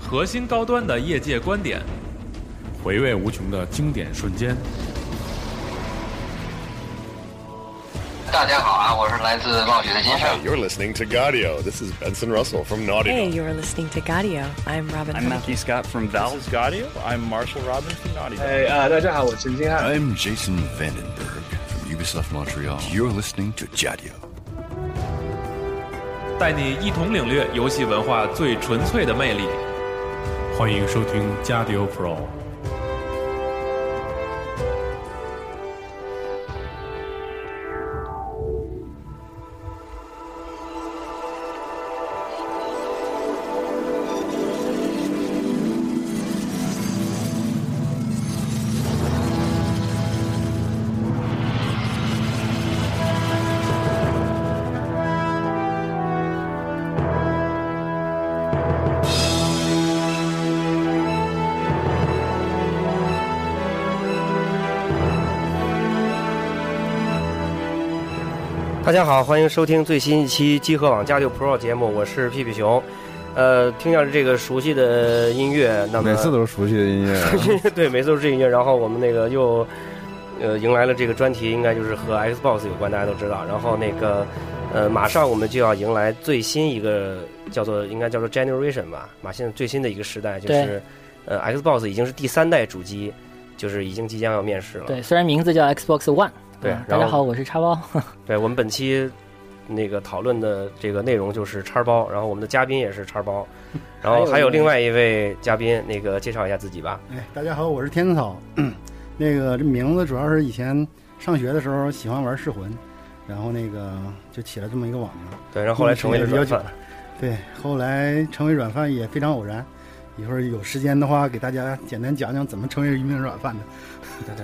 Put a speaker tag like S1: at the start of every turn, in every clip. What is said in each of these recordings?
S1: 核心高端的业界观点，
S2: 回味无穷的经典瞬间。
S3: 大家好啊，我是来自暴雪的金盛。
S4: You're listening to Gaudio. This is Benson Russell from Naughty.
S5: Hey,
S4: Dog.
S5: you're listening to Gaudio. I'm Robin.
S6: I'm Matthew Scott from Valve.
S7: This is Gaudio. I'm Marshall Robin from Naughty Dog.
S8: 哎啊，大家好，我是金汉。
S9: I'm Jason Vandenberg from Ubisoft Montreal. You're listening to Jadio.
S1: 带你一同领略游戏文化最纯粹的魅力。
S2: 欢迎收听加迪欧 Pro。
S10: 大家好，欢迎收听最新一期集合网加六 Pro 节目，我是屁屁熊。呃，听到这个熟悉的音乐，那么
S11: 每次都是熟悉的音乐，啊
S10: 对，每次都是这音乐。然后我们那个又呃迎来了这个专题，应该就是和 Xbox 有关，大家都知道。然后那个呃，马上我们就要迎来最新一个叫做应该叫做 Generation 吧，马现在最新的一个时代就是呃 Xbox 已经是第三代主机，就是已经即将要面世了。
S12: 对，虽然名字叫 Xbox One。
S10: 对
S12: 嗯大
S10: 然
S12: 家
S10: 后
S12: 好，我是叉包。
S10: 对我们本期那个讨论的这个内容就是叉儿包，然后我们的嘉宾也是叉儿包，然后还有另外一位嘉宾，那个介绍一下自己吧。
S13: 哎，大家好，我是天子草。嗯那个这名字主要是以前上学的时候喜欢玩噬魂，然后那个就起了这么一个网名。
S10: 对，然后后来成为了
S13: 比较
S10: 软
S13: 久
S10: 饭
S13: 了。，对，后来成为软饭也非常偶然。一会儿有时间的话，给大家简单讲讲怎么成为一名软饭的。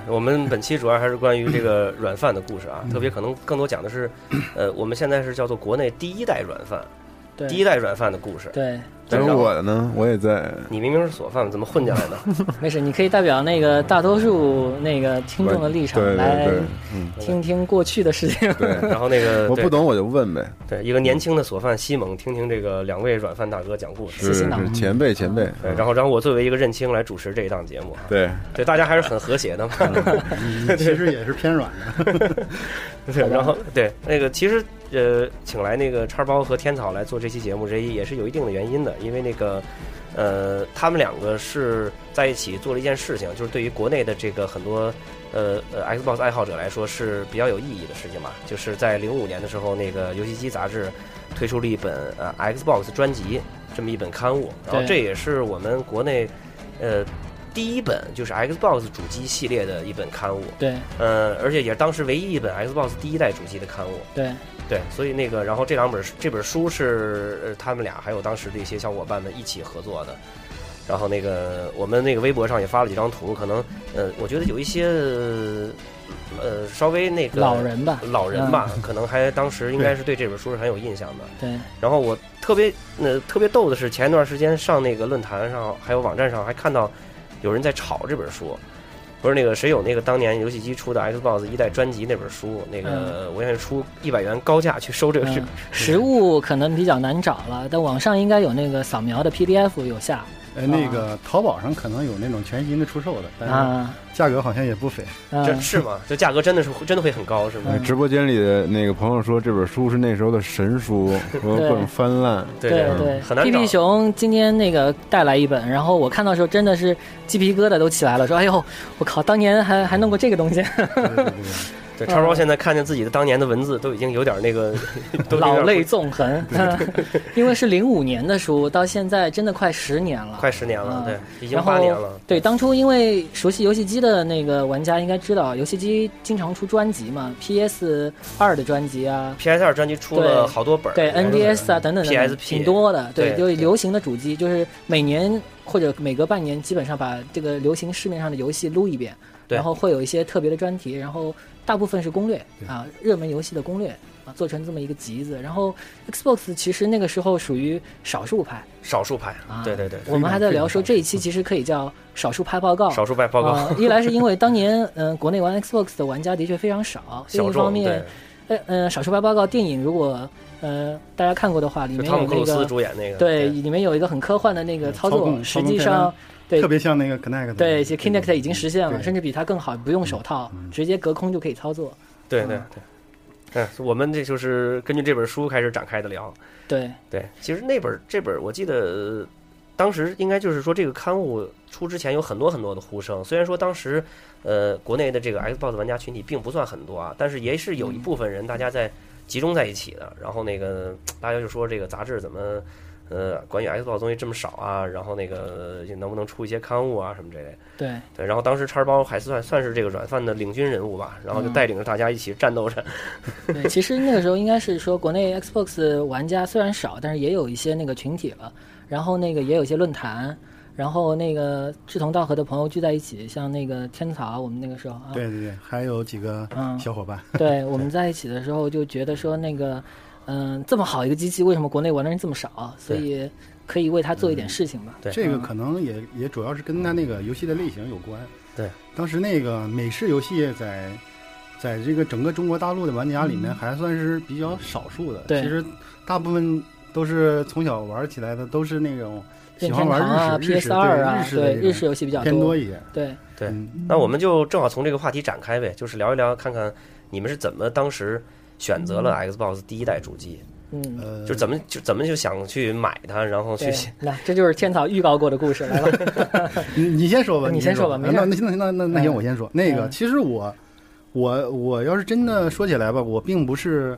S10: 我们本期主要还是关于这个软饭的故事啊，特别可能更多讲的是，呃，我们现在是叫做国内第一代软饭，
S12: 对
S10: 第一代软饭的故事。
S12: 对，
S11: 但是我的呢，我也在
S10: 你明明是锁饭，怎么混进来的？
S12: 没事，你可以代表那个大多数那个听众的立场
S11: 对对
S12: 来
S11: 对， 嗯，
S12: 听听过去的事情。
S11: 对，
S10: 然后那个
S11: 我不
S10: 对
S11: 懂我就问呗，
S10: 对一个年轻的锁饭西蒙，听听这个两位软饭大哥讲故事。
S11: 是
S12: 谢呢
S11: 是前辈前辈，
S12: 嗯
S10: 对，然后然后我作为一个认清来主持这一档节目啊，
S11: 对，
S10: 对大家还是很和谐的嘛。
S13: 嗯其实也是偏软 的。
S10: 对，然后对那个其实呃，请来那个叉包和天草来做这期节目，这也是有一定的原因的，因为那个呃，他们两个是在一起做了一件事情，就是对于国内的这个很多呃呃 Xbox 爱好者来说是比较有意义的事情吧。就是在零五年的时候，那个游戏机杂志推出了一本呃 Xbox 专辑这么一本刊物，然后
S12: 对
S10: 这也是我们国内呃第一本就是 Xbox 主机系列的一本刊物。
S12: 对
S10: 呃，而且也是当时唯一一本 Xbox 第一代主机的刊物。
S12: 对
S10: 对，所以那个，然后这两本这本书是、呃、他们俩还有当时的一些小伙伴们一起合作的。然后那个我们那个微博上也发了几张图，可能呃，我觉得有一些呃呃稍微那个
S12: 老人吧，嗯
S10: 老人吧， 可能还当时应该是对这本书是很有印象的。
S12: 对
S10: 然后我特别呃特别逗的是，前一段时间上那个论坛上还有网站上还看到有人在炒这本书，不是那个谁有那个当年游戏机出的 Xbox 一代专辑那本书，那个、我愿意出一百元高价去收这个书。
S12: 嗯，实物可能比较难找了，但网上应该有那个扫描的 PDF 有下
S13: 呃，那个淘宝上可能有那种全新的出售的，但
S12: 啊
S13: 是价格好像也不 菲。
S12: 啊
S10: 嗯这是吗？这价格真的是真的会很高，是吗？
S12: 嗯
S11: 直播间里的那个朋友说这本书是那时候的神书，我各种翻烂，
S10: 对
S12: 对对，
S10: 很难
S12: 屁
S10: 找。
S12: 屁熊今天那个带来一本，然后我看到的时候真的是鸡皮疙瘩都起来了，说哎呦，我靠，当年还还弄过这个东西，
S13: 对对对对
S12: 嗯
S10: 对，超超现在看见自己的当年的文字都已经有点 那个， 都有点
S12: 老泪纵 横， 因为是零五年的书，到现在真的快十年了，
S10: 快十年了，
S12: 嗯
S10: 对，已经
S12: 然后
S10: 八年了。
S12: 对，当初因为熟悉游戏机的那个玩家应该知道，游戏机经常出专辑嘛，PS 二的专辑啊，
S10: PS 二专辑出了
S12: 对
S10: 好多本儿，
S12: 对
S10: 然后
S12: NDS 啊等等等等
S10: PSP
S12: 挺多的。对，
S10: 对
S12: 就是
S10: 对
S12: 流行的主机，就是每年或者每隔半年，基本上把这个流行市面上的游戏撸一遍，
S10: 对
S12: 然后会有一些特别的专题，然后大部分是攻略啊，热门游戏的攻略啊，做成这么一个集子。然后 Xbox 其实那个时候属于少数派
S10: 少数派
S12: 啊，，
S10: 对对对，
S12: 我们还在聊说
S13: 非常
S12: 这一期其实可以叫少数派报告，啊
S10: 少数派报告，
S12: 呃一来是因为当年嗯、呃国内玩 Xbox 的玩家的确非常少，另
S10: 小
S12: 一
S10: 众
S12: 方面
S10: 对
S12: 呃呃，《少数派报告》电影如果呃大家看过的话，里面
S10: 就汤姆
S12: 有
S10: 克鲁
S12: 那
S10: 斯
S12: 个
S10: 主演嗯那个
S12: 对，
S10: 对
S12: 里面有一个很科幻的那个操
S6: 操
S12: 作，
S6: 控
S12: 实
S6: 操控
S12: 际
S6: 片
S12: 上
S6: 段
S12: 对
S6: 特别像那个 Connect，
S10: 嗯
S12: 对，其实 Kinect 已经实现了，
S6: 对
S12: 甚至比它更好，不用手套，直接隔空就可以操作。
S10: 对对对，嗯，我们这就是根据这本书开始展开的聊。
S12: 对
S10: 对，其实那本这本我记得呃当时应该就是说这个刊物出之前有很多很多的呼声，虽然说当时呃国内的这个 Xbox 玩家群体并不算很多啊，但是也是有一部分人大家在集中在一起的，然后那个大家就说这个杂志怎么。呃，关于 Xbox 东西这么少啊，然后那个能不能出一些刊物啊什么之类的？
S12: 对
S10: 对，然后当时叉儿包还算算是这个软饭的领军人物吧，然后就带领着大家一起战斗着。
S12: 对，其实那个时候应该是说，国内 Xbox 玩家虽然少，但是也有一些那个群体了，然后那个也有一些论坛，然后那个志同道合的朋友聚在一起，像那个天草，我们那个时候啊，
S6: 对对对，还有几个
S12: 嗯
S6: 小伙伴，
S12: 对，我们在一起的时候就觉得说那个，嗯、这么好一个机器，为什么国内玩的人这么少？所以可以为它做一点事情吧。
S6: 这个可能也也主要是跟它那个游戏的类型有关。
S10: 对，
S6: 当时那个美式游戏在在这个整个中国大陆的玩家里面还算是比较少数的。
S12: 嗯对
S6: 其实大部分都是从小玩起来的，都是那种嗯喜
S12: 任
S6: 欢
S12: 天
S6: 玩
S12: 堂啊、
S6: 日式、日
S12: PS
S6: 式
S12: 二啊
S6: 日，式的
S12: 对
S6: 这
S12: 日
S6: 种
S12: 式游戏比较
S6: 偏
S12: 多
S6: 一嗯些。
S12: 对，
S10: 对，那我们就正好从这个话题展开呗，就是聊一聊，看看你们是怎么当时选择了
S6: 嗯
S10: Xbox 第一代主机，
S12: 嗯，
S6: 呃
S10: 就怎么就怎么就想去买它，然后去
S12: 对，那这就是天草预告过的故事来了。
S6: 你你先说吧，
S12: 你
S6: 先
S12: 先说吧
S6: 吧。
S12: 没事
S6: 那那那那那那行，
S12: 嗯
S6: 我先说。那个，
S12: 嗯
S6: 其实我我我要是真的说起来吧，我并不是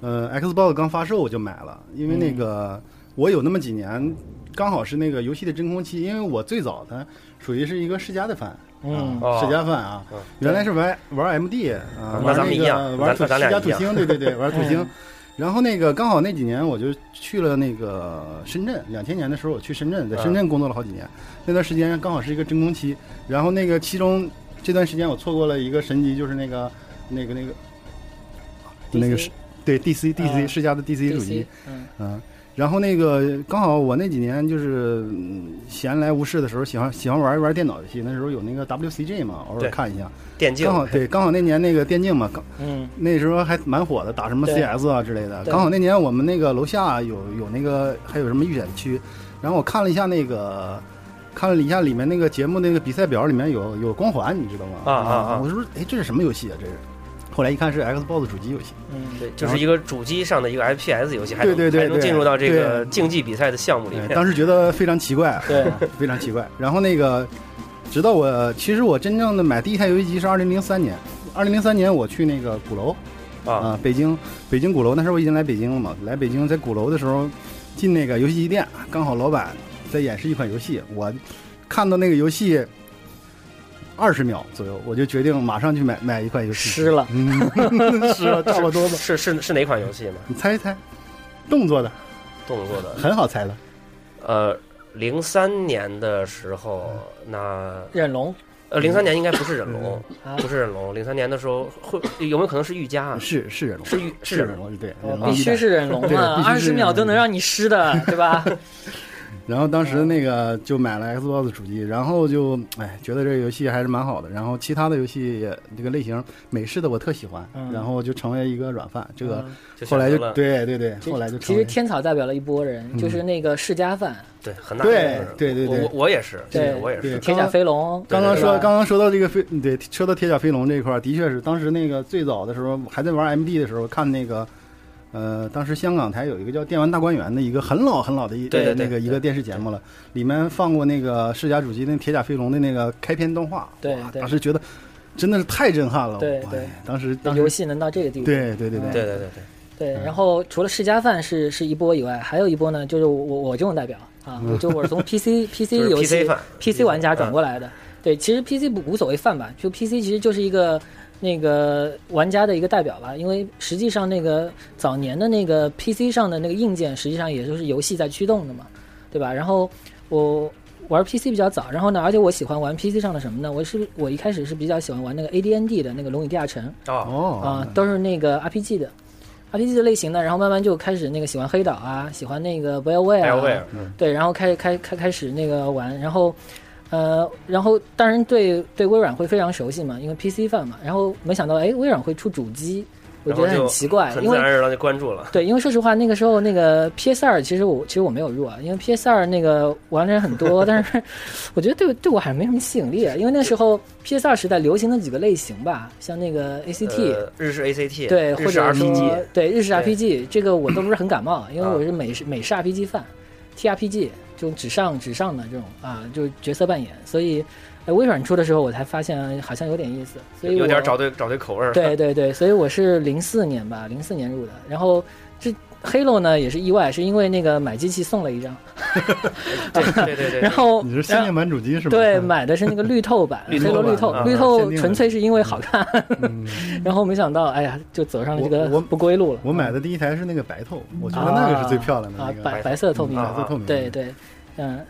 S6: 呃 Xbox 刚发售我就买了，因为那
S12: 嗯
S6: 个、我有那么几年刚好是那个游戏的真空期，因为我最早的属于是一个世嘉的fan。
S12: 嗯
S6: 啊世嘉
S10: 哦
S6: 范啊
S10: 嗯，
S6: 原来是玩玩 MD 啊，
S10: 那咱们
S6: 玩那
S10: 一样
S6: 个玩土
S10: 咱咱俩
S6: 世嘉
S10: 一
S6: 土
S10: 样
S6: 星，对对对，玩土星
S10: 嗯。
S6: 然后那个刚好那几年我就去了那个深圳，两千年的时候我去深圳，
S10: 嗯
S6: 在深圳工作了好几年。那段时间刚好是一个真空期，然后那个其中这段时间我错过了一个神级，就是那个那个那个那个是对 DC
S12: 啊
S6: DC 世嘉的 DC 主
S12: DC
S6: 机，
S12: 嗯
S6: 嗯，然后那个刚好我那几年就是嗯闲来无事的时候，喜欢喜欢玩一玩电脑游戏，那时候有那个 WCG 嘛，偶尔
S10: 对
S6: 看一下。
S10: 电竞
S6: 刚好对，刚好那年那个电竞嘛，刚
S12: 嗯，
S6: 那时候还蛮火的，打什么
S12: 对
S6: CS 啊之类的。
S12: 对
S6: 刚好那年我们那个楼下有有那个还有什么预选区，然后我看了一下那个。看了一下里面那个节目那个比赛表，里面有有光环，你知道吗？
S10: 啊啊啊
S6: 我说，哎，这是什么游戏啊？这是。后来一看是 Xbox 主机游戏。
S12: 嗯，
S10: 对，就是一个主机上的一个 FPS 游戏，还
S6: 对
S10: 能
S6: 对对
S10: 还能
S6: 对
S10: 进入到这个
S6: 对
S10: 竞技比赛的项目里
S6: 对
S10: 面。
S6: 哎当时觉得非常奇怪，
S12: 对
S6: 啊， 非常奇怪。然后那个，直到我其实我真正的买第一台游戏机是二零零三年，二零零三年我去那个鼓楼啊、
S10: 啊，
S6: 北京北京鼓楼，那时候我已经来北京了嘛，来北京在鼓楼的时候进那个游戏机店，刚好老板在演示一款游戏，我看到那个游戏。二十秒左右，我就决定马上去买买一款游戏机。
S12: 湿了，
S6: 嗯， 湿了，差不多吧。
S10: 是是是哪款游戏呢？
S6: 你猜一猜，动作的
S10: 动作的，
S6: 很好猜的，
S10: 呃，零三年的时候，那
S12: 忍龙
S10: 呃零三年应该不是忍龙，
S12: 啊
S10: 不是忍龙，零三年的时候会有没有可能是御家啊？
S6: 嗯是是忍龙，
S10: 是御是
S6: 是
S10: 忍
S6: 忍
S10: 龙。
S6: 龙，对，
S12: 哦
S6: 忍龙
S12: 必
S6: 一
S12: 须
S6: 代
S12: 是忍龙
S6: 对
S12: 啊，
S6: 必须
S12: 二
S6: 是
S12: 十秒都能让你湿 的，对吧？
S6: 然后当时那个就买了 Xbox 主机，然后就哎觉得这个游戏还是蛮好的，然后其他的游戏也这个类型美式的我特喜欢，
S12: 嗯
S6: 然后就成为一个软饭。这个
S12: 嗯
S10: 就
S6: 后来就
S10: 选择了
S6: 对对对，后来就
S12: 其
S6: 成嗯
S12: 实
S6: 为
S12: 天草代表了一波人，就是那个世家范，
S10: 对，很大
S6: 对
S10: 的
S6: 对对
S10: 我
S6: 对
S10: 我。我也是，其实
S12: 对
S10: 我也是
S6: 对，
S12: 铁甲飞龙。
S6: 刚刚
S12: 对
S6: 说
S12: 吧
S6: 刚刚说到这个飞对，说到铁甲飞龙这一块儿，的确是当时那个最早的时候还在玩 MD 的时候看那个。呃，当时香港台有一个叫《电玩大观园》的一个很老很老的一哎
S10: 对对对
S6: 那个一
S10: 对
S6: 个电视节目了，里面放过那个世嘉主机那《铁甲飞龙》的那个开篇动画，
S12: 对
S6: 哇
S12: 对
S6: 当时觉得真的是太震撼了，
S12: 对
S6: 哇
S12: 对
S6: 当时当时
S12: 游戏能到这个地步，
S6: 对对对
S10: 对对
S6: 对
S10: 对对。
S12: 对，
S10: 嗯
S12: 然后除了世家范是是一波以外，还有一波呢，就是我我我这种代表啊，我就我是从 PC PC
S10: 嗯就是
S12: 游戏
S10: PC 范
S12: PC 玩家
S10: 嗯
S12: 转过来的。对，其实 PC 不无所谓范吧，就 PC 其实就是一个那个玩家的一个代表吧，因为实际上那个早年的那个 PC 上的那个硬件，实际上也就是游戏在驱动的嘛，对吧？然后我玩 PC 比较早，然后呢，而且我喜欢玩 PC 上的什么呢？我是我一开始是比较喜欢玩那个 ADND 的那个《龙与地下城》，
S10: 哦，
S6: 哦
S12: 啊，都是那个 RPG 的 RPG 的类型的，然后慢慢就开始那个喜欢黑岛啊，喜欢那个 BioWare
S10: 艾
S12: 啊，
S10: 薇儿，
S12: 对，然后开始开开开始那个玩，然后呃，然后当然对对微软会非常熟悉嘛，因为 PC 范嘛，然后没想到哎，微软会出主机，我觉得
S10: 然后
S12: 很
S10: 就
S12: 奇怪，
S10: 很
S12: 因
S10: 自
S12: 为
S10: 然而然就关注了。
S12: 对，因为说实话，那个时候那个 PS 二，其实我其实我没有入啊，因为 PS 二那个玩的人很多， 但是我觉得对我对我还是没什么吸引力啊，因为那时候 PS 二时代流行的几个类型吧，像那个 ACT，、
S10: 呃日式 ACT，
S12: 对，
S10: 日
S12: 或
S10: 式
S12: 者说
S10: RPG，
S12: 对日式
S10: 对
S12: RPG，这个我都不是很感冒，因为
S10: 啊
S12: 我是美式美式 RPG 范，TRPG 就纸上纸上的这种啊，就是角色扮演，所以、呃、微软出的时候我才发现好像有点意思，所以
S10: 有点
S12: 我
S10: 找对找对口味儿。
S12: 对对对，所以我是零四年吧，零四年入的。然后这 Halo 呢也是意外，是因为那个买机器送了一张，
S10: 对对对对。
S12: 然后
S13: 你是限
S12: 然
S13: 定
S12: 后
S13: 版主机是吧？
S12: 对，买的是那个绿透 版
S13: 绿透
S12: ，Halo
S13: 版
S12: 绿透，
S10: 啊
S12: 绿
S13: 限
S12: 透
S13: 定的
S12: 纯粹是因为好看，
S6: 嗯
S12: 然后没想到哎呀就走上了这
S13: 我我
S12: 个不归路了。
S13: 我买的第一台是那个白透，我觉得那个是最漂亮的
S12: 啊
S13: 那个
S12: 白白色透明
S13: 嗯白色透明，
S12: 对，对，嗯，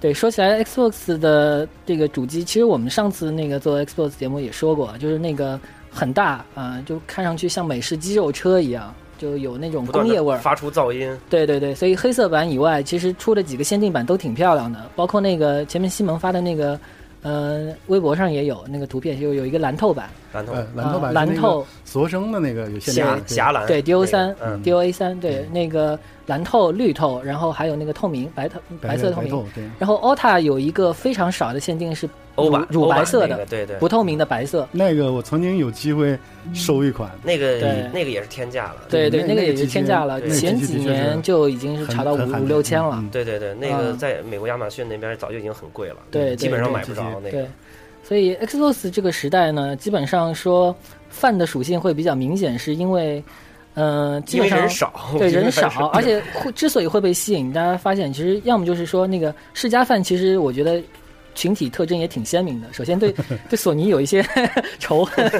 S12: 对。说起来，Xbox 的这个主机，其实我们上次那个做 Xbox 节目也说过，啊就是那个很大啊、就看上去像美式肌肉车一样，就有那种
S10: 不
S12: 工
S10: 断
S12: 业味
S10: 的
S12: 儿。
S10: 发出噪音，
S12: 对对对，所以黑色版以外，其实出的几个限定版都挺漂亮的，包括那个前面西蒙发的那个，呃，微博上也有那个图片，就有一个蓝透版，
S10: 蓝头
S13: 呃，蓝透版
S12: 啊
S13: 是
S12: 蓝
S13: 那个
S12: 透
S13: 索生的那个有限定
S10: 霞
S13: 版，
S10: 霞蓝，
S12: 对 DO 三
S10: 那个嗯，
S12: DOA 三，对那个蓝透、绿透，然后还有那个透明白透、
S13: 白
S12: 色透
S13: 白
S12: 明，
S13: 透，对，
S12: 然后 OTA 有一个非常少的限定是
S10: 欧版
S12: 乳乳白色
S10: 欧版那
S12: 的
S10: 个，对对，
S12: 不透明的白色，
S13: 那个我曾经有机会收一
S12: 嗯
S13: 款，
S10: 那个
S12: 对
S10: 那个也是天价了，
S12: 对对，
S13: 那
S12: 那个
S13: 那
S12: 也
S13: 个
S12: 是
S13: 机
S12: 天
S13: 器
S12: 价了，
S10: 对
S12: 前
S13: 那个机
S12: 几
S13: 器
S12: 年就已经是
S13: 很
S12: 炒到五
S13: 很罕
S12: 五
S13: 见
S12: 六千了，
S13: 嗯
S10: 对对对，那个
S12: 嗯
S10: 在美国亚马逊那边早就已经很贵了，
S12: 对，
S10: 基本上
S12: 对
S10: 买不着那
S12: 对
S10: 个。，
S12: 所以 Xbox 这个时代呢，基本上说饭的属性会比较明显，是因为，嗯，基
S10: 因为
S12: 本上
S10: 人少，
S12: 对
S10: 因为
S12: 人
S10: 还是
S12: 少，而且会之所以会被吸引，大家发现其实要么就是说那个世家饭，其实我觉得群体特征也挺鲜明的。首 先对对索尼有一些 仇恨，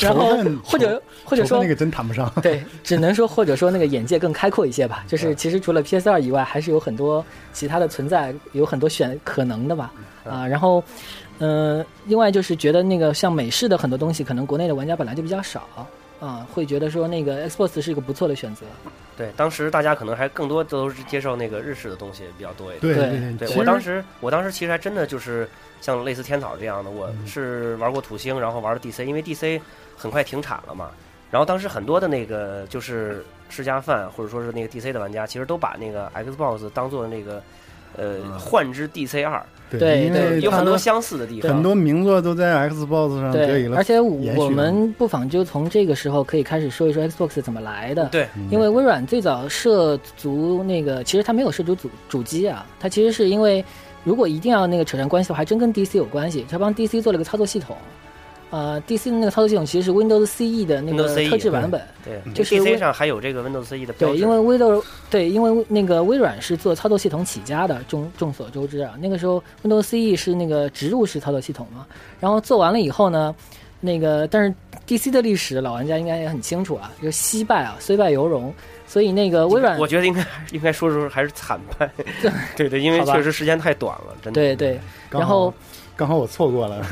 S12: 然后
S13: 仇恨
S12: 或者
S13: 仇
S12: 或者
S13: 仇恨
S12: 说
S13: 那个嗯真谈不上，
S12: 对，只能说或者说那个眼界更开阔一些吧。就是其实除了 PS 二以外，还是有很多其他的存在，有很多选可能的吧。啊，然后，嗯、另外就是觉得那个像美式的很多东西，可能国内的玩家本来就比较少啊，会觉得说那个 Xbox 是一个不错的选择。
S10: 对，当时大家可能还更多都是接受那个日式的东西比较多一 点。
S13: 对
S12: 对
S13: 对
S10: 对
S13: 其
S10: 我
S13: 实
S10: 当时，我当时其实还真的就是像类似天草这样的，我
S12: 嗯
S10: 是玩过土星，然后玩的 DC，因为 DC 很快停产了嘛。然后当时很多的那个就是世家饭或者说是那个 DC 的玩家，其实都把那个 Xbox 当做那个呃换之 DC 二，
S12: 对
S13: 因
S12: 嗯对
S13: 为
S10: 有
S13: 它
S10: 很
S13: 的
S10: 多相似的地方。
S13: 很多名作都在 Xbox 上嗯得以
S12: 对，
S13: 了
S12: 而且
S13: 延
S12: 我
S13: 续啊
S12: 我
S13: 了
S12: 们不妨就从这个时候可以开始说一说 Xbox 怎么来的。
S10: 对，
S13: 嗯
S12: 因为微软最早涉足那个，其实它没有涉足主主机啊，它其实是因为如果一定要那个扯上关系的话，还真跟 DC 有关系，它帮 DC 做了个操作系统。呃，DC 的那个操作系统其实是 Windows CE 的那
S10: Windows
S12: 个
S10: CE
S12: 特制版本。
S10: 对，
S12: 嗯就是
S10: DC
S12: 微
S10: 上还有这个 Windows CE 的标
S12: 对，
S10: 志。
S12: 因为 Windows 对，因为那个微软是做操作系统起家的，众众所周知啊。那个时候 Windows CE 是那个植入式操作系统嘛，然后做完了以后呢，那个但是 DC 的历史老玩家应该也很清楚啊，就惜败啊，虽败犹荣。所以那个微软
S10: 我觉得应该应该说说还是惨败。对对，因为
S12: 好吧
S10: 确实时间太短了，真的。
S12: 对对，
S13: 刚
S12: 然
S13: 好
S12: 后
S13: 刚好我错过 了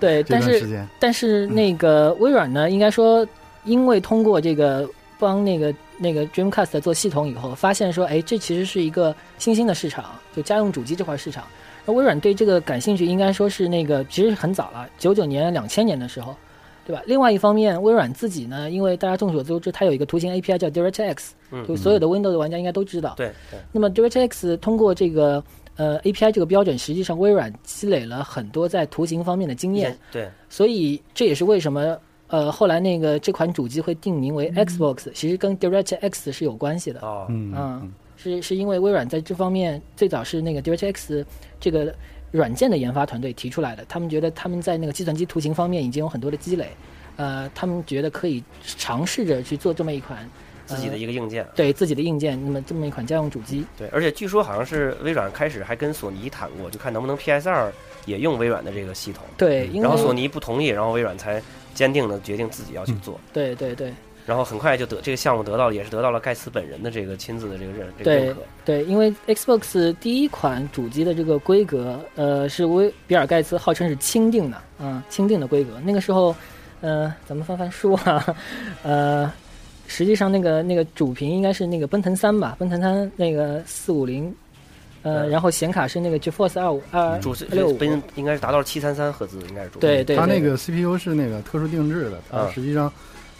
S12: 对，
S13: 这
S12: 但
S13: 段时
S12: 是
S13: 间，
S12: 但是那个
S10: 嗯
S12: 微软呢，应该说，因为通过这个帮那个那个 Dreamcast 做系统以后，发现说，哎，这其实是一个新兴的市场，就家用主机这块市场。那微软对这个感兴趣，应该说是那个其实很早了，九九年、两千年的时候，对吧？另外一方面，微软自己呢，因为大家众所周知，它有一个图形 API 叫 DirectX，
S10: 嗯
S12: 就所有的 Windows 的玩家应该都知道。
S10: 对对
S12: 那么 DirectX 通过这个呃 API 这个标准，实际上微软积累了很多在图形方面的经验。
S10: 对
S12: 所以这也是为什么呃后来那个这款主机会定名为
S10: 嗯
S12: Xbox，、其实跟 DirectX 是有关系的。
S10: 哦，
S12: 嗯，是是因为微软在这方面最早是那个 DirectX 这个软件的研发团队提出来的，他们觉得他们在那个计算机图形方面已经有很多的积累，呃，他们觉得可以尝试着去做这么一款
S10: 自己的
S12: 呃
S10: 一个硬件。
S12: 对自己的硬件，那么这么一款家用主机。
S10: 对，而且据说好像是微软开始还跟索尼谈过，就看能不能 PS 二也用微软的这个系统。
S12: 对，因为
S10: 嗯然后索尼不同意，然后微软才坚定的决定自己要去做。
S12: 对对对，
S10: 然后很快就得这个项目得到了，也是得到了盖茨本人的这个亲自的这个认这个
S12: 对
S10: 认可。
S12: 对，因为 Xbox 第一款主机的这个规格，呃，是威比尔盖茨号称是钦定的，嗯，钦定的规格。那个时候，呃，咱们翻翻书啊， 呃，实际上那个那个主屏应该是那个奔腾三吧，奔腾三那个四五零，呃，
S10: 嗯
S12: 然后显卡是那个 GeForce 二五二
S10: 主是
S12: 六五，
S10: 奔应该是达到了七三三赫兹，应该是主
S12: 对对
S13: 它那
S12: 对
S13: 个 CPU 是那个特殊定制的，它
S10: 啊
S13: 实际上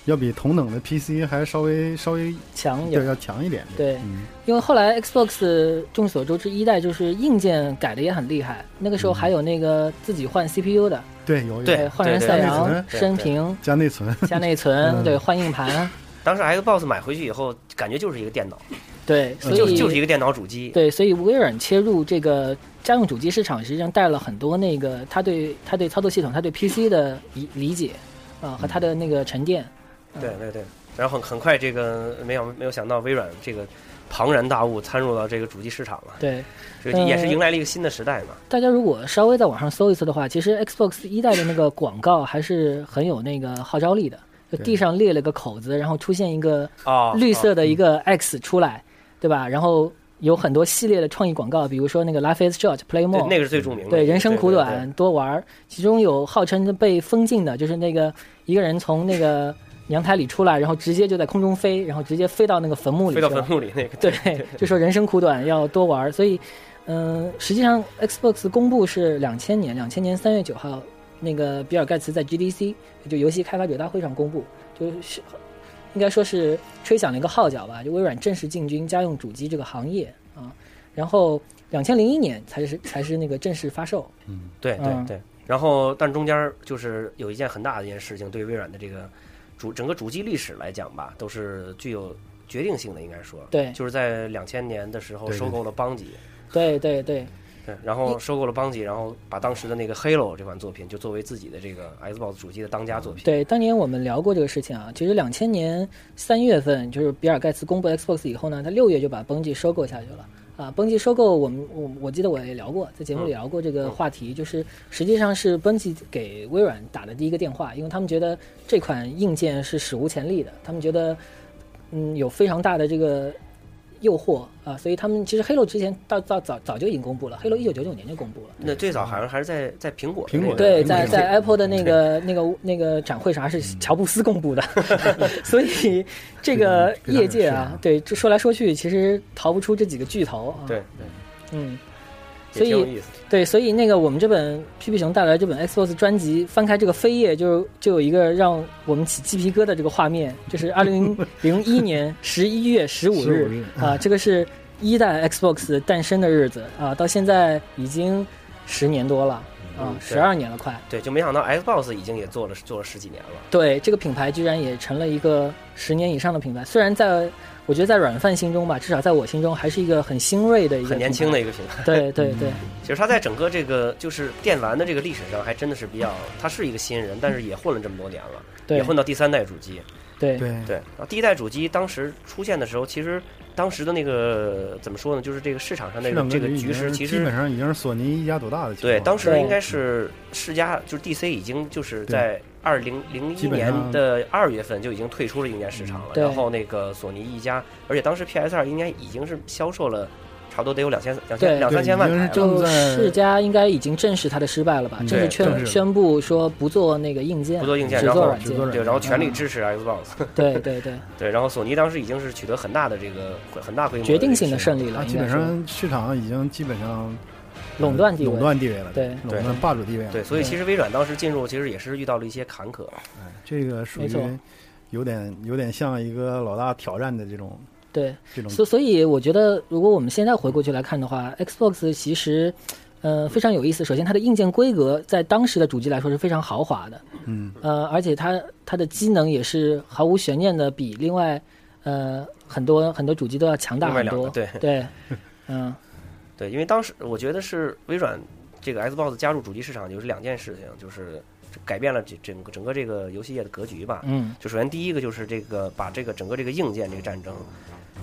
S13: 要比同等的 PC 还稍微稍微
S12: 强一
S13: 对
S12: 点，
S13: 要强一点。
S12: 嗯
S13: 嗯
S12: 对，因为后来 Xbox 众所周知，一代就是硬件改的也很厉害，那个时候还有那个自己换 CPU 的，
S13: 对，有有
S10: 嗯对
S12: 换人赛
S13: 加内
S12: 扬
S13: 存、
S12: 升屏、
S13: 加内存，
S12: 加内存，
S13: 嗯
S12: 对，换硬盘，
S10: 当时 Xbox 买回去以后，感觉就是一个电脑，
S12: 对，所
S10: 嗯就
S12: 以
S10: 就是一个电脑主机。
S12: 对，所以微软切入这个家用主机市场，实际上带了很多那个他对他对操作系统、他对 PC 的理理解啊、和他
S10: 嗯
S12: 的那个沉淀。
S10: 对对对，然后很很快，这个没有没有想到微软这个庞然大物参入到这个主机市场了，
S12: 对，
S10: 这个也是
S12: 呃
S10: 迎来了一个新的时代嘛。
S12: 大家如果稍微在网上搜一搜的话，其实 Xbox 一代的那个广告还是很有那个号召力的。就地上裂了个口子，然后出现一个
S10: 哦
S12: 绿色的一个 X 出来，对吧？然后有很多系列的创意广告，比如说那个 Life is Short, Play
S10: 对
S12: More，，
S10: 那个是最著名的。
S12: 对，人生苦
S10: 对
S12: 短，。多玩儿。其中有号称被封禁的，就是那个一个人从那个阳台里出来，然后直接就在空中飞，然后直接飞到那个坟墓里去
S10: 对飞到
S12: 了。
S10: 坟墓里那个，
S12: 对，就说人生苦短，要多玩儿。所以，嗯、实际上 Xbox 公布是两千年，两千年三月九号，那个比尔盖茨在 GDC 就游戏开发者大会上公布，就是应该说是吹响了一个号角吧，就微软正式进军家用主机这个行业啊。然后，两千零一年才是才是那个正式发售。
S10: 对对
S12: 嗯
S10: 对。然后，但中间儿就是有一件很大的一件事情，对微软的这个主整个主机历史来讲吧，都是具有决定性的，应该说。
S12: 对
S10: 就是在两千年的时候
S13: 对对
S10: 收购了邦吉，
S12: 对对对
S10: 对，然后收购了邦吉，然后把当时的那个《Halo》这款作品就作为自己的这个 Xbox 主机的当家作品。
S12: 对，当年我们聊过这个事情啊。其实两千年三月份，就是比尔盖茨公布 Xbox 以后呢，他六月就把崩 e 收购下去了。啊，崩 e 收购，我们我我记得我也聊过，在
S10: 嗯
S12: 节目里聊过这个话题，就是实际上是崩 e 给微软打的第一个电话，因为他们觉得这款硬件是史无前例的，他们觉得嗯有非常大的这个诱惑啊，所以他们其实 Halo 之前到到早早就已经公布了，Halo 一九九九年就公布了。
S10: 那最早好像还是在在苹果的
S13: 苹
S10: 那
S13: 果
S10: 个
S13: 的
S12: 对，
S13: 苹果
S12: 在在 Apple 的那个那个那个展会上还是乔布斯公布的，所以这个
S13: 非常
S12: 业
S13: 有
S12: 界
S13: 趣
S12: 啊
S13: 啊，
S12: 对，这说来说去其实逃不出这几个巨头啊。
S10: 对，
S12: 嗯，
S10: 也
S12: 所
S10: 挺有
S12: 以
S10: 意思。
S12: 对，所以那个我们这本皮皮熊带来这本 Xbox 专辑，翻开这个扉页就就有一个让我们起鸡皮疙瘩这个画面，就是二零零一年十一月十五
S13: 15
S12: 日
S13: 日
S12: 啊，这个是一代 Xbox 诞生的日子啊，到现在已经十年多了啊
S10: 嗯，
S12: 十二年了快。
S10: 对，就没想到 Xbox 已经也做了做了十几年了。
S12: 对，这个品牌居然也成了一个十年以上的品牌。虽然在我觉得在软饭心中吧，至少在我心中还是一个很新锐的一个
S10: 很年轻的嗯
S12: 品
S10: 一个品牌。
S12: 牌。对对对
S13: 嗯
S10: 其实它在整个这个就是电玩的这个历史上，还真的是比较，它是一个新人，但是也混了这么多年了，也
S12: 嗯对
S10: 混到第三代主机。
S12: 对
S13: 对，
S10: 对，然后第一代主机当时出现的时候，其实当时的那个怎么说呢，就是这个市场上那
S13: 市
S10: 个
S13: 场
S10: 这
S13: 格
S10: 个
S13: 局已
S10: 局
S13: 经
S10: 势，
S13: 是
S10: 其
S13: 基
S10: 实
S13: 本上已经是索尼一家独大的情况了。
S10: 对当时
S12: 对
S10: 应该是世嘉，就是 DC 已经就是
S13: 对
S10: 在二零零一
S13: 基本
S10: 年
S13: 上
S10: 的二月份就已经退出了硬件市场了，
S12: 对
S10: 然后那个索尼一家，而且当时 PS 二应该已经是销售了差不多得有两千两千
S12: 对
S10: 两三千万
S13: 已经是
S10: 台了。
S13: 正
S12: 就
S13: 在
S12: 世嘉应该已经正视它的失败了吧？
S13: 嗯
S12: 正式
S10: 对
S13: 正
S12: 宣
S13: 式
S12: 宣布说不做那个硬件，
S10: 不做硬件
S12: 只
S10: 然
S12: 做
S10: 后
S12: 软
S13: 只做
S12: 件。
S13: 软
S10: 对，然后全
S12: 嗯
S10: 力支持 Xbox，
S12: 对对对，
S10: 对，然后索尼当时已经是取得很大的这个很大规模
S12: 决定性的
S10: 的这个市场
S12: 胜利了，
S13: 它
S12: 应
S13: 基
S12: 该
S13: 本
S12: 说
S13: 上市场已经基本上
S12: 垄断地
S13: 垄
S12: 位。
S13: 断地位了，
S12: 对
S13: 垄断霸主地位了。
S10: 对，所以其实微软当时进入其实也是遇到了一些坎坷，
S13: 哎，这个属
S12: 没错
S13: 于有点有点像一个老大挑战的这种
S12: 对，
S13: 这种。
S12: 所所以我觉得，如果我们现在回过去来看的话，Xbox 其实，呃，非常有意思。首先，它的硬件规格在当时的主机来说是非常豪华的，
S13: 嗯，
S12: 呃，而且它它的机能也是毫无悬念的比另外，呃，很多很多主机都要强大
S10: 另外
S12: 很
S10: 两个
S12: 多。
S10: 对
S12: 对，嗯，
S10: 对，因为当时我觉得是微软这个 Xbox 加入主机市场就是两件事情，就是改变了这整个整个这个游戏业的格局吧。
S12: 嗯，
S10: 就首先第一个就是这个把这个整个这个硬件这个战争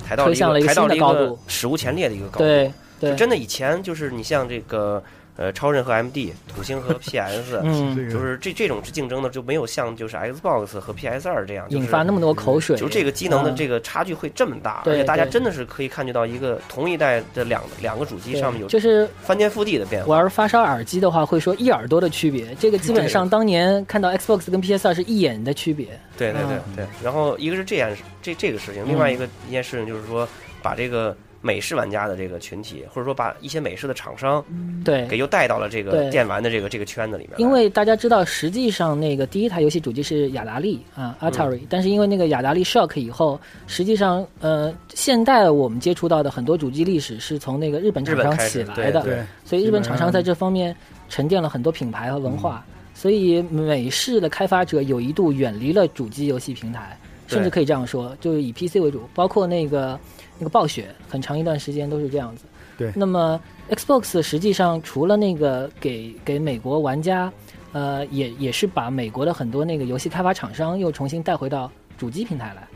S10: 抬到
S12: 推向了一个
S10: 抬到了
S12: 新
S10: 一
S12: 的高
S10: 个
S12: 度
S10: 史无前例的一个高度。
S12: 对
S10: 就
S12: 对，
S10: 真的以前就是你像这个呃超人和 MD、土星和 PS，
S12: 嗯，
S10: 就是这这种竞争呢就没有像就是 Xbox 和 PS 二这样就是
S12: 引发那么多口水，
S10: 就是这个机能的
S12: 嗯
S10: 这个差距会这么大，
S12: 对
S10: 而且大家
S12: 对
S10: 真的是可以看觉到一个同一代的两两个主机上面有
S12: 就是
S10: 翻天覆地的变化。
S12: 玩发烧耳机的话，会说一耳朵的区别，这个基本上当年看到 Xbox 跟 PS 二是一眼的区别。
S10: 对对对
S12: 嗯
S10: 对。然后一个是这样这这个事情，另外一个一件事情就是说，把这个美式玩家的这个群体，或者说把一些美式的厂商
S12: 对
S10: 给又带到了这个
S12: 嗯对
S10: 电玩的这个这个圈子里面来。
S12: 因为大家知道，实际上那个第一台游戏主机是雅达利啊
S10: 嗯
S12: ，Atari，、但是因为那个雅达利 Shock 以后，实际上呃，现代我们接触到的很多主机历史是从那个日本
S10: 日
S12: 厂
S10: 本
S12: 商
S10: 开
S12: 起
S10: 始
S12: 来的，
S10: 对对
S12: 所以日本厂商
S10: 基本上嗯
S12: 在这方面沉淀了很多品牌和文化，所以美式的开发者有一度远离了主机游戏平台，
S10: 对
S12: 甚至可以这样说，就是以 PC 为主，包括那个那个暴雪，很长一段时间都是这样子。
S6: 对
S12: 那么 Xbox 实际上除了那个给给美国玩家，呃，也也是把美国的很多那个游戏开发厂商又重新带回到主机平台来，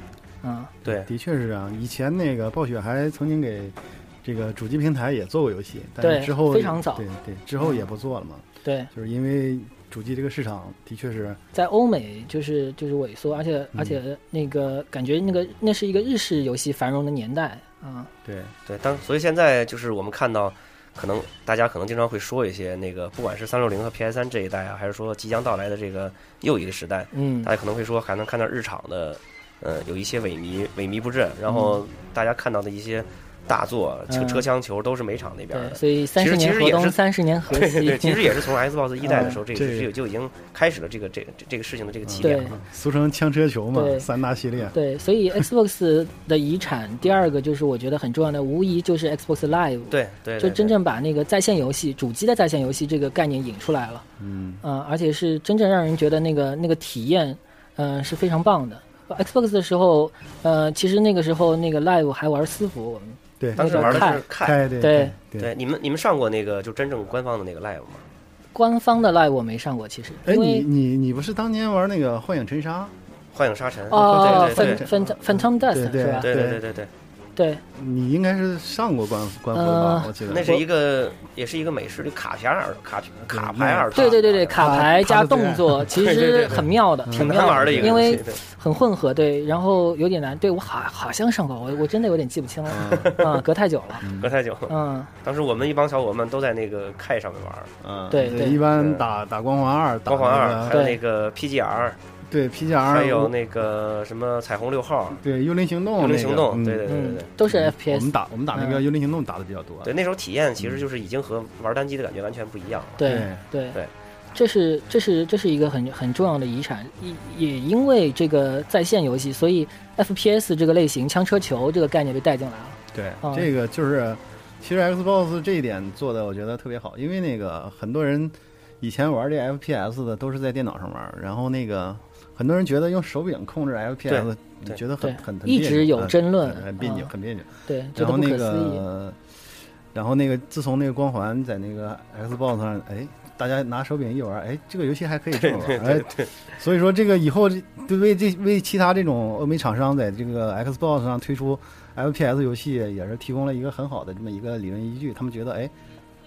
S12: 嗯，
S10: 对，
S6: 的确是这样。以前那个暴雪还曾经给这个主机平台也做过游戏，但
S12: 对
S6: 是之后
S12: 非常早嗯
S6: 对对，之后也不做了嘛，
S12: 对，
S6: 就是因为主机这个市场的确是
S12: 在欧美就是就是萎缩，而且
S10: 嗯
S12: 而且那个感觉那个那是一个日式游戏繁荣的年代啊、
S6: 对
S10: 对，当所以现在就是我们看到，可能大家可能经常会说一些那个，不管是三六零和 PS 三这一代啊，还是说即将到来的这个又一个时代，
S12: 嗯
S10: 大家可能会说还能看到日常的，呃，有一些萎靡萎靡不振，然后大家看到的一些大作，
S12: 嗯
S10: 车车厢球都是美场那边的，
S12: 对所以
S10: 其实
S12: 30年
S10: 其实
S12: 河
S10: 也
S12: 东
S10: 是
S12: 30年河
S10: 对
S12: 西
S10: 对，其实也是从 Xbox 一代的时候，
S6: 嗯
S10: 这个
S6: 这
S10: 就
S6: 个
S10: 就已经开始了这个这个这这个事情的这个起点
S12: 对
S10: 了。
S6: 俗称枪车球嘛，
S12: 对
S6: 三大系列。
S12: 对，所以 Xbox 的遗产，第二个就是我觉得很重要的，无疑就是 Xbox Live。
S10: 对对对
S12: 就真正把那个在线游戏、主机的在线游戏这个概念引出来了，
S6: 嗯，
S12: 嗯、而且是真正让人觉得那个那个体验，嗯、是非常棒的。Xbox 的时候，呃，其实那个时候那个 Live 还玩私服，我们
S6: 对
S10: 当时玩的是
S12: 看
S10: 看，
S12: 对对
S10: 对，你们你们上过那个就真正官方的那个 live 吗？
S12: 官方的 Live 我没上过，其实
S6: 哎，
S12: 因为
S6: 你你你不是当年玩那个《幻影尘沙》？
S10: 幻影沙尘
S12: 哦，
S10: 啊对对
S12: 粉
S10: 对
S12: 粉粉 Tom Dust
S6: 对对
S12: 是吧？
S10: 对对对对对，
S12: 对，
S6: 你应该是上过官官
S12: 呃
S6: 方吧？我记得
S10: 那是一个也是一个美式的卡片耳卡卡牌耳套，
S12: 对对对对，卡牌加动作，
S10: 卡
S12: 其
S10: 对对
S12: 实
S10: 对
S12: 很妙的，
S10: 嗯
S12: 挺
S10: 挺难
S12: 妙
S10: 玩的一个
S12: 因
S10: 游戏
S12: 为
S10: 对
S12: 很混合，对，然后有点难。对我好好像上过，我我真的有点记不清了，
S6: 嗯
S12: 啊，隔太久了。
S10: 隔太久了。
S12: 嗯，
S10: 当时我们一帮小伙伴们都在那个 K 上面玩，
S6: 嗯
S12: 对对
S6: 一般打打光环二，打
S10: 光环
S6: 那
S10: 二，
S6: 个
S10: 还有那个 PGR，
S6: 对 PGR，
S10: 还有那个什么彩虹六号，
S6: 对幽灵行动那
S10: 幽
S6: 个，
S10: 灵行动，
S6: 嗯
S10: 对对对对
S12: 嗯
S10: 对。，
S12: 都是
S6: 我们
S12: FPS。
S6: 打我们打那个
S12: 嗯
S6: 幽灵行动打的比较多。
S10: 对，那时候体验其实就是已经和玩单机的感觉完全不一样了。
S12: 对
S6: 对
S12: 对
S10: 对，
S12: 这是这是这是一个很很重要的遗产，也也因为这个在线游戏，所以 FPS 这个类型，枪车球这个概念被带进来了。
S6: 对
S12: 嗯，
S6: 这个就是其实 Xbox 这一点做的我觉得特别好，因为那个很多人以前玩这 FPS 的都是在电脑上玩，然后那个很多人觉得用手柄控制 FPS，你
S10: 对
S6: 觉得很
S12: 对
S6: 很很
S12: 一
S6: 别
S12: 直
S6: 扭
S12: 有
S6: 嗯
S12: 争论
S6: 很很别扭，
S12: 嗯
S6: 很别扭。
S12: 对，觉
S6: 然
S12: 得
S6: 后
S12: 不
S6: 那
S12: 可思议。
S6: 个，然后那个，自从那个光环在那个 Xbox 上，哎，大家拿手柄一玩，哎，这个游戏还可以这么玩，哎，所以说这个以后这对为这为其他这种欧美厂商在这个 Xbox 上推出 FPS 游戏，也是提供了一个很好的这么一个理论依据。他们觉得，哎，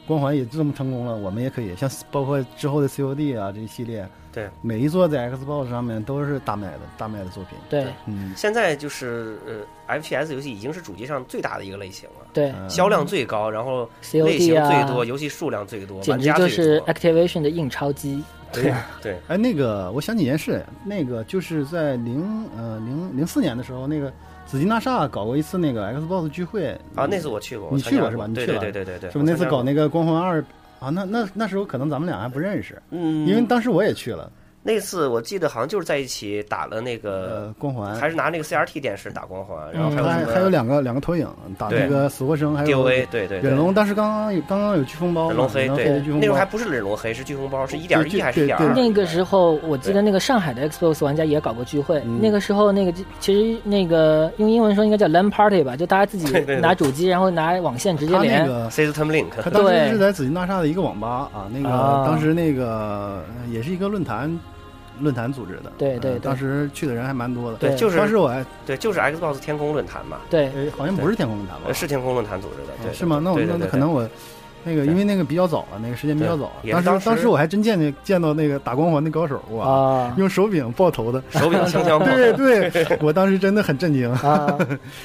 S6: 光环也这么成功了，我们也可以，像包括之后的 COD 啊这一系列，
S10: 对，
S6: 每一座在 Xbox 上面都是大卖的大卖的作品，
S12: 对
S6: 嗯，
S10: 现在就是呃，FPS 游戏已经是主机上最大的一个类型了，
S12: 对，
S6: 嗯
S10: 销量最高，然后
S12: COD
S10: 类型最多，
S12: 啊
S10: 游戏数量最多，
S12: 简
S10: 玩
S12: 直
S10: 家
S12: 就
S10: 最
S12: 是哎啊
S10: 多。
S12: Activation 的印钞机。
S10: 对对，
S6: 哎，那个，我想起一件事，那个就是在零呃零零四年的时候，那个紫金大厦搞过一次那个 Xbox 聚会
S10: 啊，那次我去过，
S6: 你
S10: 我参加
S6: 去过是吧你
S10: 对
S6: 去
S10: 对
S6: 了
S10: 对对对对，
S6: 是不是那
S10: 我参
S6: 次
S10: 加
S6: 搞
S10: 过
S6: 那个光环二啊？那那那时候可能咱们俩还不认识，
S10: 嗯，
S6: 因为当时我也去了，
S10: 那次我记得好像就是在一起打了那
S6: 呃
S10: 个，，
S6: 光环，
S10: 还是拿那个 CRT 电视打光环，然后
S12: 嗯
S10: 还有
S6: 还
S10: 什
S6: 还有
S10: 么
S6: 两个两个投影打那
S10: 对
S6: 个死活生，还有
S10: DOA，对对对
S6: 忍龙，当时刚刚有刚刚有飓风包嘛，
S10: 忍龙黑，对，
S6: 的飓风
S10: 那时候还
S6: 包，
S10: 不是忍龙黑，是飓风包，是一点
S6: 对
S10: 一还是
S6: 对
S10: 一点
S6: 对
S10: 二？
S12: 那个时候，我记得那个上海的 Xbox 玩家也搞过聚会。
S6: 嗯
S12: 那个时候，那个其实那个用英文说应该叫 LAN party 吧，就大家自己
S10: 对对对
S12: 拿主机，然后拿网线直接
S6: 他那
S12: 连。
S6: 个
S10: System Link，
S6: 他当时
S12: 对
S6: 是在紫金大厦的一个网吧啊，那个、
S12: 啊
S6: 当时那个呃也是一个论坛，论坛组织的，
S12: 对对对
S6: 呃当时去的人还蛮多的，
S12: 对
S10: 就是
S6: 当时我还
S10: 对，就是 Xbox 天空论坛嘛，
S12: 对
S6: 呃好像不是天空论坛吧啊
S10: 呃，？是天空论坛组织的，对，
S6: 哦是吗？那我
S10: 对
S6: 那
S10: 对
S6: 那
S10: 对
S6: 可能
S10: 对
S6: 我。
S13: 那个因为那个比较早
S6: 啊
S13: 了，那个时间比较早
S10: 对也，
S13: 当
S10: 是当时
S13: 当时我还真见见见到那个打光环的高手哇
S10: 啊，
S13: 用手柄爆头的，
S10: 手柄枪枪爆头
S13: 对对，我当时真的很震 惊
S12: 啊，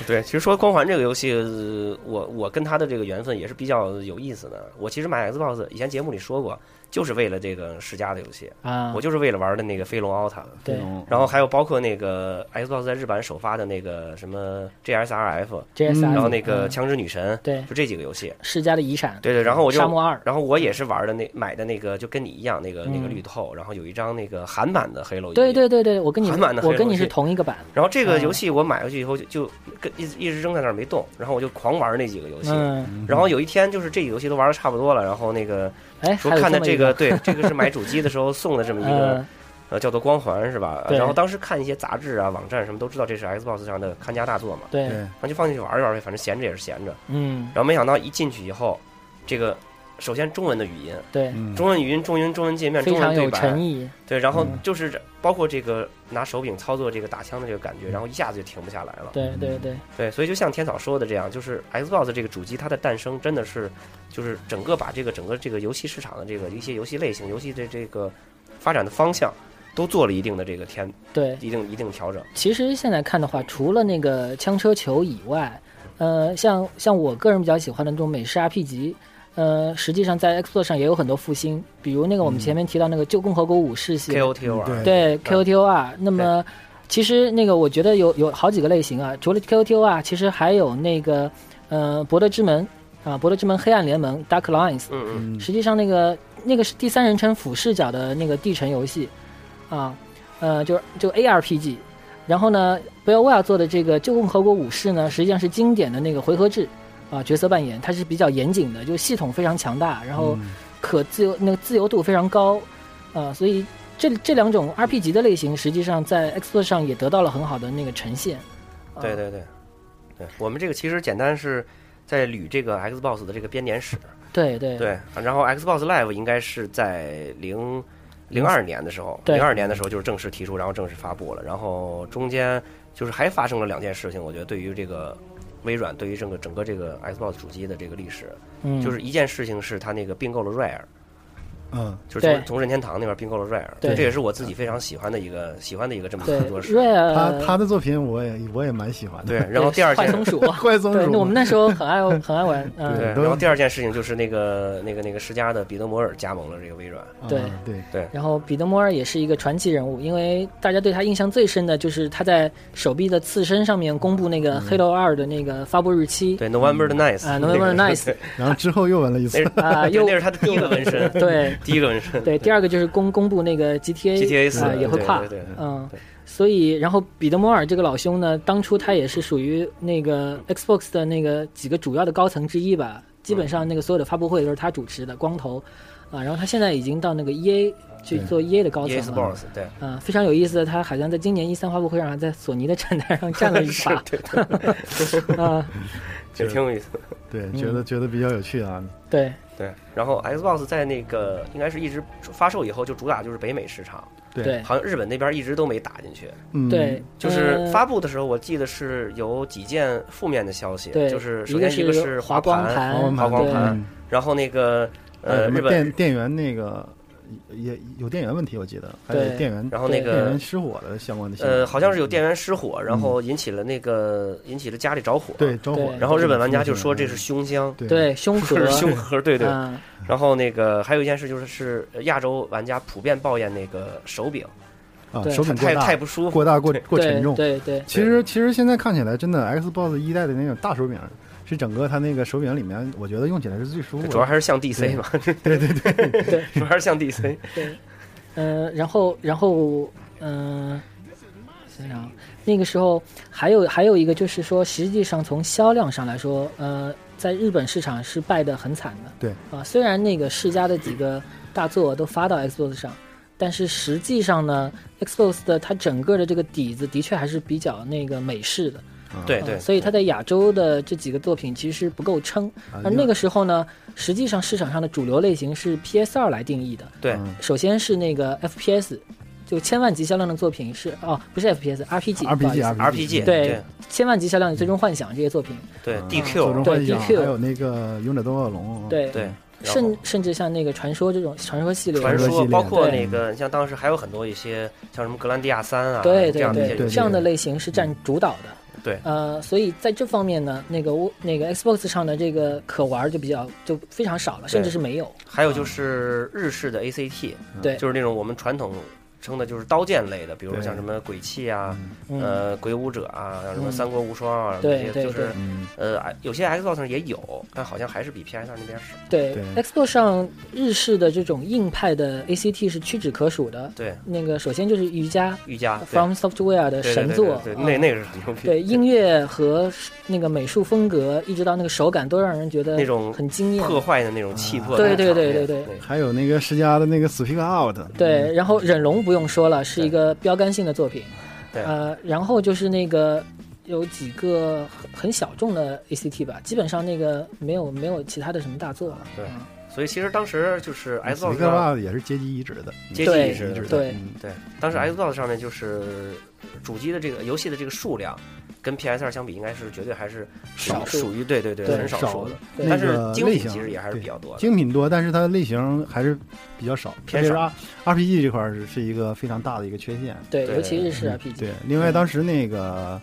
S10: 对，其实说《光环》这个游戏，呃我我跟它的这个缘分也是比较有意思的。我其实买 Xbox 以前节目里说过，就是为了这个世嘉的游戏
S12: 啊
S6: 嗯
S10: 我嗯就是为了玩的那个《飞龙奥塔》。
S12: 对飞龙
S10: 然后还有包括那个 Xbox 在日版首发的那个什么 GSRF、
S12: GSRF
S10: 然后那
S12: 嗯
S10: 个《枪之女神》，
S12: 对
S10: 就这几个游戏。
S12: 世家的遗产，
S10: 对对，然后我就
S12: 沙漠二，
S10: 然后我也是玩的那买的那个，就跟你一样，那个那个
S12: 嗯
S10: 绿透，然后有一张那个韩版的黑楼。
S12: 对嗯对对对，我跟你
S10: 韩版的黑
S12: 我
S10: 楼
S12: 跟你是
S10: 游戏
S12: 同一个版，
S10: 然后这个游戏我买回去以后就就跟一直一直扔在那儿没动，然后我就狂玩那几个游戏。
S12: 嗯
S10: 然后有一天就是这几个游戏都玩的差不多了，然后那个
S12: 哎
S10: 说
S12: 还有
S10: 看
S12: 这
S10: 的
S12: 么
S10: 这
S12: 一个
S10: 个对，这个是买主机的时候送的这么一个
S12: 嗯。
S10: 呃，叫做光环是吧？
S12: 对
S10: 然后当时看一些杂志啊、网站什么，都知道这是 Xbox 上的看家大作嘛。
S12: 对对
S10: 然后就放进去玩一玩呗，反正闲着也是闲着。
S12: 嗯
S10: 然后没想到一进去以后，这个首先中文的语音，
S12: 对
S6: 嗯
S10: 中文语音、中文中文界面、
S12: 非
S10: 中
S12: 常
S10: 文对
S12: 有
S10: 白，
S12: 诚意，嗯
S10: 对，然后就是包括这个拿手柄操作这个打枪的这个感觉，然后一下子就停不下来了。
S12: 对对对，
S10: 对，所以就像天草说的这样，就是 Xbox 这个主机它的诞生真的是，就是整个把这个整个这个游戏市场的这个一些游戏类型、游戏的这个发展的方向都做了一定的这个天，
S12: 对
S10: 一定一定调整。
S12: 其实现在看的话，除了那个枪车球以外，呃，像像我个人比较喜欢的那种美式 RPG，呃，实际上在 Xbox 上也有很多复兴，比如那个我们前面提到那个《旧共和国武士》系列
S10: KOTOR 嗯
S12: 对
S10: 对
S12: KOTOR。那么其实那个我觉得有有好几个类型啊，除了 KOTOR，其实还有那个呃《博德之门》啊，《博德之门：黑暗联盟》（Dark Lines）。
S10: 嗯
S12: 嗯。实际上那个那个是第三人称俯视角的那个地城游戏啊，呃，就是就 ARPG。然后呢，贝尔维尔做的这个《旧共和国武士》呢，实际上是经典的那个回合制啊角色扮演，它是比较严谨的，就系统非常强大，然
S10: 嗯
S12: 后可自由那个自由度非常高啊，所以这这两种 RPG 的类型，实际上在 Xbox 上也得到了很好的那个呈现。啊
S10: 对对对，对我们这个其实简单是在捋这个 Xbox 的这个编年史。
S12: 对对
S10: 对，然后 Xbox Live 应该是在零零二年的时候，
S12: 对
S10: 零二年的时候就是正式提出，然后正式发布了。然后中间就是还发生了两件事情，我觉得对于这个微软，对于整个整个这个 Xbox 主机的这个历史，
S12: 嗯
S10: 就是一件事情是它那个并购了 Rare。
S13: 嗯，
S10: 就是从
S12: 对
S10: 从任天堂那边并购了 Rare，
S13: 对
S10: 这也是我自己非常喜欢的一个喜欢的一个这么一个工作室。
S12: 呃
S13: 他他的作品我也我也蛮喜欢的。
S10: 对然后第二
S12: 快
S10: 件
S12: 松鼠，啊
S13: 快松
S12: 对
S13: 鼠
S12: 那我们那时候很爱 很爱玩，嗯，
S10: 对，然后第二件事情就是那个那个那个世嘉的彼得摩尔加盟了这个微软。
S12: 对
S13: 啊对
S10: 对，
S12: 然后彼得摩尔也是一个传奇人物，因为大家对他印象最深的就是他在手臂的刺身上面公布那个《黑楼二》的那个发布日期，
S10: 嗯对，November the
S12: 啊
S10: Ninth，
S12: ，November the Ninth，
S13: 然后之后又纹了一次
S12: 啊，又
S10: 那是他的第一个纹身，
S12: 对，
S10: 第一个纹身，
S12: 对，第二个就是公公布那个 GTA
S10: GTA 四
S12: 啊也会
S10: 对
S12: 跨，
S10: 对对对
S12: 嗯，所以然后彼得摩尔这个老兄呢，当初他也是属于那个 Xbox 的那个几个主要的高层之一吧，基本
S10: 嗯
S12: 上那个所有的发布会都是他主持的，光头啊，然后他现在已经到那个 EA 去做 EA 的高层
S10: EA
S12: 了。
S10: ，E Sports，对，
S12: 啊，非常有意思的，他好像在今年一三发布会上还在索尼的站台上站了一把，
S10: 是对
S12: 啊，
S10: 也挺有意思的。
S13: 对，
S10: 嗯
S13: 觉得觉得比较有趣啊。
S12: 对
S10: 对，然后 Xbox 在那个应该是一直发售以后就主打就是北美市场，
S13: 对对
S10: 好像日本那边一直都没打进去。
S13: 嗯对
S10: 就是
S12: 呃
S10: 发布的时候，我记得是有几件负面的消息，
S12: 对
S10: 就是首
S12: 一个
S10: 先
S12: 是
S10: 一个是
S12: 滑光盘
S10: 盘，滑光
S13: 对
S10: 盘，然后那个
S13: 还有
S10: 呃
S13: 什
S10: 日
S13: 么
S10: 本
S13: 电电源那个也也有电源问题，我记得还有
S10: 对
S13: 电源，
S10: 然后那个
S13: 电源失火的相关的新闻。
S10: 呃，好像是有电源失火，然后引起了那个引起了家里着火，
S13: 嗯对着火
S10: 然后日本玩家就说这是凶箱，
S13: 对
S12: 对凶盒
S10: 是凶盒，对对
S12: 嗯。
S10: 然后那个还有一件事就是是亚洲玩家普遍抱怨那个手柄
S13: 啊，
S10: 对
S13: 手柄
S10: 太
S13: 过大
S10: 太不舒服，
S13: 过大过过沉重。
S12: 对对，
S13: 其实其实现在看起来，真的 Xbox 一代的那种大手柄。是整个它那个手柄里面，我觉得用起来是最舒服的。
S10: 主要还是像
S13: 对
S10: DC 嘛，对对
S12: 对，
S10: 主要还是像 DC，
S12: 对，呃，然后然后嗯、呃想想啊那个时候还有还有一个就是说，实际上从销量上来说，呃，在日本市场是败得很惨的。
S13: 对
S12: 啊，虽然那个世嘉的几个大作都发到 Xbox 上，但是实际上呢，Xbox 的它整个的这个底子的确还是比较那个美式的。
S10: 对
S12: 啊
S10: 对
S12: 所以它在亚洲的这几个作品其实不够撑。
S10: 啊
S12: 而那个时候呢，实际上市场上的主流类型是 PS 二来定义的。
S10: 对
S13: 嗯
S12: 首先是那个 FPS，就千万级销量的作品是哦，不是 FPS，RPG，
S13: RPG
S12: 不好意思
S10: RPG
S12: 对
S10: 对，
S12: 千万级销量的《最终幻想》这些作品，
S10: 对
S12: 嗯
S13: 最终
S10: DQ
S13: 幻
S12: 对
S13: 想
S12: DQ
S13: 还有那个勇者斗恶龙，
S12: 嗯对
S10: 对，
S7: 然后
S12: 甚甚至像那个传说这种传说系列，
S10: 传说，包括
S12: 对
S10: 那个像当时还有很多一些像什么格兰蒂亚三啊，
S12: 对
S10: 这
S12: 对
S10: 样的一些游
S12: 对，
S10: 戏
S12: 这样的类型是占主导的。
S10: 对
S12: 呃，所以在这方面呢，那个我那个 Xbox 上的这个可玩就比较就非常少了，甚至是没有。
S10: 还有就是日式的 ACT，
S12: 对
S10: 就是那种我们传统称的就是刀剑类的，比如说
S12: 对
S10: 像什么鬼泣啊，
S12: 嗯
S10: 呃，鬼舞者啊，像什么
S12: 嗯
S10: 三国无双啊，
S12: 对
S10: 这些
S12: 对
S10: 就是
S12: 对
S10: 呃，有些 Xbox 上也有，但好像还是比 PS 二那边少。
S12: 对 Xbox 上日式的这种硬派的 ACT 是屈指可数的。
S10: 对
S12: 那个首先就是瑜伽，
S10: 瑜伽啊对
S12: From Software 的神作，
S10: 对对
S12: 嗯
S10: 对对那那个是很牛逼
S12: 对音乐和那个美术风格，一直到那个手感，都让人觉得
S10: 那种
S12: 很惊艳。
S10: 破坏的那种气魄，
S12: 啊对对对对对
S13: 还有那个世嘉的那嗯个 Speak Out，
S12: 对，
S10: 嗯
S12: 然后忍龙不用说了，是一个标杆性的作品。
S10: 对
S12: 呃，然后就是那个有几个很很小众的 ACT 吧，基本上那个没有没有其他的什么大作了。
S10: 对，所以其实当时就是 Xbox
S13: Speak
S10: 上
S13: Out 也是街机移植的，嗯
S10: 阶级意识的，
S12: 对
S10: 对，当时 Xbox 上面就是主机的这个游戏的这个数量。跟 PS 二相比，应该是绝对还是属
S13: 少数
S10: 属于对对对
S13: 对
S10: 很少
S13: 少
S10: 数的
S13: 的，那
S10: 但是
S13: 个
S10: 精
S13: 类
S10: 品
S13: 型
S10: 其实也还是
S13: 对
S10: 比较多的。
S13: 精品多，但是它类型还是比较
S12: 嗯
S13: 少，
S10: 偏
S13: 特别
S10: 少
S13: 是啊 R RPG 这块儿是是一个非常大的一个缺陷。嗯
S12: 对对尤其日式 RPG
S13: 对，另外当时那个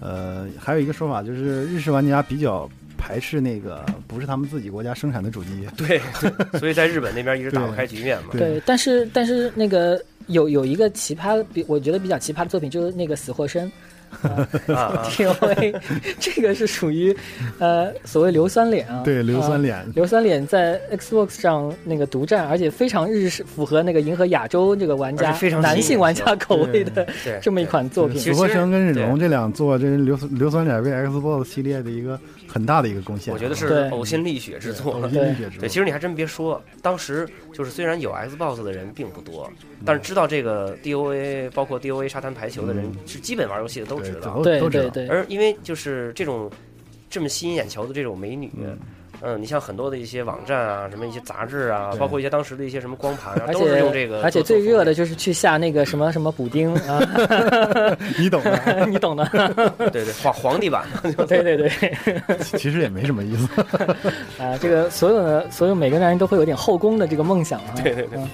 S13: 呃，还有一个说法就是日式玩家比较排斥那个不是他们自己国家生产的主机。
S12: 啊
S10: 对， 所以在日本那边一直打不开局面嘛。
S12: 对，但是但是那个有有一个奇葩，比我觉得比较奇葩的作品就是那个死或生。
S10: 啊
S12: T O A，这个是属于呃所谓硫酸脸啊，
S13: 对硫酸
S12: 呃
S13: 脸
S12: 硫酸脸在 Xbox 上那个独占，而且非常日式，符合那个迎合亚洲这个玩家
S13: 而且非常
S12: 男
S13: 吸
S12: 性
S13: 引
S12: 玩家
S13: 人
S12: 口味的
S10: 对
S12: 这么一款作品。
S13: 死活生跟忍龙这两座，这是硫硫酸脸为 Xbox 系列的一个很大的一个贡献。啊
S10: 我觉得是呕心沥血之作。
S13: 对呕心沥血之作
S10: 对，其实你还真别说，当时就是虽然有 Xbox 的人并不多，
S12: 嗯
S10: 但是知道这个 DOA，包括 DOA 沙滩排球的人
S13: 嗯，
S10: 是基本玩游戏的都知道。
S13: 对都对都知道对对
S10: 而因为就是这种这么吸引眼球的这种美女。嗯，你像很多的一些网站啊，什么一些杂志啊，
S12: 对
S10: 包括一些当时的一些什么光盘啊，
S12: 而
S10: 都是用
S12: 且
S10: 这个
S12: 而且
S10: 做
S12: 最热的就是去下那个什么什么补丁啊，
S13: 你懂
S12: 的，你懂的，
S10: 对对皇皇帝版嘛，
S12: 对对对，
S13: 其其实也没什么意思。
S12: 啊，这个所有的所有每个男人都会有点后宫的这个梦想啊，
S10: 对对对
S12: 嗯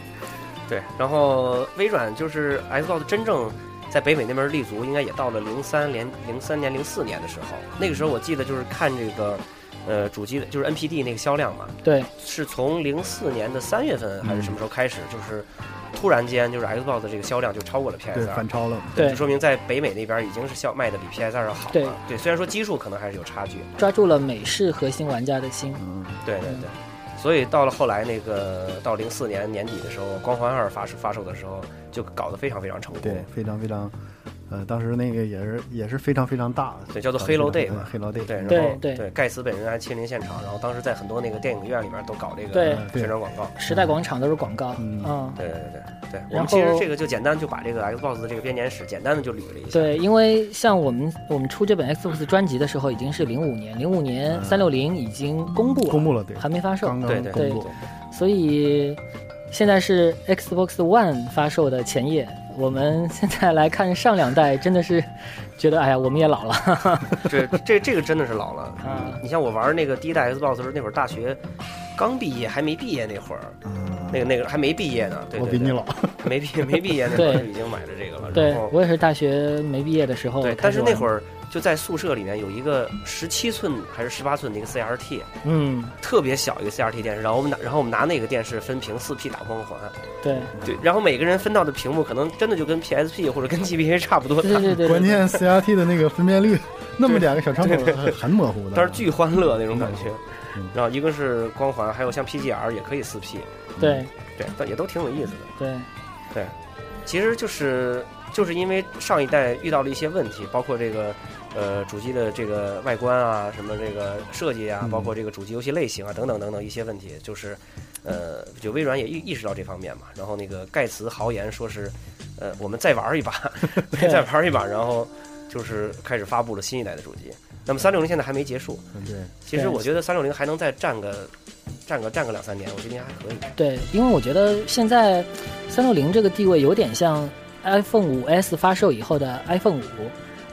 S10: 对，然后微软就是 Xbox 真正在北美那边立足，应该也到了零三年、零三年、零四年的时候。那个时候我记得就是看这个，呃，主机的就是 NPD 那个销量嘛，
S12: 对，
S10: 是从零四年的三月
S13: 嗯
S10: 份还是什么时候开始，就是突然间就是 Xbox 的这个销量就超过了 PS
S13: 对
S10: 二，
S13: 反超了
S10: 对，啊
S12: 对
S10: 就说明在北美那边已经是销卖的比 PS 二要好了。
S12: 对
S10: 对，虽然说基数可能还是有差距，
S12: 抓住了美式核心玩家的心，
S13: 嗯
S10: 对
S12: 嗯
S10: 对对，所以到了后来那个到零四年年底的时候，《光环二》发售发售的时候，就搞得非常非常成
S13: 对
S10: 功，，
S13: 非常非常，呃，当时那个也是也是非常非常大，
S10: 对，叫做 Halo Day 嘛
S13: 黑 Halo Day，
S10: 对，然后对盖茨本人还亲临现场，然后当时在很多那个电影院里面都搞这
S12: 对
S10: 个宣传广告。
S12: 时代广场都是广告，嗯，
S10: 对对对对对，我
S12: 然
S10: 们
S12: 后
S10: 其实这个就简单就把这个 Xbox 的这个编年史简单的就捋了一下。
S12: 对，因为像我们我们出这本 Xbox 专辑的时候，已经是零五年，零五年
S10: 嗯
S12: 三六零已经公布了，
S13: 公布了对
S12: 还没发售，
S13: 刚刚对对公布
S12: 所以现在是 Xbox One 发售的前夜。我们现在来看上两代，真的是觉得哎呀，我们也老了。
S10: 这这这个真的是老了。你像我玩那个第一代 Xbox 的时候，那会儿大学刚毕业还没毕业那会儿，那个那个还没毕业呢，对，
S13: 嗯我比
S10: 对
S13: 你
S10: 对
S13: 老
S10: 没毕没毕业那会儿
S12: 对
S10: 就已经买了这个了。
S12: 对
S10: 然后
S12: 我也是大学没毕业的时候开
S10: 对
S12: 始玩，，
S10: 但是那会儿就在宿舍里面有一个十七寸还是十八寸的一个 CRT，
S12: 嗯，
S10: 特别小一个 CRT 电视，然后我们拿然后我们拿那个电视分屏四 P 打光环，
S12: 对
S10: 对，然后每个人分到的屏幕可能真的就跟 PSP 或者跟 GBA 差不多大，
S13: 关键 CRT 的那个分辨率那么两个小窗口
S10: 对对对
S13: 很模糊的，
S10: 但是巨欢乐那种感觉。然后一个是光环，还有像 PGR 也可以四 P，
S12: 对
S10: 对，但也都挺有意思的。
S12: 对
S10: 对，其实就是就是因为上一代遇到了一些问题，包括这个呃主机的这个外观啊，什么这个设计啊，包括这个主机游戏类型啊等等等等一些问题，就是呃就微软也意意识到这方面嘛，然后那个盖茨豪言说是呃我们再玩一把，
S12: 对
S10: 再玩一把，然后就是开始发布了新一代的主机。那么三六零现在还没结束，
S13: 对，
S10: 其实我觉得三六零还能再站个站个站个两三年，我觉得应该还可以。
S12: 对，因为我觉得现在三六零这个地位有点像 iPhone 五 S 发售以后的 iPhone 五，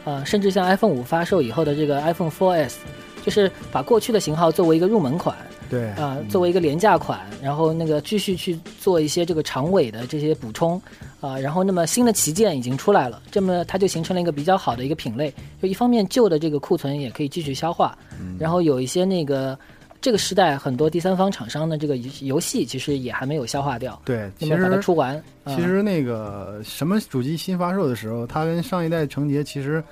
S12: 呃，甚至像 iPhone 五发售以后的这个 iPhone 4S，就是把过去的型号作为一个入门款，
S6: 对
S12: 啊、作为一个廉价款，然后那个继续去做一些这个长尾的这些补充啊、然后那么新的旗舰已经出来了，这么它就形成了一个比较好的一个品类，就一方面旧的这个库存也可以继续消化，
S6: 嗯
S12: 然后有一些那个。这个时代很多第三方厂商的这个游游戏其实也还没有消化掉，
S6: 对，
S12: 那
S6: 其
S12: 么把它
S6: 实
S12: 出完。啊
S6: 其实那个什么主机新发售的时候，它跟上一代承捷其实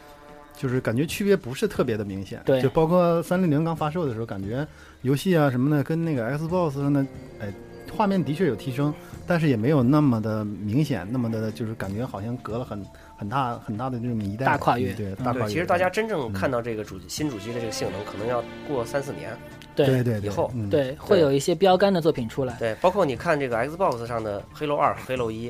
S6: 就是感觉区别不是特别的明显。
S12: 对
S6: 就包括三六零刚发售的时候，感觉游戏啊什么的跟那个 Xbox 上的，哎，画面的确有提升，但是也没有那么的明显，那么的就是感觉好像隔了很很大很大的这么一代
S12: 大跨越
S6: 对，
S12: 嗯
S6: 大跨
S10: 对，
S6: 越。
S10: 其实大家真
S6: 嗯
S10: 正看到这个主机新主机的这个性能，可能要过三四年。
S12: 对
S6: 对对对
S10: 以后
S6: 嗯
S12: 对，会有一些标杆的作品出来。
S10: 对，包括你看这个 Xbox 上的《黑楼二》《黑楼一》，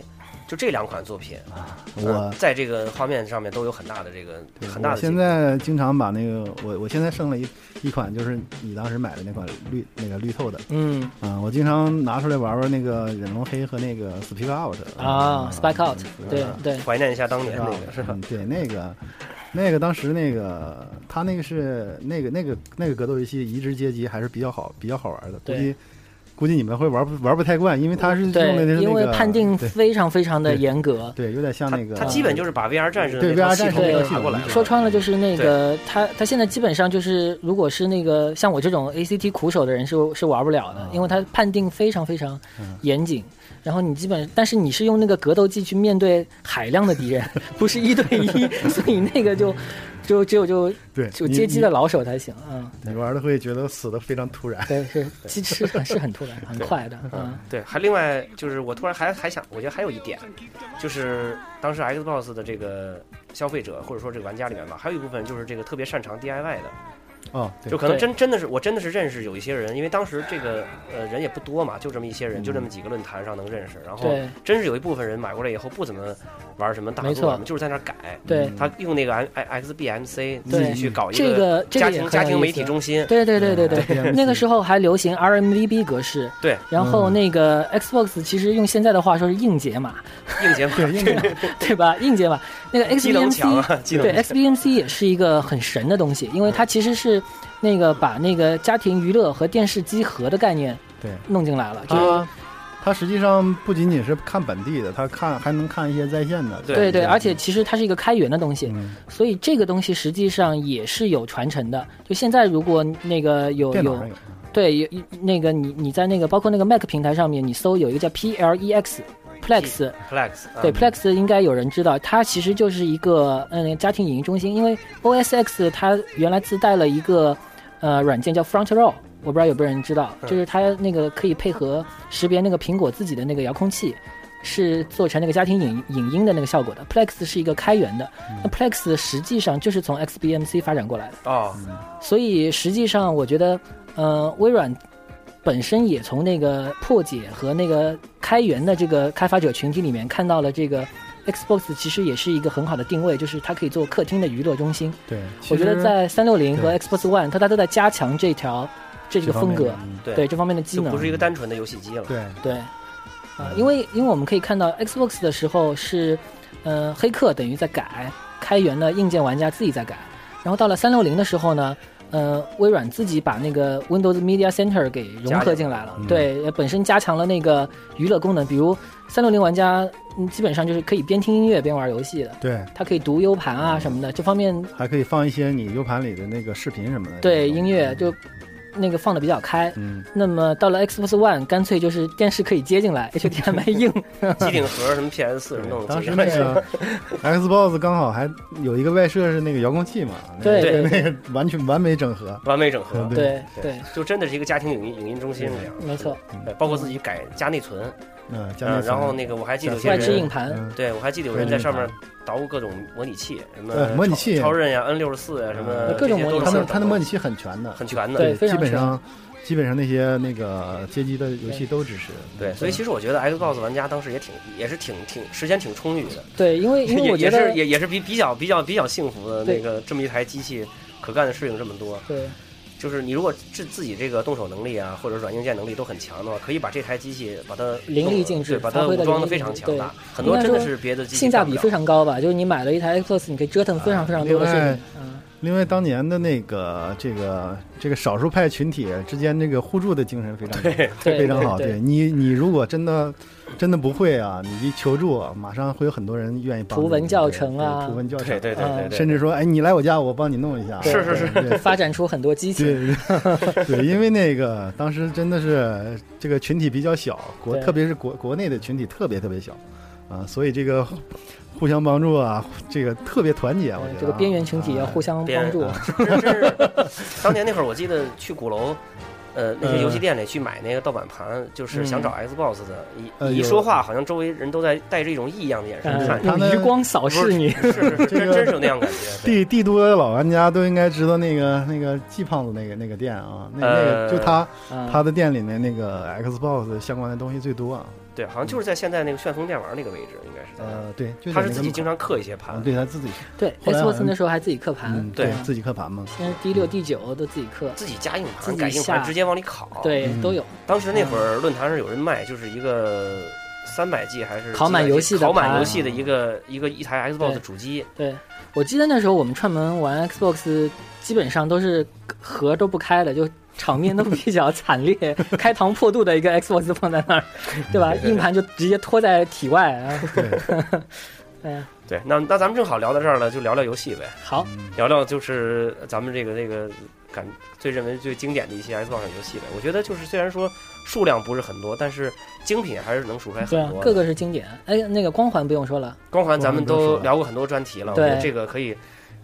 S10: 就这两款作品，
S6: 啊我
S10: 嗯在这个画面上面都有很大的这个很大
S6: 我
S10: 的进
S6: 现
S10: 步。
S6: 在经常把那个我我现在剩了一一款，就是你当时买的那款绿那个绿透的，
S12: 嗯
S6: 啊、我经常拿出来玩玩那个忍龙黑和那个 Speak Out
S12: 啊，Spike Out，对对，
S6: 啊
S10: 怀念一下当年那个是吧？
S6: 嗯，对那个，那个当时那个他那个是那个那个那个格斗游戏移植阶级还是比较好比较好玩的，估
S12: 对
S6: 计估计你们会玩不玩不太惯，因为他是用的那
S12: 对，
S6: 个
S12: 因为判定
S6: 对
S12: 非常非常的严格。
S6: 对有点像那个
S10: 它基本就是把 VR 战士的
S6: 对
S10: 那套
S6: VR
S10: 系
S6: 战
S10: 统
S6: 士
S10: 给
S6: 那个系
S10: 拿
S6: 统
S10: 过来了。
S12: 说穿了就是那个他他现在基本上就是，如果是那个像我这种 ACT 苦手的人是是玩不了的，
S10: 嗯
S12: 因为他判定非常非常严谨。然后你基本，但是你是用那个格斗技去面对海量的敌人， 不是一对一， 所以那个就就只有就
S6: 对
S12: 就
S6: 你
S12: 街机的老手才行。嗯，
S6: 你玩的会觉得死的非常突然，
S12: 对，是其实是很是很突然，很快的。嗯，
S10: 对，还另外就是我突然还还想，我觉得还有一点，就是当时 Xbox 的这个消费者或者说这个玩家里面吧，还有一部分就是这个特别擅长 DIY 的，
S6: 哦，对
S10: 就可能
S12: 对
S10: 真真的是我真的是认识有一些人，因为当时这个呃人也不多嘛，就这么一些人，就这么几个论坛上能认识，然后
S12: 嗯对
S10: 真是有一部分人买过来以后不怎么玩什么大
S12: 没
S10: 作
S12: 错
S10: 什么，就是在那儿改，嗯
S12: 对
S10: 他用那个 X X B M C 自
S12: 对
S10: 己去搞一
S12: 这个这个
S10: 家
S12: 也
S10: 庭
S12: 很
S10: 家
S12: 有
S10: 庭
S12: 意
S10: 媒
S12: 思
S10: 体中心，
S12: 对对对对对，
S6: 嗯
S12: 那个时候还流行 RMVB 格式，
S10: 对
S12: 然后那个 Xbox 其实用现在的话说是硬解码，
S10: 硬件
S6: 对， 应该
S12: 对吧？硬解码那个
S10: 机能墙
S12: XBMC，、
S10: 啊，机能
S12: 对
S10: 墙
S12: XBMC 也是一个很神的东西，因为它其实是那个把那个家庭娱乐和电视机合的概念
S6: 对。啊
S12: 弄进来了，就是。
S6: 它它实际上不仅仅是看本地的，它看还能看一些在线的。
S10: 对
S12: 对对，而且其实它是一个开源的东西，
S6: 嗯
S12: 所以这个东西实际上也是有传承的。就现在，如果那个有
S6: 电脑
S12: 有嗯
S6: 上有。
S12: 对，有一那个你你在那个包括那个 Mac 平台上面，你搜有一个叫 E PLEX。Plex，
S10: Plex 啊
S12: 对 Plex 应该有人知道，它其实就是一个嗯家庭影音中心，因为 OS X 它原来自带了一个呃软件叫 Front Row，我不知道有没有人知道，
S10: 嗯
S12: 就是它那个可以配合识别那个苹果自己的那个遥控器，是做成那个家庭影影音的那个效果的。Plex 是一个开源的，那 Plex 实际上就是从 XBMC 发展过来的。
S10: 哦，
S12: 所以实际上，我觉得，呃，微软本身也从那个破解和那个开源的这个开发者群体里面看到了这个 Xbox 其实也是一个很好的定位，就是它可以做客厅的娱乐中心。
S6: 对，
S12: 我觉得在三六零和
S6: 对
S12: Xbox One，它它都在加强这条这
S6: 这
S12: 个
S6: 方
S12: 风
S6: 面
S12: 格，
S6: 嗯
S10: 对
S12: 对这方面的技
S10: 就
S12: 能
S10: 不是一个单纯的游戏 机了。
S6: 对
S12: 对，啊、因为因为我们可以看到 Xbox 的时候是，呃，黑客等于在改，开源的硬件玩家自己在改，然后到了三六零的时候呢，呃，微软自己把那个 Windows Media Center 给融合进来了，对，呃本身加强了那个娱乐功能，比如三六零玩家、嗯、基本上就是可以边听音乐边玩游戏的，
S6: 对，
S12: 它可以读 U 盘啊什么的，这方面
S6: 还可以放一些你 U 盘里的那个视频什么的。
S12: 对
S6: 这种
S12: 音乐就那个放的比较开。
S6: 嗯，
S12: 那么到了 Xbox One，干脆就是电视可以接进来，HDMI 硬
S10: 机顶盒什么 PS 四弄
S6: 当时
S10: 的，
S6: 那个 Xbox 刚好还有一个外设是那个遥控器嘛，那
S12: 对
S6: 个
S10: 对
S12: 对
S6: 那个 完全完美整合。
S10: 完美整合，
S6: 对
S12: 对
S10: 对
S12: 对，
S10: 就真的是一个家庭影音影音中心这样，
S12: 没错，
S10: 对，包括自己改加内存，
S6: 嗯，加
S10: 嗯，
S6: 内存
S10: 然后那个我还记得有些
S12: 外置硬
S10: 人，
S12: 盘，
S6: 嗯
S10: 对我还记得有人在上面捣鼓各种模拟器，什么
S12: 呃
S6: 对模拟器
S10: 超超任呀、N 六十四呀，什么
S6: 嗯
S12: 啊各种模拟器
S6: 它那它那模拟
S10: 器
S6: 器很全的，
S10: 很全的，
S12: 对非
S6: 基
S12: 常
S6: 本上基本上那些那个街机的游戏都支持。嗯
S10: 对，所以其实我觉得 Xbox 玩家当时也挺也是挺挺时间挺充裕的，
S12: 对，因为因为
S10: 也
S12: 我觉
S10: 也
S12: 得
S10: 是也也是比比较比较比较幸福的那
S12: 对
S10: 个这么一台机器可干的事情这么多，
S12: 对
S10: 就是你如果自自己这个动手能力啊，或者软硬件能力都很强的话，可以把这台机器把它
S12: 淋漓尽致
S10: 对把
S12: 发
S10: 它
S12: 挥得
S10: 武装
S12: 淋
S10: 的
S12: 漓
S10: 非
S12: 尽
S10: 常
S12: 致
S10: 强大
S12: 对，
S10: 很多
S12: 应该
S10: 真的
S12: 说
S10: 是别的机器
S12: 性价比
S10: 干不了
S13: 啊
S12: 非常高吧，就是你买了一台 Xbox，你可以折腾非常非常多的事
S6: 另外
S12: 情。嗯，
S13: 另外，当年的那个这个这个少数派群体之间这个互助的精神非常
S10: 对对
S13: 非常好。
S10: 对对
S13: 你，你如果真的真的不会啊，你一求助啊，马上会有很多人愿意帮你。
S12: 图文教程啊
S13: 对图文教程，
S10: 对对对对对对
S13: 甚至说，哎，你来我家，我帮你弄一下。
S10: 是是
S13: 对对
S12: 呃发展出很多激情。
S13: 对对，因为那个当时真的是这个群体比较小，国
S12: 对
S13: 特别是国国内的群体特别特别小，啊，所以这个互相帮助啊，这个特别团结，我觉得啊
S12: 呃
S13: 啊
S12: 这个边缘群体要互相帮助，
S10: 真是当年那会儿，我记得去鼓楼，呃，那些游戏店里去买那个盗版盘，就是想找 Xbox 的，
S13: 呃
S10: 一一
S13: 有
S10: 说话，好像周围人都在带着一种异样的眼神看
S12: 呃
S10: 着
S13: 他
S12: 用
S13: 们
S12: 余光扫视你。
S10: 是是是，真真是有那样感觉。对
S13: 帝帝都的老玩家都应该知道那个那个季胖子那个那个店啊，那那个
S10: 呃
S13: 就他
S12: 啊
S13: 他的店里面那个 Xbox 相关的东西最多啊。
S10: 对，好像就是在现在那个旋风电玩那个位置，应该是在那儿。
S13: 呃，对，就在
S10: 他
S13: 那
S10: 是
S13: 个
S10: 自己经常刻一些盘
S13: 啊，，对他自己，
S12: 对
S13: 后来好
S12: ，Xbox
S13: 像
S12: 那时候还自己刻盘
S13: 嗯，，
S10: 对
S13: 自己刻盘嘛。
S12: 现在 D 六、D 九都自己刻，
S10: 自己加硬
S12: 自
S10: 盘、
S12: 己
S10: 改硬
S12: 下
S10: 盘，直接往里拷。，
S12: 对
S13: 嗯，
S12: 都有。
S10: 当时那会儿论坛上有人卖，就是一个三百 G 还是
S12: 拷满
S10: 400G
S12: 游戏的
S10: 拷满
S12: 盘
S10: 游戏的一个一个一台 Xbox
S12: 对
S10: 主机，
S12: 对，我记得那时候我们串门玩 Xbox，基本上都是盒都不开的，就场面都比较惨 烈，开膛破肚的一个 Xbox 放在那儿，对吧？
S10: 对对
S12: 硬盘就直接拖在体外。啊然后
S13: 对，
S10: 对，那那咱们正好聊到这儿了，就聊聊游戏呗，
S12: 好，
S13: 嗯
S10: 聊聊就是咱们这个这个感最认为最经典的一些 Xbox 上游戏呗。我觉得就是虽然说数量不是很多，但是精品还是能数出来很
S12: 对啊
S10: 多的。，
S12: 各个是经典。哎，那个光环不用说了，
S10: 光环咱们都
S13: 光环不用说了
S10: 聊过很多专题了，我觉得
S12: 对
S10: 这个可以。呃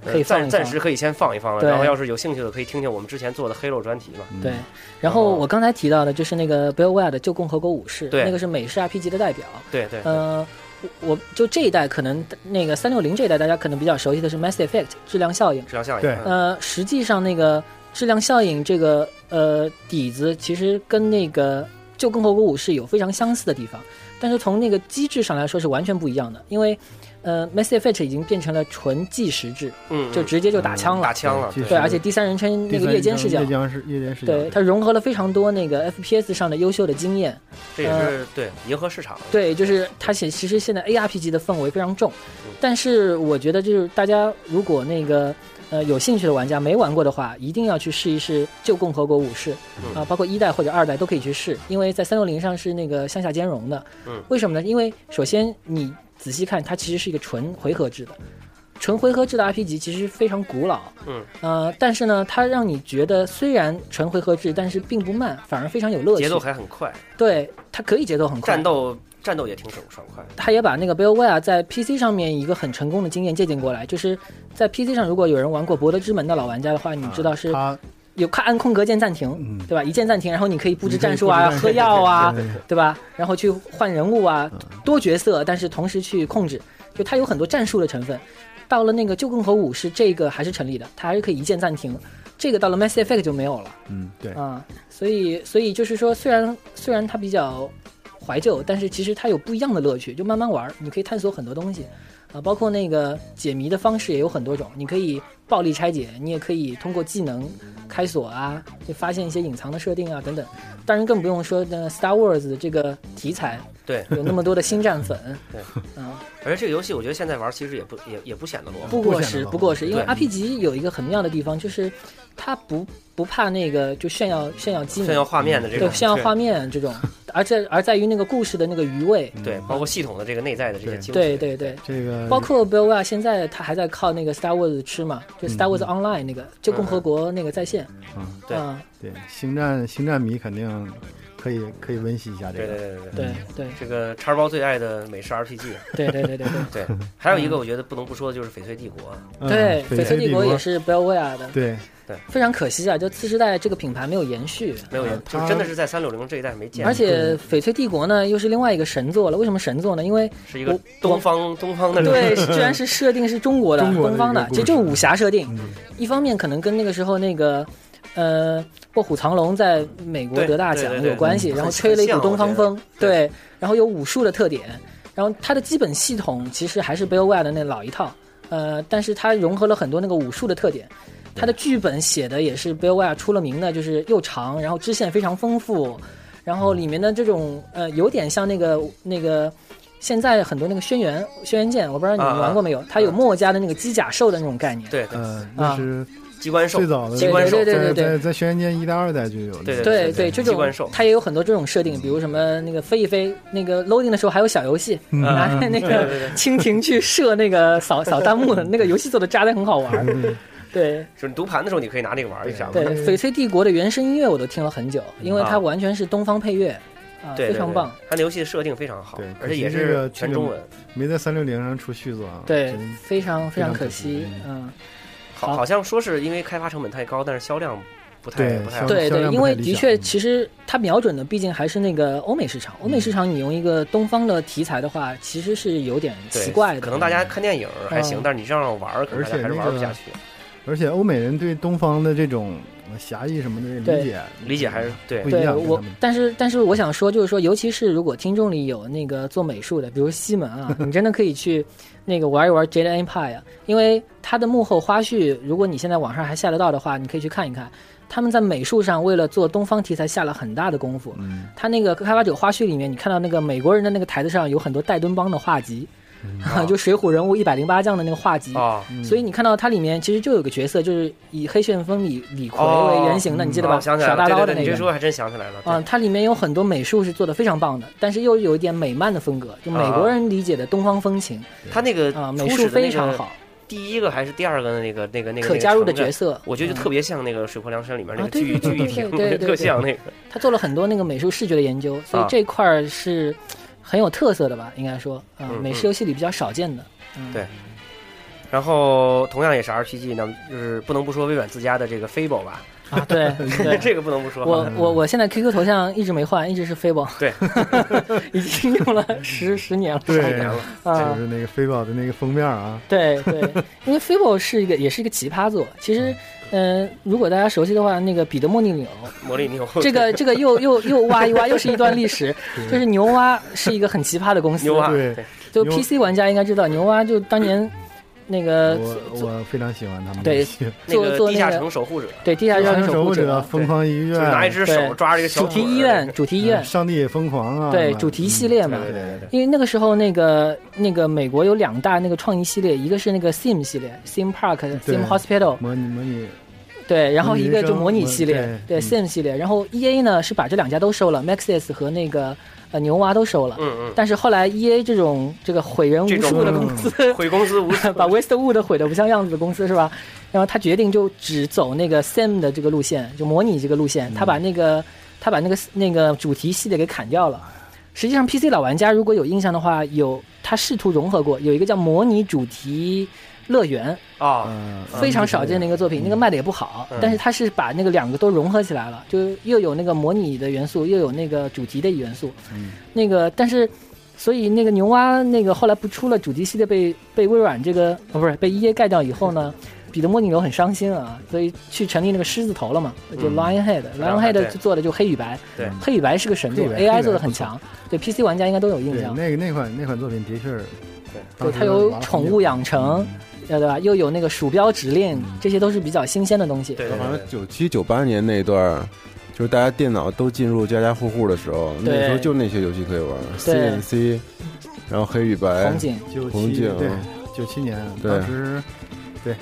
S12: 可以放一
S10: 暂
S12: 放
S10: 暂时可以先放一放了，
S12: 对
S10: 然后要是有兴趣的可以听听我们之前做的黑肉专题嘛。
S13: 嗯
S12: 对。然后我刚才提到的就是那个 BioWare 的《旧共和国武士》，
S10: 哦对
S12: 那个是美式 RPG 的代表。
S10: 对对，
S12: 呃，我我就这一代可能那个三六零这一代大家可能比较熟悉的是 Mass Effect 质量效应。
S10: 质量效应。
S13: 对
S10: 嗯
S12: 呃，实际上那个质量效应这个呃底子，其实跟那个旧共和国武士有非常相似的地方，但是从那个机制上来说是完全不一样的，因为呃，Mass Effect 已经变成了纯计时制，
S10: 嗯，
S12: 就直接就打枪了。
S10: 打枪了。
S13: 对
S12: 对，而且第三人称那
S13: 第
S12: 个
S13: 三
S12: 夜间
S13: 张
S12: 视角
S13: 夜，间视夜间视角，
S12: 对它融合了非常多那个 FPS 上的优秀的经验。
S10: 这也是对迎合市场。
S12: 嗯对，就是它现其实现在 ARPG 的氛围非常重，但是我觉得就是大家如果那个呃有兴趣的玩家没玩过的话，一定要去试一试旧共和国武士啊、
S10: 嗯
S12: 包括一代或者二代都可以去试，因为在三六零上是那个向下兼容的。
S10: 嗯
S12: 为什么呢？因为首先你仔细看，它其实是一个纯回合制的。纯回合制的 RPG 其实非常古老，
S10: 嗯，
S12: 呃，但是呢，它让你觉得虽然纯回合制，但是并不慢，反而非常有乐趣。
S10: 节奏还很快，
S12: 对，它可以节奏很快，
S10: 战斗战斗也挺爽爽快。
S12: 他也把那个 BioWare 在 PC 上面一个很成功的经验借鉴过来，就是在 PC 上，如果有人玩过《博德之门》的老玩家的话，你知道是
S13: 啊他
S12: 有快按空格键暂停
S13: 嗯，
S12: 对吧？一键暂停，然后你可以布置
S13: 你可以
S12: 战术
S13: 布
S12: 啊、
S13: 置战术
S12: 喝药啊
S13: 对对嗯对，
S12: 对吧？然后去换人物啊，多角色，但是同时去控制，就它有很多战术的成分。到了那个旧共和武士，这个还是成立的，它还是可以一键暂停。这个到了 Mass Effect 就没有了。
S13: 嗯对，
S12: 啊、所以所以就是说，虽然虽然它比较怀旧，但是其实它有不一样的乐趣，就慢慢玩儿，你可以探索很多东西啊、包括那个解谜的方式也有很多种，你可以暴力拆解，你也可以通过技能开锁啊，就发现一些隐藏的设定啊等等。当然更不用说呢，Star Wars 这个题材
S10: 对，，
S12: 有那么多的星战粉
S10: 对，
S12: 嗯、
S10: 而且这个游戏我觉得现在玩其实也不也也不显得落后。
S12: 不过时，
S13: 不显得落后
S12: 不过时，因为
S10: 对
S12: RPG 有一个很妙的地方，就是它不不怕那个就炫耀炫耀技能
S10: 炫，耀画面的这种，
S12: 对，炫耀画面这种，而这而在于那个故事的那个余味。
S10: 对，包括系统的这个内在的这些精髓。
S12: 对对对，
S13: 这
S6: 嗯
S13: 个
S12: 包括 BioWare 现在他还在靠那个 Star Wars 吃嘛，就 Star Wars Online 那个，就共和国那个在线。
S13: 嗯
S10: 对
S12: 啊
S13: 对星战星战迷肯定可以可以温习一下这
S10: 对
S13: 个，
S10: 对对对对
S12: 对对
S10: 这个叉包最爱的美式 RPG，
S12: 对对对对对
S10: 对，还有一
S12: 嗯
S10: 个我觉得不能不说的就是翡翠帝国，啊
S13: 嗯
S12: 对，
S13: 翡
S12: 翡翠帝
S13: 国
S12: 国也是 BioWare 的，
S13: 对
S12: 非常可惜啊，就次世代这个品牌没有延续。
S10: 没有，
S13: 嗯
S10: 就
S13: 它
S10: 真的是在三六零这一代没见，
S12: 而且翡翠帝国呢，又是另外一个神作了。为什么神作呢？因为
S10: 是一个
S12: 我
S10: 东方东方的这种
S12: 对， 居然是设定是中国的、
S13: 中国的
S12: 东方
S13: 一
S12: 的
S13: 个，故
S12: 其
S13: 事
S12: 实就是武侠设定。
S10: 嗯
S12: 一方面可能跟那个时候那个呃《卧虎藏龙》在美国
S10: 对
S12: 得大
S10: 对
S12: 奖
S10: 对对
S12: 有关系，
S10: 嗯
S12: 然后
S10: 很
S12: 吹了一股
S10: 像
S12: 东
S10: 我
S12: 方
S10: 觉得
S12: 风，对，然后有武术的特点，然后它的基本系统其实还是 BioWare 的那老一套，呃，但是它融合了很多那个武术的特点。它的剧本写的也是 BioWare 出了名的，就是又长，然后支线非常丰富，然后里面的这种呃，有点像那个那个现在很多那个轩辕轩辕剑，我不知道你
S10: 啊
S12: 们
S10: 啊
S12: 玩过没有，它有墨家的那个机甲兽的那种概念。
S10: 对，
S6: 呃，
S12: 啊
S6: 那是
S10: 机关兽
S6: 最早的
S12: 机关兽对对对对
S6: 在
S12: 对
S6: 在在轩辕剑一代、二代就有了。
S12: 对对，这种它也有很多这种设定，比如什么那个飞一飞，那个 loading 的时候还有小游戏，
S6: 嗯
S12: 拿着那个
S6: 对对对
S12: 蜻蜓去射那个扫扫弹幕的那个游戏做的扎的很好玩
S6: 嗯。
S12: 对
S10: 就是你读盘的时候你可以拿啊那个玩一下嘛。
S12: 对，翡翠帝国的原声音乐我都听了很久，因为它
S10: 啊
S12: 完全是东方配乐，啊，
S10: 对，
S12: 非常棒。，
S10: 对对它那游戏设定非常好，而且也
S6: 可惜这
S10: 是
S6: 个
S10: 全中文。，
S6: 没在三六零上出续作啊。
S12: 对
S6: 真，
S12: 非常非
S6: 非
S12: 常
S6: 常
S12: 可
S6: 可
S12: 惜，嗯。
S10: 好，好像说是因为开发成本太高，但是销量不太
S6: 对
S10: 不太
S6: 销
S10: 好
S12: 对
S6: 销
S12: 对，
S6: 量
S12: 因
S6: 不太
S12: 为
S6: 理
S12: 的
S6: 想
S12: 确，其实它瞄准的毕竟还是那个欧美市场。
S10: 嗯
S12: 欧美市场你用一个东方的题材的话，其实是有点
S10: 对
S12: 奇怪的。
S10: 可能大家看电影还行，
S12: 嗯
S10: 但是你这样玩儿，可能大家
S6: 而且
S10: 还是
S6: 那
S10: 玩不
S6: 个
S10: 下去。
S6: 而且欧美人对东方的这种侠义什么的
S12: 对
S6: 理解
S10: 理解还是对
S6: 不一样。
S12: 我
S6: 跟他们，
S12: 但是但是我想说，就是说，尤其是如果听众里有那个做美术的，比如西门啊，你真的可以去那个玩一玩 Jade Empire，因为它的幕后花絮，如果你现在网上还下得到的话，你可以去看一看。他们在美术上为了做东方题材下了很大的功
S10: 嗯
S12: 夫。
S6: 嗯
S12: 他那个开发者花絮里面，你看到那个美国人的那个台子上有很多戴敦邦的画集。
S10: 嗯
S12: 就《水浒人物一百零八将》的那个画集
S10: 啊
S12: 所以你看到它里面其实就有个角色，就是以黑旋风李李逵
S10: 哦
S12: 为原型的，你记得
S10: 嗯
S12: 吧？
S10: 哦想起来
S12: 耍
S10: 了，
S12: 大
S10: 对
S12: 刀
S10: 对
S12: 的
S10: 对，
S12: 那
S10: 你
S12: 个
S10: 这。说还真想起来了。对
S12: 啊、它里面有很多美术是做的非常棒的，但是又有一点美漫的风格，就美国人理解的东方风情。
S10: 他那个
S12: 啊、美
S10: 啊初
S12: 术
S10: 始的
S12: 非
S10: 那
S12: 常
S10: 个
S12: 好。
S10: 第一个还是第二个的那个那个那个
S12: 可
S10: 那个
S12: 加入的
S10: 城镇
S12: 角色
S10: 我觉得
S12: 嗯
S10: 就特别像那个《水泊梁山》里面那
S12: 啊
S10: 个
S12: 对
S10: 聚
S12: 对对
S10: 聚
S12: 对
S10: 义亭，
S12: 对对对
S10: 特像那个。
S12: 他做了很多那个美术视觉的研究，所以
S10: 啊
S12: 这块儿是很有特色的吧，应该说，啊、
S10: 嗯
S12: 美式游戏里比较少见的。嗯，
S10: 对。然后同样也是 RPG，那么就是不能不说微软自家的这个 Fable 吧。
S12: 啊， 对对，
S10: 这个不能不说。
S12: 我我我现在 QQ 头像一直没换，一直是 Fable，
S10: 对，
S12: 已经用了十十年了，
S6: 对，
S12: 啊
S6: 就，是那个飞宝的那个封面啊，
S12: 对对，因为 Fable 是一个也是一个奇葩作。其实，嗯、如果大家熟悉的话，那个彼得莫利纽，
S10: 魔力牛，
S12: 这个这个又又又挖一挖，又是一段历 史。就是牛蛙是一个很奇葩的公司，
S10: 牛蛙
S6: 对，
S12: 就
S6: 牛
S12: PC 玩家应该知道，牛蛙就当年那个
S6: 我我非常喜欢他们的
S12: 呃对
S6: 游戏。
S10: 那
S12: 做
S10: 个
S12: 做
S10: 地
S12: 那
S10: 下
S12: 个
S10: 城守护者，
S12: 对 地下
S6: 地下
S12: 城
S6: 城守
S12: 护
S6: 护
S12: 者
S6: 者疯狂医
S10: 就是
S6: 院，
S10: 拿一只手抓着一个小
S12: 主题
S10: 腿儿
S12: 医院，主题医院
S6: 嗯，上帝也疯狂啊，嗯
S12: 对主题系列嘛。
S10: 对对对
S12: 因为那个时候，那个那个美国有两大那个创意系列，一个是那个 Sim 系列，Sim Park、
S6: 对
S12: Sim Hospital，
S6: 模拟模拟
S12: 对，然后
S6: 模拟
S12: 一个
S6: 人
S12: 就
S6: 嗯生
S12: 模拟
S6: 模
S12: 系列，对
S6: 对嗯
S12: Sim 系列。然后 E A 呢是把这两家都收了，Maxis 和那个呃牛蛙都收了。
S10: 嗯嗯
S12: 但是后来 E A 这种这个毁人无
S10: 这种嗯
S12: 数的公司，
S10: 毁公司无
S12: 把 Westwood 毁的不像样子的公司是吧？然后他决定就只走那个 Sim 的这个路线，就模拟这个路线。他
S6: 嗯
S12: 把那个他把那个那个主题系列给砍掉了。实际上，PC 老玩家如果有印象的话，有他试图融合过，有一个叫模拟主题乐园，
S6: 嗯呃
S10: 啊，
S12: 非常少见的一个作品，那个卖的也不好，但是它是把那个两个都融合起来了，就又有那个模拟的元素，又有那个主题的元素。
S6: 嗯
S12: 那个但是，所以那个牛蛙那个后来不出了主题系列被被微软这个哦不是被 EA 盖掉以后呢，彼得莫尼牛很伤心啊，所以去成立那个狮子头了嘛，就
S10: 嗯
S12: Lionhead，Lionhead、
S10: 对
S12: 就做的就黑与白，
S10: 对
S12: 黑与白是个神作
S6: 啊黑与白黑与
S12: ，AI
S6: 白
S12: 做的很
S6: 不错
S12: 强，对 PC 玩家应该都有印
S6: 对
S12: 象。
S6: 那个那款那款作品的确是，
S12: 对，
S6: 当
S12: 它
S6: 时
S12: 有
S6: 玩了
S12: 宠
S6: 很久嗯
S12: 物养成，呃对吧？又有那个鼠标指令，这些都是比较新鲜的东西。
S10: 对
S11: 好像九七九八年那段儿，就是大家电脑都进入家家户户的时候，那
S12: 对
S11: 时候就那些游戏可以玩
S12: 对
S11: ，CNC，然后黑与
S10: 哎
S11: 白、
S12: 红警
S6: 九
S11: 红
S6: 七
S11: 警，
S6: 对九七年，
S11: 对
S6: 当时对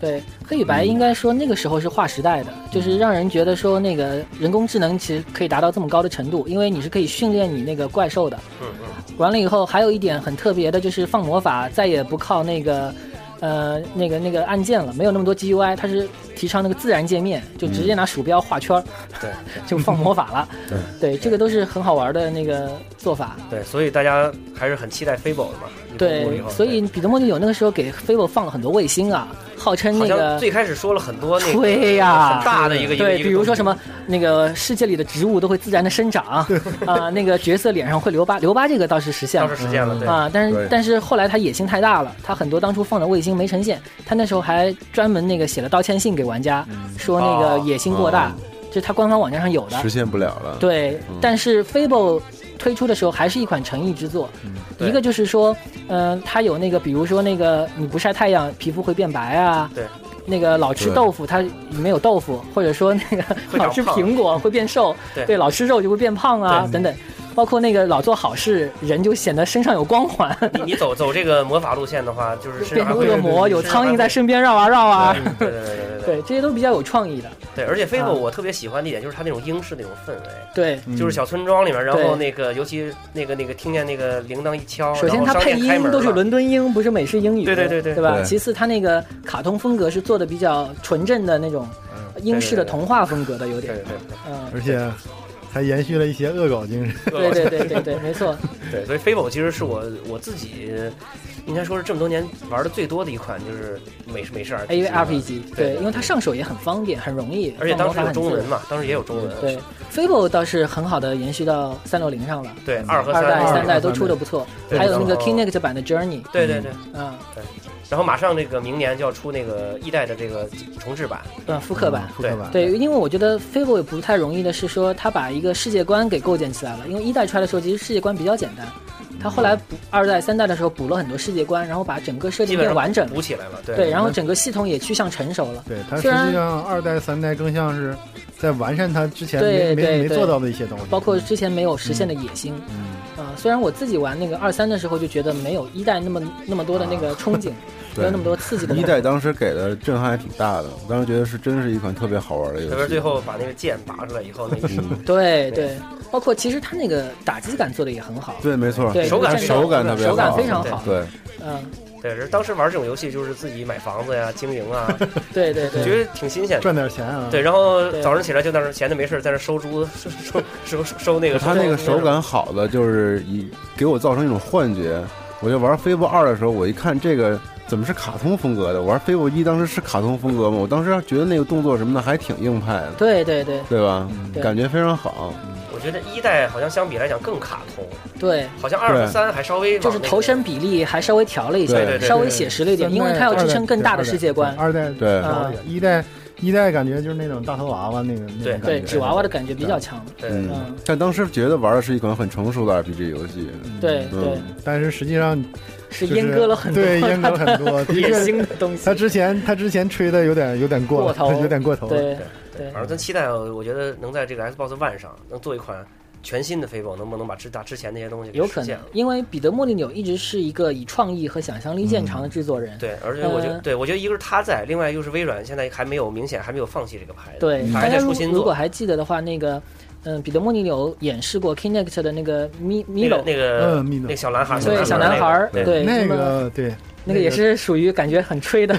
S12: 对，黑与白应该说那个时候是划时代的，
S10: 嗯
S12: 就是让人觉得说那个人工智能其实可以达到这么高的程度，因为你是可以训练你那个怪兽的。
S10: 嗯嗯，
S12: 完了以后，还有一点很特别的就是放魔法再也不靠那个。呃，那个那个按键了，没有那么多 GUI，它是提倡那个自然界面，就直接拿鼠标画圈儿，
S10: 对
S12: 就放魔法了。
S11: 对
S12: 对，这个都是很好玩的那个做法。
S10: 对，所以大家还是很期待 Fable 的嘛。一步一步
S12: 对
S10: 以，后
S12: 所以彼得莫尼纽那个时候给 Fable 放了很多卫星啊，号称
S10: 好
S12: 那
S10: 像
S12: 个
S10: 最开始说了很多那个
S12: 对呀，
S10: 很大的一个一个
S12: 对，
S10: 一个
S12: 比如说
S10: 东西
S12: 什么那个世界里的植物都会自然的生长 啊、那个角色脸上会留疤，留疤这个倒是实现了，
S10: 倒是实现了对
S12: 啊，但是
S10: 对
S12: 但是后来他野心太大了，他很多当初放的卫星没呈现，他那时候还专门那个写了道歉信给玩家，说那个野心过大
S11: 哦，
S12: 这是他官方网站上有的，
S11: 实现不了了。
S12: 对，
S11: 嗯
S12: 但是 Fable 推出的时候还是一款诚意之作，
S10: 嗯
S12: 一个就是说，嗯、它有那个，比如说那个你不晒太阳，皮肤会变白啊，
S10: 对，
S12: 那个老吃
S11: 对
S12: 豆腐，它里面有豆腐，或者说那个
S10: 会长
S12: 老吃
S10: 胖
S12: 苹果会变瘦，
S10: 对
S12: 老吃肉就会变胖啊，
S10: 对
S12: 等等。包括那个老做好事，人就显得身上有光环，
S10: 你你走走这个魔法路线的话，就是啊身
S12: 变
S10: 上还
S12: 成
S10: 会
S12: 恶魔，有苍蝇在身边绕啊绕啊。
S10: 对对对对对
S12: 对，这些都比较有创意的。
S10: 对，而且飞
S12: 啊
S10: o 我特别喜欢的一点就是它那种英式那种氛围，
S12: 对，
S10: 就是小村庄里面，然后
S12: 对
S10: 那个尤其那个那个听见那个铃铛一敲，
S12: 首先，
S10: 然后
S12: 它
S10: 商
S12: 配
S10: 店开
S12: 音
S10: 门
S12: 都是
S10: 了
S12: 伦敦英，不是美式英语，
S10: 对对对对
S12: 对吧？
S10: 对
S12: 其次，它那个卡通风格是做的比较纯正的那种英式的童话风格的，有点，嗯，
S6: 呃而且还延续了一些恶搞精神。
S12: 对对对对对，没 错，
S10: 对，所以 Fable 其实是我我自己应该说是这么多年玩的最多的一款，就是美美式
S12: A
S10: RPG
S12: 为
S10: 吧
S12: RPG，
S10: 对
S12: 对，因为它上手也很方便，很容易，
S10: 而且当时
S12: 放魔法
S10: 有中
S12: 很自
S10: 文
S12: 然
S10: 嘛，当时也有中文。
S12: 对，Fable 倒是很好的延续到三六零上了，
S10: 对
S11: 嗯
S10: 二和
S12: 二
S10: 三
S12: 代、
S10: 二
S12: 三
S10: 和
S12: 代都
S10: 三
S12: 出的
S10: 代
S12: 不错，
S10: 对
S12: 还有那个
S10: 然后
S12: Kinect 版的 Journey，
S10: 对对对，
S12: 嗯，
S10: 对。然后马上这个明年就要出那个一代的这个重置版，
S12: 呃，复刻版，
S10: 对吧？
S12: 对，因为我觉得 Fable 也不太容易的是说，他把一个世界观给构建起来了。因为一代出来的时候，其实世界观比较简单，他后来补二代、三代的时候补了很多世界观，然后把整个设
S10: 基
S12: 定
S10: 本上
S12: 变完整。
S10: 补起来了，对
S12: 对，然后整个系统也趋向成熟了。
S6: 对，它实
S12: 虽然
S6: 际上二代、三代更像是在完善它之前
S12: 对
S6: 没
S12: 对
S6: 没没
S12: 对
S6: 做到的一些东西。
S12: 包括之前没有实现的野心。嗯，啊、虽然我自己玩那个二三的时候就觉得没有一代那么那么多的那个憧憬，没有那么多刺激的。
S11: 一代当时给的震撼还挺大的，我当时觉得是真是一款特别好玩的游
S10: 特
S11: 戏。
S10: 别是最后把那个剑拔出来以后，那个
S11: 嗯
S12: 对对，包括其实它那个打击感做的也很好。
S11: 对，没错，
S12: 对
S10: 手感
S12: 战斗
S11: 手感特别好，
S12: 手感非常好。
S11: 对，
S12: 嗯，
S10: 对，人当时玩这种游戏就是自己买房子呀、经营啊，
S12: 对 对对，
S10: 觉得挺新鲜的。
S6: 赚点钱啊！
S10: 对，然后早上起来就在那儿闲着没事儿在那儿收租、收收收收那个。
S11: 他那个手感好的，就是以给我造成一种幻觉。我就玩《飞 a 二》的时候，我一看这个怎么是卡通风格的？我玩《飞 a 一》当时是卡通风格吗？我当时觉得那个动作什么的还挺硬派的，
S12: 对对对
S11: 对吧？
S12: 对
S11: 感觉非常好。
S10: 我觉得一代好像相比来讲更卡通，
S12: 对，
S10: 好像二和
S11: 对
S10: 三还稍微往
S12: 就是
S10: 那个
S12: 头身比例还稍微调了一下
S11: 对对，对
S12: 稍微写实了一点，
S6: 三
S12: 因
S6: 代
S12: 为它要支撑更大的
S6: 二代
S12: 世界观。
S6: 二代
S11: 对
S6: 好一点一代一代感觉就是那种大头娃娃那个那种感
S12: 对
S6: 觉，
S12: 纸娃娃的感觉比较强。
S10: 嗯
S12: 嗯，
S11: 但当时觉得玩的是一款很成熟的 RPG 游戏。
S12: 对对
S11: 嗯，
S6: 但是实际上
S12: 是
S6: 就是
S12: 阉割了很多
S6: 对，阉割很多，的
S12: 野心
S6: 确
S12: 的东西。
S6: 他之前他之前吹的有点有点过
S12: 过
S6: 了，
S12: 头
S6: 有点过头了。
S12: 对
S10: 对，反正咱期待，我觉得能在这个 Xbox One 上能做一款全新的 Fable，能不能把之打之前那些东西给
S12: 有
S10: 实
S12: 可
S10: 现
S12: 能
S10: 了，
S12: 因为彼得·莫利纽一直是一个以创意和想象力见长的制作人。
S10: 对，而且我觉得，
S12: 呃
S10: 对我觉得一个是他在，另外一个是微软现在还没有明显还没有放弃这个牌子，
S12: 对，大
S10: 他嗯还
S12: 家
S10: 在
S12: 如
S10: 出新
S12: 如果
S10: 作。
S12: 还记得的话，那个嗯，彼得·莫利纽演示过 Kinect 的那个米米
S10: 那个
S12: 洛，
S10: 那个
S6: 嗯米勒
S10: 那小男孩，
S12: 对小男孩儿，
S10: 那个
S12: 对
S6: 那
S12: 么
S6: 个对，
S12: 那个也是属于感觉很吹 的，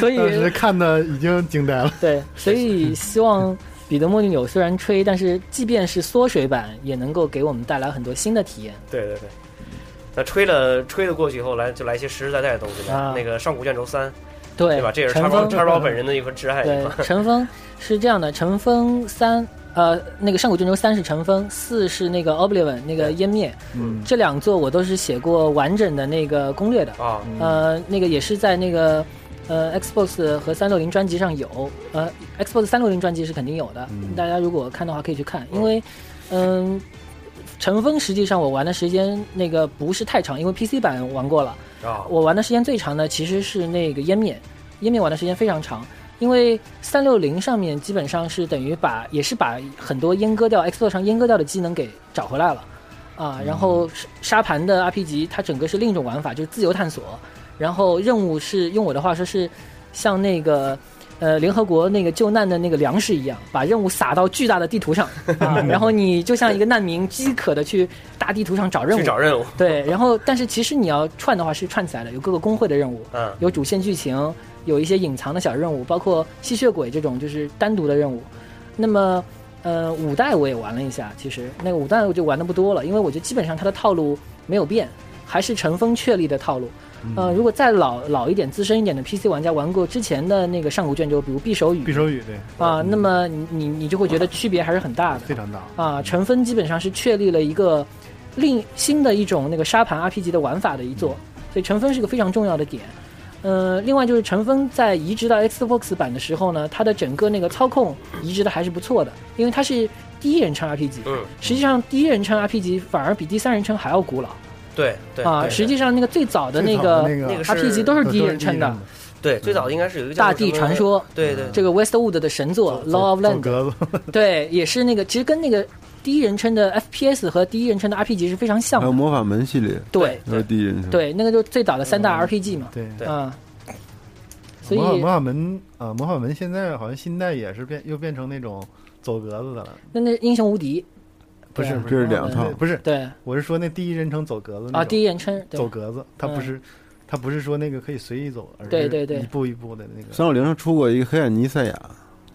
S12: 所以
S6: 当时看的已经惊呆了。
S12: 对，所以希望彼得·莫利纽虽然吹，但是即便是缩水版，也能够给我们带来很多新的体验。
S10: 对对对。那吹了吹了过去以后，来就来一些实实在在的东西吧。
S12: 啊
S10: 那个《上古卷轴三》，
S12: 对
S10: 对吧？这也是
S12: 陈
S10: 叉包
S12: 峰嗯
S10: 叉包本人的一份挚爱。
S12: 对，尘封是这样的，尘封三。呃，那个《上古卷轴三》是尘封，四是那个 Oblivion 那个湮灭，
S6: 嗯
S12: 这两座我都是写过完整的那个攻略的。
S10: 啊，
S12: 呃，那个也是在那个呃 Xbox 和三六零专辑上有，呃 Xbox 三六零专辑是肯定有的，大家如果看的话可以去看，因为嗯，尘封实际上我玩的时间那个不是太长，因为 PC 版玩过了，
S10: 啊，
S12: 我玩的时间最长的其实是那个湮灭，湮灭玩的时间非常长。因为三六零上面基本上是等于把也是把很多阉割掉 Xbox 上阉割掉的机能给找回来了，啊，然后沙沙盘的 RPG 它整个是另一种玩法，就是自由探索，然后任务是用我的话说是像那个呃联合国那个救难的那个粮食一样，把任务撒到巨大的地图上 啊，然后你就像一个难民饥渴的去大地图上找任务，
S10: 去找任务，
S12: 对，然后但是其实你要串的话是串起来的，有各个工会的任务，
S10: 嗯
S12: 有主线剧情，有一些隐藏的小任务，包括吸血鬼这种就是单独的任务。那么，呃，五代我也玩了一下，其实那个五代我就玩的不多了，因为我觉得基本上它的套路没有变，还是乘风确立的套路。
S11: 嗯
S12: 呃，如果再老老一点、资深一点的 PC 玩家玩过之前的那个上古卷轴，比如匕首雨，
S6: 匕首雨对
S12: 啊，那么你你你就会觉得区别还是很大的，
S6: 非常大。
S12: 啊，尘封基本上是确立了一个另新的一种那个沙盘 RPG 的玩法的一座，
S10: 嗯
S12: 所以尘封是个非常重要的点。呃，另外就是尘封在移植到 Xbox 版的时候呢，它的整个那个操控移植的还是不错的，因为它是第一人称 RPG，
S10: 嗯，
S12: 实际上第一人称 RPG 反而比第三人称还要古老
S10: 对对
S12: 啊。
S10: 对
S12: 实际上那个最早的
S10: 最早的
S12: 个
S10: 那个
S12: RPG 都是第一人称的，
S10: 对，最早应该是有一个叫
S12: 大地
S10: 什么
S12: 传说
S10: 对对，
S12: 这个 Westwood 的神作《Law of Land》，
S6: 格子
S12: 对，也是那个，其实跟那个第一人称的 FPS 和第一人称的 RPG 是非常像
S11: 还有
S12: 的。
S11: 魔法门系列，
S12: 对
S11: 还有第一人称，，
S12: 对，那个就是最早的三
S6: 嗯
S12: 大 RPG 嘛。
S14: 对对
S12: 嗯，所
S14: 魔法
S12: 以
S14: 魔法门
S6: 呃
S14: 啊，魔法门现在好像新代也是变又变成那种走格子的了。
S12: 那那英雄无敌
S14: 不是，
S12: 对
S14: 不
S11: 这
S14: 是
S11: 是两套
S14: 那不是，
S12: 对，
S14: 我是说那第一人称走格子那
S12: 啊，
S14: 种
S12: 第一人称对嗯
S14: 走格子，它不是，它不是说那个可以随意走，而
S12: 对
S14: 是
S12: 对对
S14: 一步一步的那个。
S11: 三六零上出过一个黑暗尼赛亚，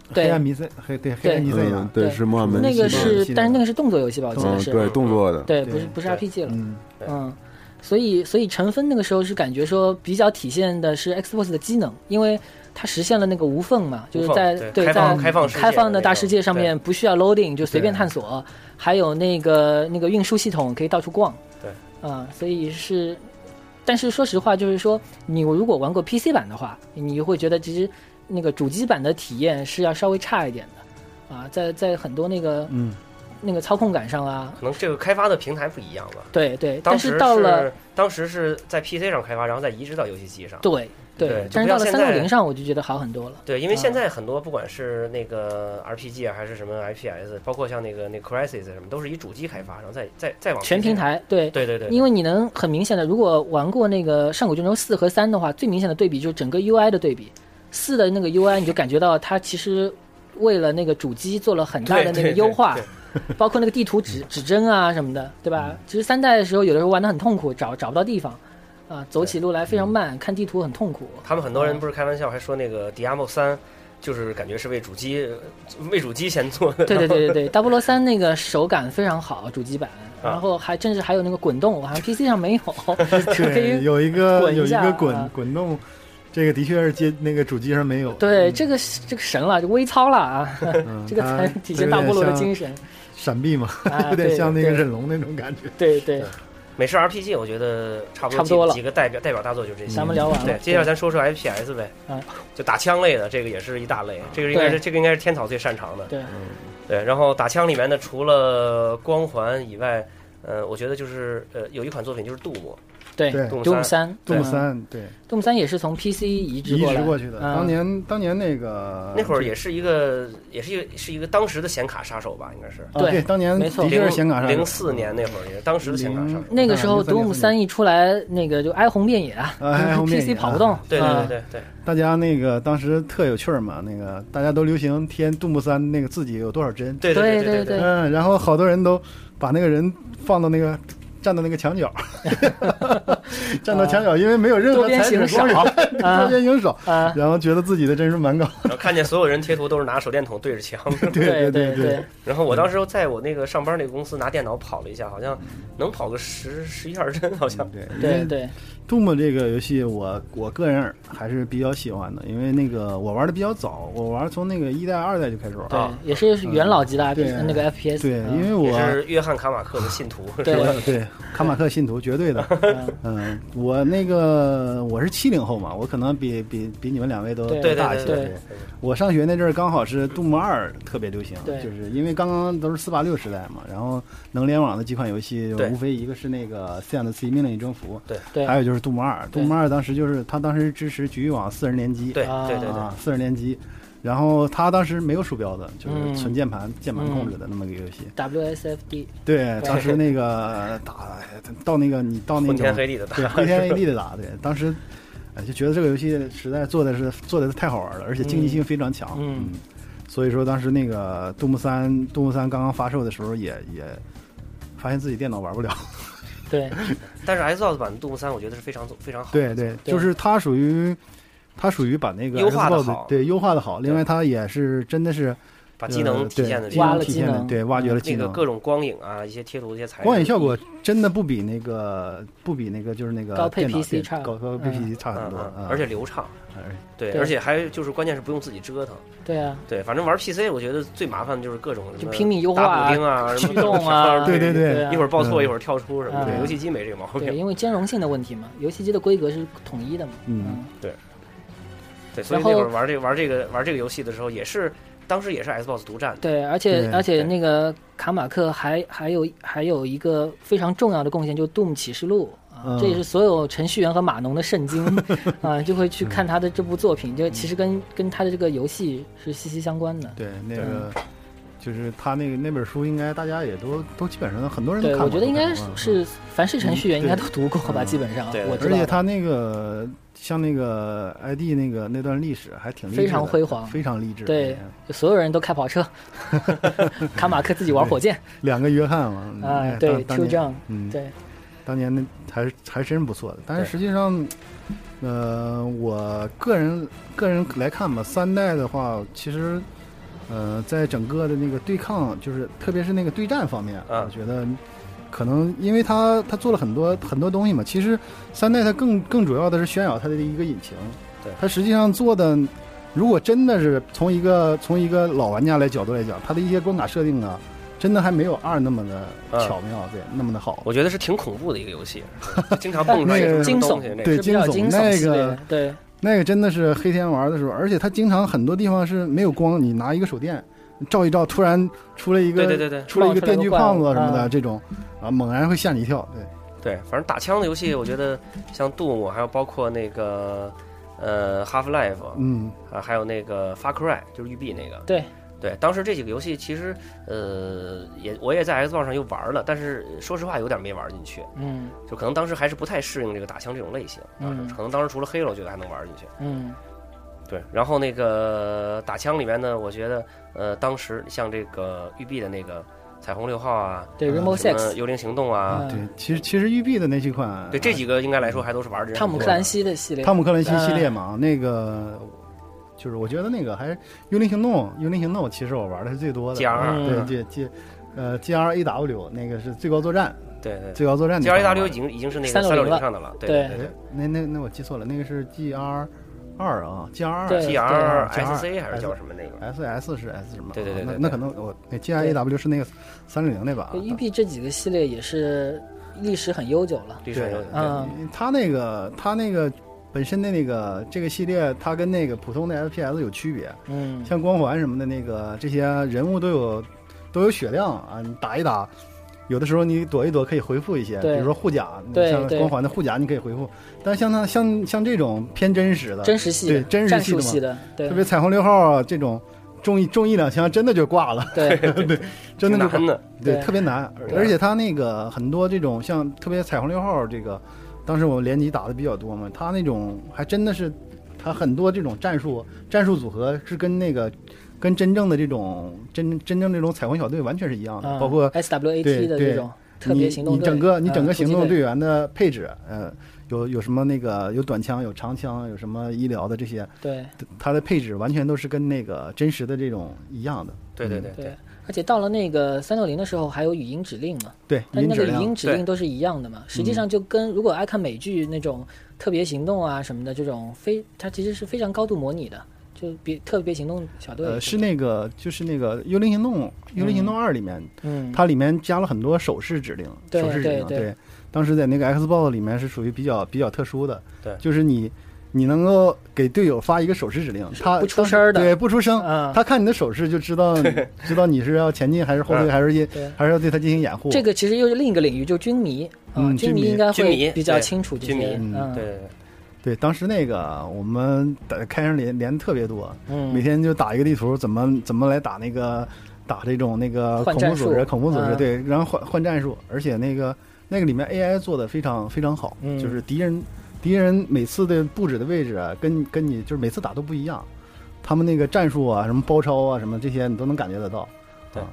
S14: 黑
S12: 对
S14: 暗弥赛黑对黑
S12: 对
S14: 暗弥赛
S11: 嗯
S14: 亚，
S11: 对是魔法门
S12: 那个
S11: 系列
S12: 是
S14: 系，列
S12: 但是那个是动作游戏吧？我记得
S11: 嗯，
S12: 是。
S11: 对，动作的，
S12: 对，不是不是 RPG 了，
S14: 嗯，
S12: 嗯，所以所以陈芬那个时候是感觉说比较体现的是 Xbox 的机能，因为它实现了那个无缝嘛，就是
S10: 无缝
S12: 在
S10: 对
S12: 对
S10: 开
S12: 在
S10: 放开放世界的
S12: 开放的
S10: 那
S12: 大
S10: 种
S12: 世界上
S10: 对
S12: 面不需要 loading 就随便探索，还有那个那个运输系统可以到处逛，
S10: 对，
S12: 啊、所以是。但是说实话，就是说，你如果玩过 PC 版的话，你会觉得其实那个主机版的体验是要稍微差一点的，啊，在在很多那个
S14: 嗯
S12: 那个操控感上啊，
S10: 可能这个开发的平台不一样吧。
S12: 对对。但
S10: 当
S12: 是
S10: 时
S12: 到了
S10: 当时是在 PC 上开发，然后再移植到游戏机上。
S12: 对
S10: 对就
S12: 但是到
S10: 不像
S12: 了
S10: 现
S12: 三六零
S10: 在
S12: 上，我就觉得好很多了。
S10: 对，因为现在很多不管是那个 RPG 啊，还是什么 FPS，包括像那个那个 Crisis 什么，都是以主机开发，然后再再再往
S12: 全
S10: PC
S12: 平
S10: 上。
S12: 台，对
S10: 对对对，
S12: 因为你能很明显的，如果玩过那个《上古卷轴四》和三的话，最明显的对比就是整个 UI 的对比。四的那个 UI 你就感觉到它其实为了那个主机做了很大的那
S10: 对
S12: 个
S10: 对
S12: 优化
S10: 对，嗯
S12: 包括那个地图指指针啊什么的，对吧？其实三代的时候，有的时候玩的很痛苦，找找不到地方，啊，走起路来非常慢，看地图很痛苦。
S10: 嗯他们很多人不是开玩笑还说那个 Diablo 三，就是感觉是为主机为主机先 做的。
S12: 对对对对对，大菠萝三那个手感非常好，主机版，
S10: 啊
S12: 然后还甚至还有那个滚动， 好像 PC 上没有，可
S14: 对，
S12: 以。
S14: 有一个
S12: 滚一
S14: 有一
S12: 下
S14: 个滚
S12: 啊
S14: 滚动，这个的确是接那个主机上没有。
S12: 对，这个是这个神了，就微操了啊，
S14: 嗯
S12: 这个
S14: 它
S12: 才体现大菠萝的精神。
S14: 闪避嘛，
S12: 啊
S14: 有点
S12: 对
S14: 像那个
S12: 对
S14: 忍龙那种感觉。
S12: 对对，
S10: 美式 RPG 我觉得差不
S12: 差
S10: 多
S12: 不
S10: 几
S12: 多了
S10: 几个代表代表大作就这些。
S12: 咱们聊完了
S10: 对，接下来咱说说 FPS 呗
S12: 嗯，
S10: 就打枪类的，这个也是一大类，这个应该
S12: 对
S10: 是这个应该是天草最擅长的。
S12: 对
S10: 对，然后打枪里面的除了光环以外，呃，我觉得就是呃有一款作品就是《杜牧
S12: 对
S14: 对
S12: ，Doom 三
S14: 动物
S12: 三
S14: 三对，
S12: ，Doom 三也是从 PC 移植
S14: 移
S12: 过
S14: 植
S12: 来
S14: 过去的，
S12: 嗯
S6: 当年当年那个》，
S10: 那会儿也是一个也是一个是一个当时的显卡杀手吧，应该是
S6: 啊
S12: 对
S6: 对，当年
S12: 没
S6: 的
S12: 错
S6: 确是显卡上
S10: 零四年那会儿也是当时的显卡杀手。
S12: 那个时候
S6: 嗯03
S12: Doom 三一出来，那个就哀鸿遍野啊
S6: 哎哀鸿遍野
S12: ，PC 跑不动。
S10: 对对
S12: 啊
S10: 对对对，
S6: 大家那个当时特有趣儿嘛，那个大家都流行贴杜牧三那个自己有多少帧，
S10: 对
S12: 对
S10: 对
S12: 对
S6: 嗯，然后好多人都把那个人放到那个站到那个墙角， 站到墙角，因为没有 任
S12: 多
S6: 何
S12: 边
S6: 采
S12: 形
S6: 取
S12: 少
S6: 光源， 多边形少，
S12: 啊，
S6: 然后觉得自己的帧数蛮高，
S10: 然后看见所有人贴图都是拿手电筒对着墙。
S12: 对
S6: 对
S12: 对
S6: 对，
S10: 然后我
S6: 嗯
S10: 当时在我那个上班那个公司拿电脑跑了一下，好像能跑个十十一二帧，好像。
S6: 对
S12: 对对，
S6: 杜牧这个游戏我我个人还是比较喜欢的，因为那个我玩的比较早，我玩从那个一代二代就开始玩
S12: 对
S6: 了，
S10: 啊
S12: 也是元老级的 F 嗯
S6: 对
S12: 那个 FPS。
S6: 对，因为
S10: 也
S6: 我
S10: 是约翰卡马克的信徒，
S12: 对
S10: 是吧？
S6: 对卡马克信徒绝对的。
S12: 嗯
S6: 嗯，我那个我是七零后嘛，我可能比比比你们两位都
S12: 对
S6: 都
S10: 对
S6: 大一
S10: 对
S6: 些。
S12: 对
S6: 我上学那阵儿刚好是杜牧二特别流行，
S12: 对
S6: 就是因为刚刚都是四八六时代嘛，然后能联网的几款游戏
S10: 对，
S6: 无非一个是那个《C and C 命令与征服》，
S12: 对，
S6: 还有就是杜牧二。
S12: 对
S6: 杜牧二当时就是他当时支持局域网四人联机，
S10: 对
S12: 啊
S10: 对对对
S6: 啊，四人联机。然后他当时没有鼠标的，就是纯键盘、键盘控制的那么个游戏。
S12: WSFD，
S6: 对，当时那 个打到那个你到那
S10: 昏天
S6: 种
S10: 黑地的打。
S6: 对，灰天黑地的打，对，当时，哎，就觉得这个游戏实在做的是做的太好玩了，而且竞技性非常强，
S12: 嗯
S6: 所以说当时那个《杜牧三》《杜牧三》刚刚发售的时候也，也发现自己电脑 玩不了。
S12: 对
S10: 但是 Xbox 版的《杜牧三》我觉得是非常非常好。
S6: 对对，
S12: 对
S6: 就是它属于，它属于把那个
S10: 优化得
S6: Xbox
S10: 好
S6: 对优化的好，另外它也是真的是
S10: 把技能体现的这
S6: 呃对技
S10: 个
S12: 挖
S6: 能
S12: 了
S6: 体
S12: 技
S6: 现的
S12: 能
S6: 对挖掘了技
S10: 嗯那个
S6: 能，
S10: 各种光影啊，一些贴图的一些材料，
S6: 光影效果真的不比那个不比那个就是那个
S12: 高配
S6: 电脑
S12: PC
S6: 电
S12: 差
S6: 高高配
S12: 嗯
S6: PC 差很
S10: 嗯
S6: 多，
S10: 嗯
S6: 嗯，
S10: 而且流畅，
S6: 而
S10: 对，
S12: 对
S10: 而且还就是关键是不用自己折腾，
S12: 对啊，
S10: 对，反正玩 PC 我觉得最麻烦的就是各种什么
S12: 就拼命优化啊
S10: 打补丁啊、什么
S12: 驱动 啊
S6: 对对对
S12: 啊
S10: 一会儿报错一会儿跳出什么的，
S12: 嗯
S10: 游戏机没这个毛
S12: 对，
S10: 病，
S12: 因为兼容性的问题嘛，游戏机的规格是统一的嘛。
S6: 嗯，
S10: 对，所以
S12: 然后
S10: 那会儿玩这玩这个玩这个游戏的时候也是，当时也是 Xbox 独占的，
S12: 对，而且
S6: 对
S12: 而且
S10: 对
S12: 那个卡马克还还有还有一个非常重要的贡献，就是《Doom 启示录》啊，
S6: 嗯
S12: 这也是所有程序员和码农的圣 经啊，就会去看他
S6: 嗯
S12: 的这部作品，这其实跟跟他的这个游戏是息息相关的。
S6: 对，那个就是他那个那本书，应该大家也都都基本上很多人都
S12: 对，
S6: 看过。
S12: 我觉得应该
S6: 都看过
S12: 是凡是程序员应该
S6: 嗯对
S12: 都读过吧，
S6: 嗯
S12: 基本上我知
S6: 而
S12: 道
S6: 且
S12: 的。
S6: 他那个像那个 ID 那个那段历史还挺励志的
S12: 非常辉煌
S6: 非常励志。哎
S12: 对，就所有人都开跑 车， 卡马克自己玩火箭，
S6: 两个约翰嘛。
S12: 啊
S6: 哎，
S12: 对
S6: 当
S12: ，Two
S6: 当
S12: John，
S6: 年嗯，
S12: 对，
S6: 当年那还是还真不错的。但是
S12: 对
S6: 实际上，呃，我个人个人来看吧，三代的话，其实，呃，在整个的那个对抗，就是特别是那个对战方面，
S10: 嗯
S6: 我觉得可能因为它它做了很多很多东西嘛。其实三代它更更主要的是炫耀它的一个引擎，
S10: 对
S6: 它实际上做的。如果真的是从一个从一个老玩家来角度来讲，它的一些关卡设定啊，真的还没有二那么的
S10: 嗯
S6: 巧妙，对，那么的好。
S10: 我觉得是挺恐怖的一个游 戏，就经常蹦出来一些什么东西，那个
S6: 对
S10: 是
S6: 惊悚那个
S12: 对，
S6: 那个真的是黑天玩的时候，而且它经常很多地方是没有光，你拿一个手电照一照，突然出来一个
S10: 对对对对
S6: 出来一个电锯胖子什
S10: 冒出
S6: 么
S10: 来个怪物
S6: 的
S10: 啊
S6: 这种啊，猛然会吓你一跳，对。
S10: 对，反正打枪的游戏，我觉得像 Doom，还有包括那个呃 Half Life，
S6: 嗯，
S10: 啊，还有那个 Far Cry，就是育碧那个。
S12: 对
S10: 对，当时这几个游戏其实呃也我也在 Xbox 上又玩了，但是说实话有点没玩进去，
S12: 嗯
S10: 就可能当时还是不太适应这个打枪这种类型，
S12: 嗯
S10: 可能当时除了 Halo 觉得还能玩进去。
S12: 嗯，
S10: 对，然后那个打枪里面呢，我觉得呃，当时像这个育碧的那个彩虹六号啊，
S6: 嗯
S12: 对 Rainbow
S10: 什么
S12: Six
S10: 幽灵行动啊，
S6: 对，其实其实育碧的那几款，啊
S10: 对这几个应该来说还都是玩儿的人
S12: 汤姆
S10: 很
S12: 克
S10: 多
S12: 兰西的系列，
S6: 汤姆克兰西系列
S12: 嗯，
S6: 嘛，
S10: 哎
S6: 那个就是我觉得那个还是《幽灵行动》，《幽灵行动》其实我玩的是最多的
S10: GR
S6: 对
S10: 嗯
S6: G G 呃 G R A W 那个是最高作战，
S10: 对对，
S6: 最高作战那
S10: G R
S6: 款
S10: A
S6: 玩
S10: W 已经已经是那个
S6: 360
S10: 360上的了，对对对
S6: 哎那那那我记错了，那个是 G R 二啊，G R 二
S10: 对 GR SC 还是
S6: S
S10: 叫什么那个
S6: S S 是 S 什么？
S10: 对对对
S6: 啊
S10: 对对
S6: 那那可能我那 G R A W 是那个三六零那把
S12: 对，，E 育碧这几个系列也是历史很悠久了，
S10: 历
S6: 对，
S12: 嗯，
S6: 他啊那个他那个本身的那个这个系列，它跟那个普通的 FPS 有区别，
S12: 嗯，
S6: 像光环什么的那个这些人物都有都有血量啊，你打一打。有的时候你躲一躲可以回复一些，比
S12: 对
S6: 如说护甲，
S12: 对
S6: 像
S12: 对
S6: 光环的护甲你可以回复。但是像它像像这种偏真实的、
S12: 真实系
S6: 对
S12: 的
S6: 真实
S12: 战术系
S6: 的
S12: 的
S6: 嘛，，
S12: 对，
S6: 特别彩虹六号啊这种中一中一两枪真的就挂了，
S12: 对
S6: 对，真的就挂
S10: 挺难的
S6: 对，
S12: 对
S6: 特别难，
S10: 啊
S12: 对
S6: 而且它那个很多这种像特别彩虹六号这个，当时我们联机打的比较多嘛，它那种还真的是，它很多这种战术战术组合是跟那个。跟真正的这种真真正这种彩虹小队完全是一样的，
S12: 嗯
S6: 包括
S12: SWAT
S6: 对
S12: 的
S6: 对
S12: 这种特别行动
S6: 你你
S12: 队
S6: 整个你
S12: 嗯
S6: 整个
S12: 突击
S6: 行动
S12: 队
S6: 队员的配置，呃，有有什么那个有短枪，有长枪，有什么医疗的这些，
S12: 对，
S6: 它的配置完全都是跟那个真实的这种一样的。嗯
S10: 对对对
S12: 对，而且到了那个三六零的时候，还有语音指令嘛？
S6: 对
S12: 它那个
S6: 语音指令嗯
S12: 语音指
S6: 对
S12: 令都是一样的嘛。实际上就跟如果爱看美剧那种特别行动啊什么的这种非，它其实是非常高度模拟的，就比特别行动小队
S6: 呃，是那个就是那个《幽灵行动》《幽灵行动二》里面，
S12: 嗯
S6: 它里面加了很多手势指令，
S12: 对
S6: 手势指令
S12: 对对
S6: 当时在那个 Xbox 里面是属于比较比较特殊的，
S10: 对
S6: 就是你。你能够给队友发一个手势指令，他
S12: 不出声儿的
S6: 对，不出声，
S12: 嗯
S6: 他看你的手势就知道知道你是要前进还是后退，
S12: 嗯
S6: 还是一
S12: 对
S6: 还是要对他进行掩护。
S12: 这个其实又是另一个领域，就军迷啊，
S6: 嗯
S12: 军
S6: 军
S12: 迷
S6: 迷
S12: 应该
S10: 军迷
S12: 会比较
S10: 对
S12: 清楚这
S10: 军迷
S12: 些，嗯，
S10: 对对
S6: 对，当时那个我们打开上连连特别多，
S12: 嗯
S6: 每天就打一个地图，怎么怎么来打那个打这种那个
S12: 换
S6: 恐
S12: 战
S6: 怖组织、
S12: 术
S6: 恐怖组织，
S12: 嗯
S6: 对，然后换换战术，而且那个那个里面 AI 做的非常非常好，
S12: 嗯
S6: 就是敌人敌人每次的布置的位置啊跟跟你就是每次打都不一样，他们那个战术啊、什么包抄啊、什么这些你都能感觉得到，
S10: 对
S6: 啊。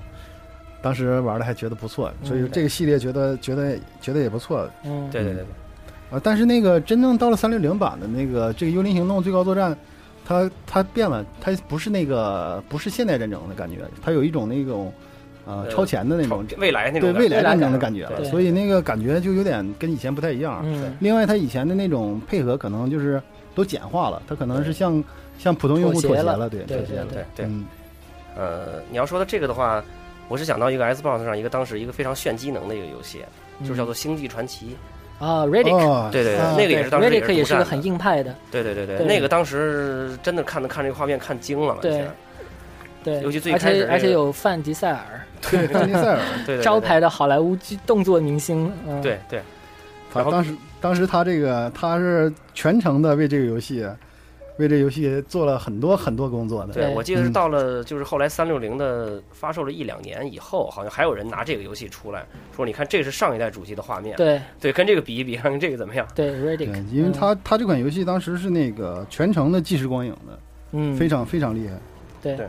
S6: 当时玩的还觉得不错，所以
S10: 嗯
S6: 这个系列觉得觉得觉得也不错，
S12: 嗯
S10: 对对对对
S6: 啊，但是那个真正到了三六零版的那个这个《幽灵行动：最高作战》，它它变了，它不是那个不是现代战争的感觉，它有一种那种呃
S10: 呃
S6: 超前的那种
S10: 未来那种
S6: 对
S10: 感
S6: 未
S10: 觉
S6: 来战争的
S10: 对
S6: 感觉了，
S10: 对
S6: 所以那个感觉就有点跟以前不太一样。
S10: 嗯
S6: 另外，它以前的那种配合可能就是都简化了，它可能是向向普通用户
S10: 妥
S6: 妥
S10: 协
S6: 协
S10: 了
S6: 了，对
S10: 对
S6: 妥协
S10: 对
S6: 了
S10: 对对
S6: 嗯
S10: 呃，你要说到这个的话，我是想到一个 Xbox 上一个当时一个非常炫技能的一个游戏，就是叫做《星际传奇》。
S12: 啊，Redick，
S6: 哦
S10: 对对对，
S6: 啊
S10: 那个也是当时
S12: Redick 也是
S10: 独占
S12: 个
S10: 的
S12: 很硬派的，
S10: 对对对对，
S12: 对
S10: 那个当时真的看的看这个画面看惊了，完全
S12: 对。对，
S10: 尤其最
S12: 而
S10: 开始
S12: 且
S10: 那个
S12: 而且有范迪塞尔，
S6: 对范迪塞尔
S10: 对对对
S12: 招牌的好莱坞剧动作明星，嗯，
S10: 对对，
S6: 他当时当时他这个他是全程的为这个游戏，为这游戏做了很多很多工作的。
S10: 对，我记得是到了就是后来三六零的发售了一两年以后，好像还有人拿这个游戏出来说，你看这是上一代主机的画面，
S12: 对
S10: 对，跟这个比一比，看看这个怎么样。
S12: 对 r e d i
S6: 对
S12: c
S10: 嗯
S6: 因为它它这款游戏当时是那个全程的即时光影的，
S12: 嗯
S6: 非常非常厉害。
S12: 对
S10: 对，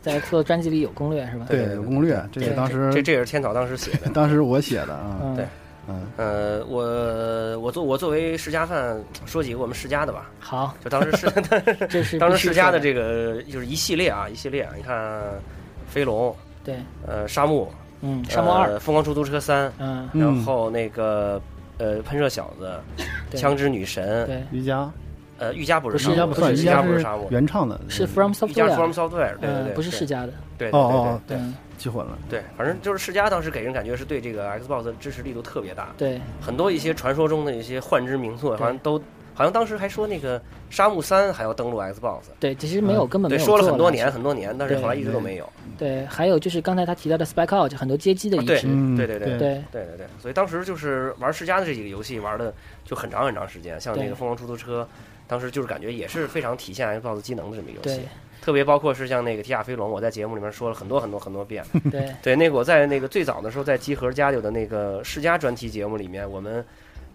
S12: 在做专辑里有攻略是吧？
S6: 对，有攻略，这
S10: 对
S6: 是当时，
S10: 这这也是天草当时写的
S6: 当时我写的啊。
S10: 对，
S6: 嗯，
S10: 呃，我我作我作为世家范，说几个我们世家的吧。
S12: 好，
S10: 就当时 世
S12: 这是
S10: 当时
S12: 必须
S10: 世家的
S12: 说
S10: 这个就是一系列啊，一系列啊，你看飞龙，
S12: 对，
S10: 呃，沙漠，
S12: 嗯沙漠二
S10: 呃疯狂出租车三，
S12: 嗯
S10: 然后那个呃，喷射小子，
S12: 对
S10: 枪之女神，
S12: 对，
S6: 瑜伽，
S10: 呃，瑜伽不是
S6: 瑜伽
S10: 沙漠
S6: 不算，
S10: 瑜
S6: 瑜
S10: 伽
S6: 伽
S10: 不是
S6: 是
S10: 沙漠，
S6: 原唱的，
S12: 是 From
S10: 瑜伽
S12: Software，
S10: 是 From Software，对对
S12: 呃
S10: 对，
S12: 不是
S10: 对
S12: 世家的，嗯
S10: 对，对
S6: 哦哦，
S10: 对对对。
S6: 记混了。
S10: 对，反正就是世嘉当时给人感觉是对这个 Xbox 的支持力度特别大，
S12: 对，
S10: 很多一些传说中的一些幻之名作，好像都好像当时还说那个《沙漠三》还要登陆 Xbox，
S12: 对，其实没有，根本没
S10: 嗯对
S12: 有
S10: 说了
S12: 做
S10: 很多
S12: 来
S10: 年
S12: 着
S10: 很多年，但是
S12: 对
S10: 后来一直都没有。
S12: 对，还有就是刚才他提到的 Spec Out，很多街机的
S10: 啊
S12: 移
S10: 对
S12: 植，
S6: 嗯
S10: 对对对
S12: 对
S10: 对对对，所以当时就是玩世嘉的这几个游戏玩的就很长很长时间，像那
S12: 对
S10: 个《疯狂出租车》，当时就是感觉也是非常体现 Xbox 机能的这么一个游戏
S12: 对。
S10: 特别包括是像那个《铁甲飞龙》，我在节目里面说了很多很多很 多遍。
S12: 对
S10: 对，那个我在那个最早的时候，在集合家里的那个世家专题节目里面，我们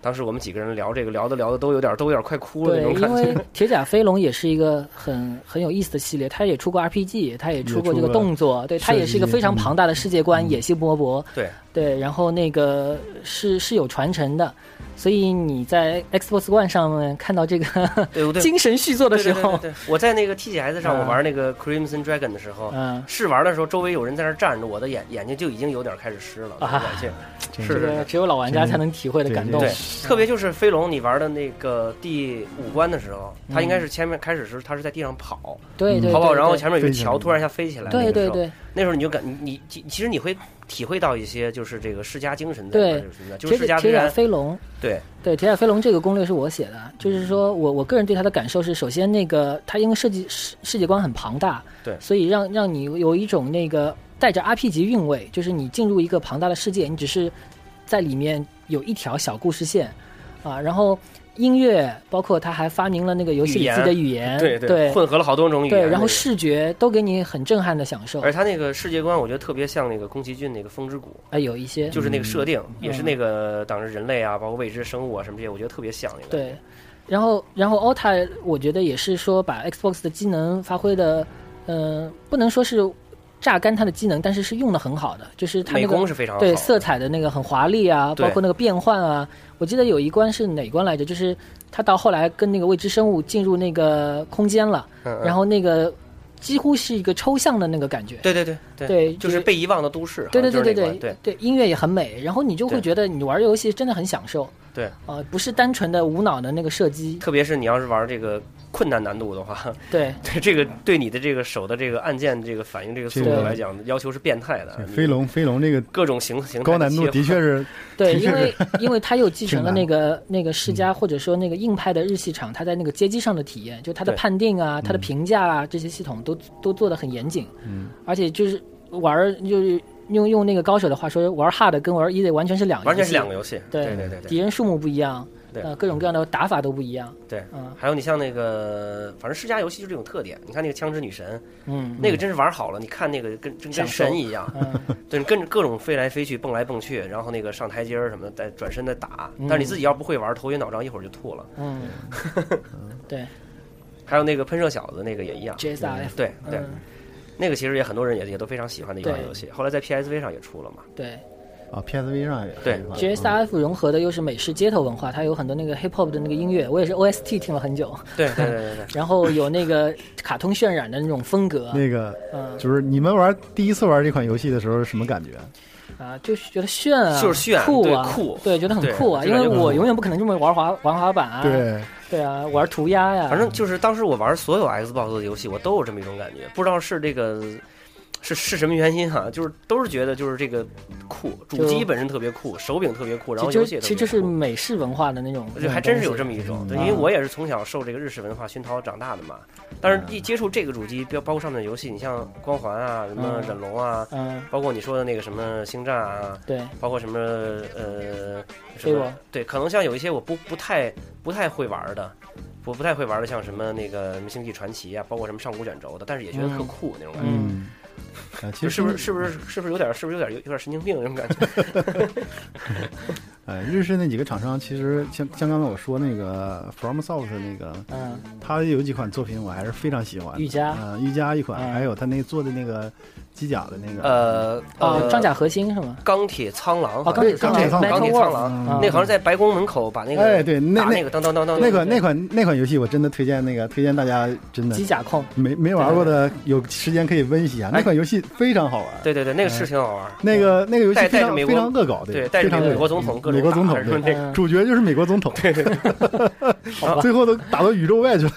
S10: 当时我们几个人聊这个，聊的聊的都有点都有点快哭了那
S12: 对，
S10: 种感
S12: 因为
S10: 觉。
S12: 铁甲飞龙也是一个很很有意思的系列，它也出过 RPG，它也出过这个动作，对，它也是一个非常庞大的世界观，野心勃勃，
S10: 对
S12: 对，然后那个是是有传承的，所以你在 Xbox One 上面看到这个
S10: 对对
S12: 精神续作的时候
S10: 对对，对对对我在那个 TGS 上，
S12: 嗯
S10: 我玩那个 Crimson Dragon 的时候，
S12: 嗯
S10: 试玩的时候，周围有人在那儿站着，我的眼眼睛就已经有点开始湿了。
S12: 啊
S10: 感谢，是
S12: 这
S10: 是
S12: 个
S10: 是。
S12: 只有老玩家才能体会的感动
S10: 对，，特别就是飞龙，你玩的那个第五关的时候，它应该是前面开始时候，它是在地上跑，
S12: 对嗯对
S10: 跑跑，
S12: 对
S10: 然后
S12: 对
S10: 前面有一
S12: 飞起来
S10: 桥突然一下飞起来，
S12: 对
S10: 那个
S12: 对
S10: 时候
S12: 对，
S10: 那时候你就感你你其其实你会体会到一些就是这个世家精神在里
S12: 对
S10: 面这个存在，就是
S12: 铁
S10: 世家
S12: 甲
S10: 虽
S12: 铁甲
S10: 然
S12: 飞龙，
S10: 对
S12: 对《铁甲飞龙》这个攻略是我写的，就是
S10: 嗯
S12: 说我我个人对它的感受是，首先那个它因为设计世世界观很庞大，
S10: 对
S12: 所以让让你有一种那个带着 RPG 韵味，就是你进入一个庞大的世界，你只是在里面有一条小故事线啊，然后音乐包括它还发明了那个游戏里自己的语言，
S10: 对
S12: 对
S10: 混合了好多种语言，
S12: 对，然后
S10: 是，
S12: 视觉都给你很震撼的享受，
S10: 而他那个世界观，我觉得特别像那个宫崎骏那个《风之谷》。
S12: 啊有一些
S10: 就是那个设定，
S12: 嗯
S10: 也是那个当时人类啊，包括未知生物啊什么这些，我觉得特别像那个。
S12: 对，然后然后 Ota 我觉得也是说把 Xbox 的机能发挥的，嗯、不能说是榨干它的机能，但是是用的很好的，就是它那个
S10: 美工是非常好的
S12: 对色彩的那个很华丽啊，
S10: 对
S12: 包括那个变换啊。我记得有一关是哪关来着？就是他到后来跟那个未知生物进入那个空间了，
S10: 嗯嗯
S12: 然后那个几乎是一个抽象的那个感觉。
S10: 对对对
S12: 对
S10: 就是被遗忘的都市。
S12: 对对
S10: 好
S12: 对对
S10: 像就是那
S12: 对
S10: 关对
S12: 对，音乐也很美，然后你就会
S10: 对
S12: 觉得你玩游戏真的很享 受
S10: 对，
S12: 啊、不是单纯的无脑的那个射击。
S10: 特别是你要是玩这个困难难度的话，
S12: 对，
S10: 对这个对你的这个手的这个按键这个反应这个速
S6: 这
S10: 度
S6: 个
S10: 来讲，要求是变态的。
S6: 飞龙飞龙这个
S10: 各种形形态
S6: 高难度
S10: 切换
S6: 的确 是，
S12: 对，
S6: 的确
S12: 因
S6: 是
S12: 为因为它又继承了
S6: 挺难
S12: 那个那个世家或者说那个硬派的日系厂，它在那个街机上的体验，就它的
S10: 对
S12: 判定啊、它的评价啊这些系统都都做的很严谨，
S6: 嗯，
S12: 而且就是玩儿就是用用那个高手的话说，玩 hard 跟玩 easy 完全是两个
S10: 完全
S12: 游
S10: 是
S12: 戏
S10: 两个游戏。
S12: 对
S10: 对对
S12: 敌
S10: 对
S12: 人数目不一样，
S10: 对
S12: 呃，各种各样的打法都不一样，
S10: 对
S12: 嗯，
S10: 还有你像那个，反正世家游戏就这种特点。你看那个《枪支女神》，
S12: 嗯，
S10: 那个真是玩好了，你看那个跟真跟
S12: 享受
S10: 神一样，对，你跟着各种飞来飞去、蹦来蹦去，然后那个上台阶儿什么的，再转身再打。
S12: 嗯
S10: 但是你自己要不会玩，头晕脑胀，一会儿就吐了。
S12: 嗯， 对
S10: 还有那个喷射小子那个也一样，
S12: JSRF
S10: 对对
S12: 嗯，
S10: 那个其实也很多人也也都非常喜欢的一款
S12: 对
S10: 游戏，后来在 PSV 上也出了嘛。
S12: 对。
S6: 啊，PSV 上也
S10: 对
S12: JSRF 融合的又是美式街头文化，它有很多 那个 hip hop 的那个音乐，我也是 OST 听了很久。
S10: 对对 对对对
S12: 然后有那个卡通渲染的那种风格，
S6: 那个
S12: 嗯
S6: 就是你们玩第一次玩这款游戏的时候是什么感觉？
S12: 啊，就是觉得炫啊，
S10: 就是炫
S12: 酷啊，
S10: 对酷
S12: 对，觉得很酷啊，
S10: 对
S12: 因
S10: 就感
S12: 为
S10: 觉
S12: 我永远不可能这么玩滑玩滑板啊，
S6: 对，
S12: 对啊，玩涂鸦呀，
S10: 反正就是当时我玩所有 Xbox 的游戏，我都有这么一种感觉，不知道是这个。是是什么原因啊？就是都是觉得就是这个酷，主机
S12: 就
S10: 本身特别酷，手柄特别酷，然后
S12: 其
S10: 游
S12: 实
S10: 戏
S12: 就
S10: 也
S12: 其
S10: 特
S12: 实
S10: 别
S12: 就是
S10: 酷
S12: 美式文化的那种，
S10: 这还真是有这么一种，对，因为
S12: 嗯
S10: 我也是从小受这个日式文化熏陶长大的嘛。但
S12: 嗯
S10: 是，一接触这个主机，包包括上面的游戏，你像光环啊，什么
S12: 嗯
S10: 忍龙啊，
S12: 嗯
S10: 包括你说的那个什么星战啊，
S12: 对
S10: 包括什么呃什
S12: 飞
S10: 么
S12: 我，
S10: 对，可能像有一些我不不太不太会玩的，不不太会玩的，像什么那个《星际传奇》啊，包括什么上古卷轴的，但是也觉得特酷那种感觉。
S6: 嗯，啊，其
S10: 就
S6: 实
S10: 是不是是不是是不是有点是不是有点有有点神经病那种感觉？
S6: 哎，日式那几个厂商，其实像像刚才我说那个 FromSoft 那个，
S12: 嗯，
S10: 呃
S6: 他有几款作品我还是非常喜欢的。
S12: 瑜伽
S6: 啊，瑜伽一款，
S12: 嗯
S6: 还有他那做的那个机甲的那个，
S10: 呃
S12: 哦
S10: 呃，
S12: 装甲核心是吗？
S10: 钢铁苍狼，
S12: 哦钢铁
S10: 好像是
S6: 苍狼
S10: 钢铁
S6: Metal
S10: 苍
S6: Wolf，
S10: 狼
S6: 嗯，
S10: 那好像是在白宫门口把那个
S6: 哎，对，那
S10: 打那个当当当当
S6: 那款那款那款游戏，我真的推荐那个推荐大家真
S10: 嗯
S6: 的
S12: 机甲控，
S6: 没没玩过的有时间可以温习一下，那款游戏非常好玩。
S10: 对对对，
S6: 哎
S10: 那个是挺好玩儿。
S6: 那个那个游戏
S10: 嗯带
S6: 非
S10: 带着
S6: 常
S10: 美
S6: 非
S10: 国
S6: 常恶搞，
S10: 对带着
S6: 非常恶搞嗯
S10: 美国总统各种
S6: 美国总
S10: 打
S6: 统，
S10: 是吧那个
S6: 对主角就是美国总统，
S10: 吧
S6: 最后都打到宇宙外去了。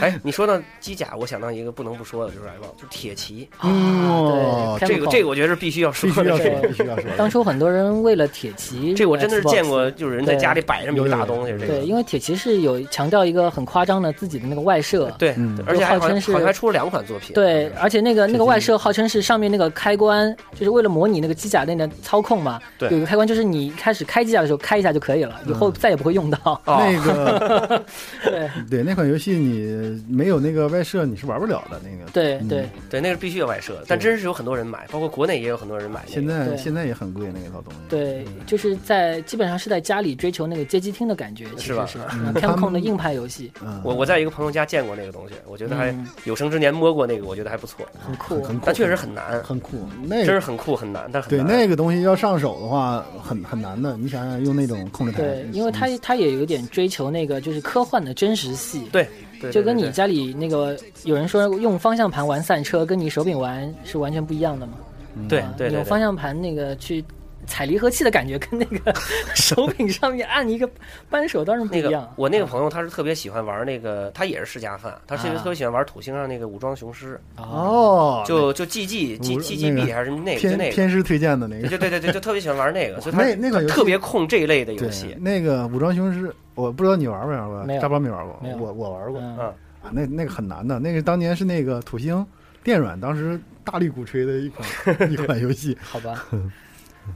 S10: 哎，你说到机甲，我想到一个不能不说的，就是什么，就是铁骑。
S12: 啊
S6: 嗯，
S10: 这个这个我觉得是必须要说
S6: 必须要
S10: 的，
S6: 说，必须要说。
S12: 当初很多人为了铁骑，
S10: 这我真的是
S12: Xbox
S10: 见过，就是人在家里
S12: 对
S10: 摆这么一大东西，这
S12: 对，
S10: 个
S12: 因为铁骑是有强调一个很夸张的自己的那个外设，
S10: 对
S12: 嗯，
S10: 而且还
S12: 就
S10: 好
S12: 号
S10: 像
S12: 称
S10: 好像还
S12: 是。
S10: 出了两款作品。
S12: 对，而且那个那个外设号称是上面那个开关，就是为了模拟那个机甲那个操控嘛。
S10: 对嗯
S12: 有一个开关，就是你一开始开机甲的时候开一下就可以了，以后再也不会用 到。
S10: 哦
S6: 那个
S12: 对
S6: 对那款游戏，你没有那个外设，你是玩不了的。那个
S12: 对
S6: 嗯
S12: 对，
S10: 对，那个是必须要外设，但真是有很多人买，包括国内也有很多人买那个。
S6: 现在
S12: 对
S6: 现在也很贵那一套东西。
S12: 对，就是在基本上是在家里追求那个街机厅的感觉，其
S10: 是
S12: 实
S10: 吧
S12: 是
S10: 嗯
S12: 那
S6: 他们
S12: Capcom 的硬派游戏，
S6: 嗯，
S10: 我我在一个朋友家见过那个东西，我觉得还
S12: 嗯
S10: 有生之年摸过那个，我觉得还不错，
S12: 很酷。
S6: 很酷
S10: 但确实很难，
S6: 很酷，那
S10: 真是
S6: 个
S10: 很酷很难，但是
S6: 对
S10: 很难。
S6: 那个东西要上手的话，很很难的。你想想，用那种控制台，
S12: 对，因为它
S6: 嗯
S12: 它也有点追求那个就是科幻的真实系，
S10: 对对，
S12: 就跟
S10: 对
S12: 你家里那个有人说用方向盘玩赛车，跟你手柄玩是完全不一样的嘛。
S10: 嗯
S6: 嗯
S10: 对
S12: 啊
S10: 对对
S12: 用
S10: 对
S12: 方向盘那个去踩离合器的感觉，跟那 个手柄上面按一个扳手当然不
S10: 那
S12: 一
S10: 个
S12: 样。
S10: 我
S6: 嗯
S10: 那个朋友他是特别喜欢玩那个，他也是世家范，他特别
S12: 啊
S10: 特别喜欢玩土星上那个武装雄狮，
S6: 哦，
S10: 就就 G G G G G
S6: 那
S10: B
S6: 个
S10: 还是那个就
S6: 天
S10: 那个。
S6: 天师推荐的那
S10: 对
S6: 个，
S10: 对对对，就特别喜欢玩那个，所以他
S6: 那那款游戏
S10: 特别控这一类的游
S6: 对
S10: 戏，
S6: 那个武装雄狮，我不知道你玩没玩过
S12: 没，有
S6: 扎包没玩过
S12: 没有，
S6: 我我玩过，
S12: 嗯
S10: 嗯
S6: 啊那那个很难的，那个当年是那个土星电软当时大力鼓吹的一 款一款游戏，
S12: 好吧，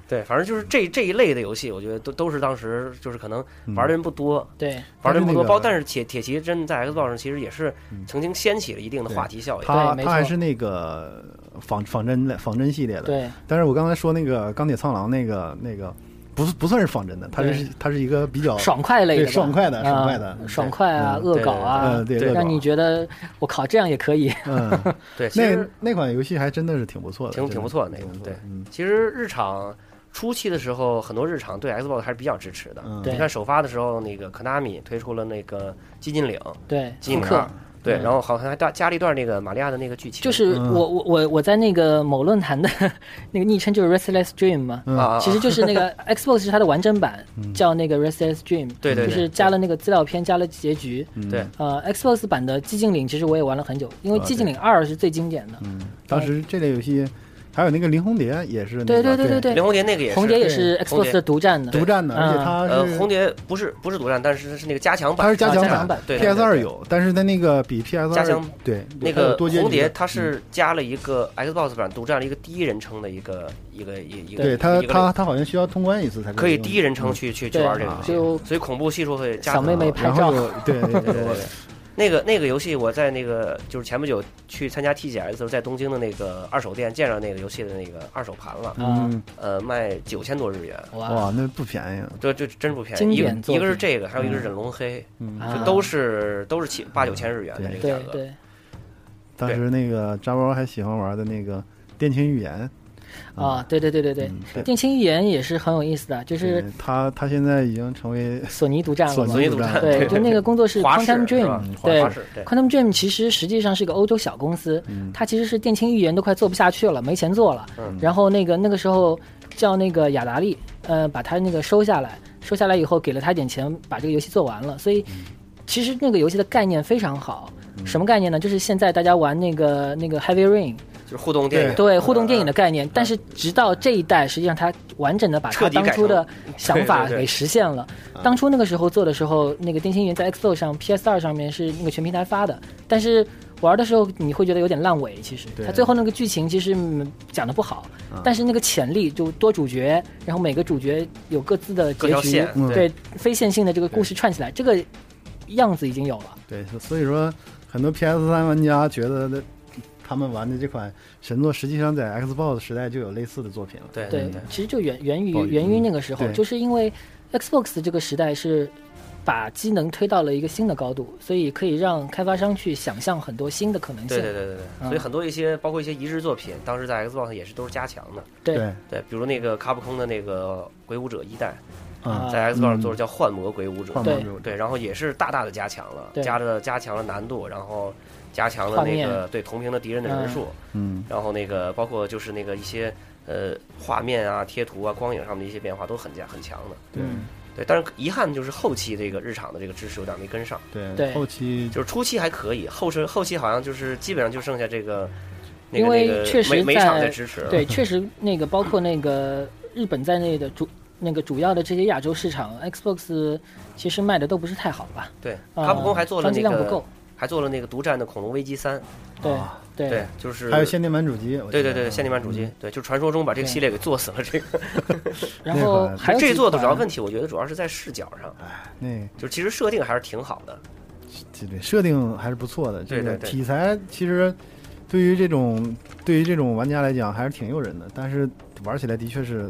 S10: 对，反正就是这这一类的游戏，我觉得都都是当时就是可能
S6: 嗯
S10: 玩的人不多，
S12: 对，
S10: 玩的人不多，
S6: 但是那个嗯
S10: 包但是铁铁骑真的在 Xbox 上其实也是曾经掀起了一定的话题效应，
S6: 它
S12: 对没
S6: 它还
S12: 错
S6: 是那个仿仿真类仿真系列的，
S12: 对
S6: 但是我刚才说那个钢铁苍狼那个那个不是不算是仿真的，它
S12: 对
S6: 是它是一个比较
S12: 爽快类的吧，
S6: 哦对爽快的
S12: 啊
S6: 爽快的对
S12: 爽快啊，
S6: 嗯
S12: 恶搞啊，
S6: 对对对嗯对恶搞
S12: 让你觉得我靠，这样也可以。
S6: 嗯，
S10: 对，其
S6: 那
S10: 实
S6: 那款游戏还真的是挺不错的，
S10: 挺
S6: 真
S10: 挺不错的那
S6: 挺
S10: 个
S6: 不。错
S10: 对
S6: 的，嗯，
S10: 其实日常初期的时候，很多日常对 Xbox 还是比较支持的。
S6: 嗯
S12: 对
S10: 你看首发的时候，那个 Konami 推出了那个寂静岭，
S12: 对，
S10: 寂静
S12: 复
S10: 岭
S12: 刻
S10: 二。对，然后好像还加加了一段那个玛利亚的那个剧情，
S12: 就是
S6: 嗯
S12: 我我我我在那个某论坛的 那个昵称就是 Restless Dream 嘛，
S10: 啊啊，啊
S12: 其实就是那个 Xbox 是它的完整版，
S6: 嗯
S12: 叫那个 Restless Dream，
S10: 对对对嗯
S12: 就是加了那个资料片，加了结局。
S6: 嗯
S10: 对
S12: 呃，Xbox 版的寂静岭其实我也玩了很久，因为
S6: 啊
S12: 寂静岭二是最经典的。
S6: 当时这类游戏还有那个林红蝶也是那
S12: 哎对
S6: 个，
S12: 对对对
S10: 林红蝶那个也是
S12: 红蝶也是
S10: 红蝶
S12: Xbox 的独占的，
S6: 独占的，而且
S12: 嗯
S6: 它
S10: 呃
S6: 是
S10: 红蝶不是不是独占，但是是那个加强版，
S6: 它是加
S12: 加
S6: 强
S12: 强版
S10: 对对对
S6: PS 二有，但是它那个比 PS
S10: 加
S6: 二
S10: 强
S6: 对
S10: 那
S6: 它有
S10: 个
S6: 多接
S10: 红
S6: 几
S10: 蝶
S6: 个
S10: 它是加了一个 Xbox 版独占了一个第一人称的一个一个一一个，
S6: 对它
S10: 一个
S6: 它嗯它好像需要通关一次才
S10: 可以
S6: 用
S10: 第一人称去去去
S12: 对
S10: 玩这个，
S12: 就
S10: 所以恐怖系数会加
S12: 小
S10: 很
S12: 妹 妹
S10: 高
S12: 拍
S6: 然
S12: 照啊
S6: 后有对对对
S10: 对对对，那个那个游戏，我在那个就是前不久去参加 TGS 的时候，在东京的那个二手店见着那个游戏的那个二手盘了，
S12: 啊，
S10: 呃，卖九千多日元，
S12: 哇
S6: 嗯哇，那不便宜啊，
S10: 这这真不便
S12: 经
S10: 宜。一个
S12: 典作
S10: 一
S12: 品嗯
S10: 个是这个，还有一个是忍龙黑，
S6: 嗯
S12: 啊
S10: 就都是都是七八九千日元的这个价
S12: 对
S10: 格。
S12: 对
S6: 当时那个扎包还喜欢玩的那个《电琴预言》
S12: 啊，对对对对
S6: 嗯
S12: 对，
S6: 对
S12: 电青预言也是很有意思的，就是
S6: 对，它它现在已经成为
S12: 索尼独占了
S6: 索
S12: 嘛
S10: 所以
S6: 尼
S10: 独
S6: 独
S10: 占
S6: 占，
S12: 对，就那个工作室
S10: 华视
S12: Quantum
S10: 是吧
S12: Dream，
S10: 华
S12: 对
S10: 华视对
S12: Quantum Dream 其实实际上是一个欧洲小公司，它其实是电青预言都快做不下去了，没钱做了。
S10: 嗯
S12: 然后那个那个时候叫那个雅达利，呃，把他那个收下来，收下来以后给了他点钱，把这个游戏做完了。所以
S10: 嗯
S12: 其实那个游戏的概念非常好，什么概念呢？就是现在大家玩那个那个 Heavy Rain，
S10: 就是互动电影，啊嗯
S12: 对互动电影的
S10: 的
S12: 概念，但是直到这一代，实际上它完整的把
S10: 彻
S12: 它
S10: 底
S12: 当
S10: 改
S12: 初的
S10: 成
S12: 想法
S10: 对对对嗯
S12: 给实现了。当初那个时候做的时候，那个《电心云》在 Xbox 上、PS 2上面是那个全平台发的，但是玩的时候你会觉得有点烂尾。其实它最后那个剧情其实嗯讲的不好，
S10: 嗯
S12: 但是那个潜力就多主角，然后每个主角有各自的
S10: 各
S12: 结
S10: 条
S12: 局
S10: 线，，对嗯
S12: 对非线性的这个故事串起来，这个样子已经有了。
S6: 对，所以说很多 PS 三玩家觉得的他们玩的这款神作，实际上在 Xbox 时代就有类似的作品了。
S10: 对嗯
S12: 对，其实就源源于
S6: 不好意思
S12: 源于那个时候，
S6: 对
S12: 就是因为 Xbox 这个时代是把机能推到了一个新的高度，所以可以让开发商去想象很多新的可能性。
S10: 对对对对对，
S12: 嗯
S10: 所以很多一些包括一些移植作品，当时在 Xbox 上也是都是加强的。
S12: 对
S6: 对
S10: 对，比如那个卡普空的那个《鬼武者》一代，
S6: 啊
S10: 在 Xbox 上做的叫《幻魔鬼武者》，
S6: 幻魔鬼武者
S10: 对，然后也是大大的加强了，
S12: 对
S10: 加了加强了难度，然后加强了
S12: 画
S10: 那
S12: 面
S10: 个对同屏的敌人的人数，
S11: 嗯
S10: 然后那个包括就是那个一些呃画面啊、贴图啊、光影上的一些变化都很加很强的。
S12: 嗯
S10: 对，但是遗憾就是后期这个日常的这个支持有点没跟上。
S6: 对
S12: 对
S6: 后期
S10: 就是初期还可以，后是后期好像就是基本上就剩下这个，那
S12: 因
S10: 个那
S12: 为
S10: 个
S12: 确实
S10: 每每场
S12: 在
S10: 在支持啊了，
S12: 对，确实那个包括那个日本在内的主那个主要的这些亚洲市场，Xbox 其实卖的都不是太好吧？
S10: 对，
S12: 啊
S10: 卡普空还做了
S12: 装机
S10: 那
S12: 量
S10: 个，
S12: 不够
S10: 还做了那个独占的《恐龙危机三》，
S12: 对对
S10: 对，就是
S6: 啊还有限定嗯版主机，我
S10: 对
S6: 记
S10: 对
S6: 得
S10: 对，限定版主机，对，就传说中把这个系列给做死了。这个，
S12: 然后还有
S10: 这
S12: 几
S10: 做的主要
S12: 款
S10: 问题，我觉得主要是在视角上，
S6: 那
S10: 就其实设定还是挺好的。
S6: 嗯
S12: 嗯
S6: 对对，设定还是不错的。这
S10: 对
S6: 个
S10: 对对
S6: 题材其实对于这种对于这种玩家来讲还是挺诱人的，但是玩起来的确是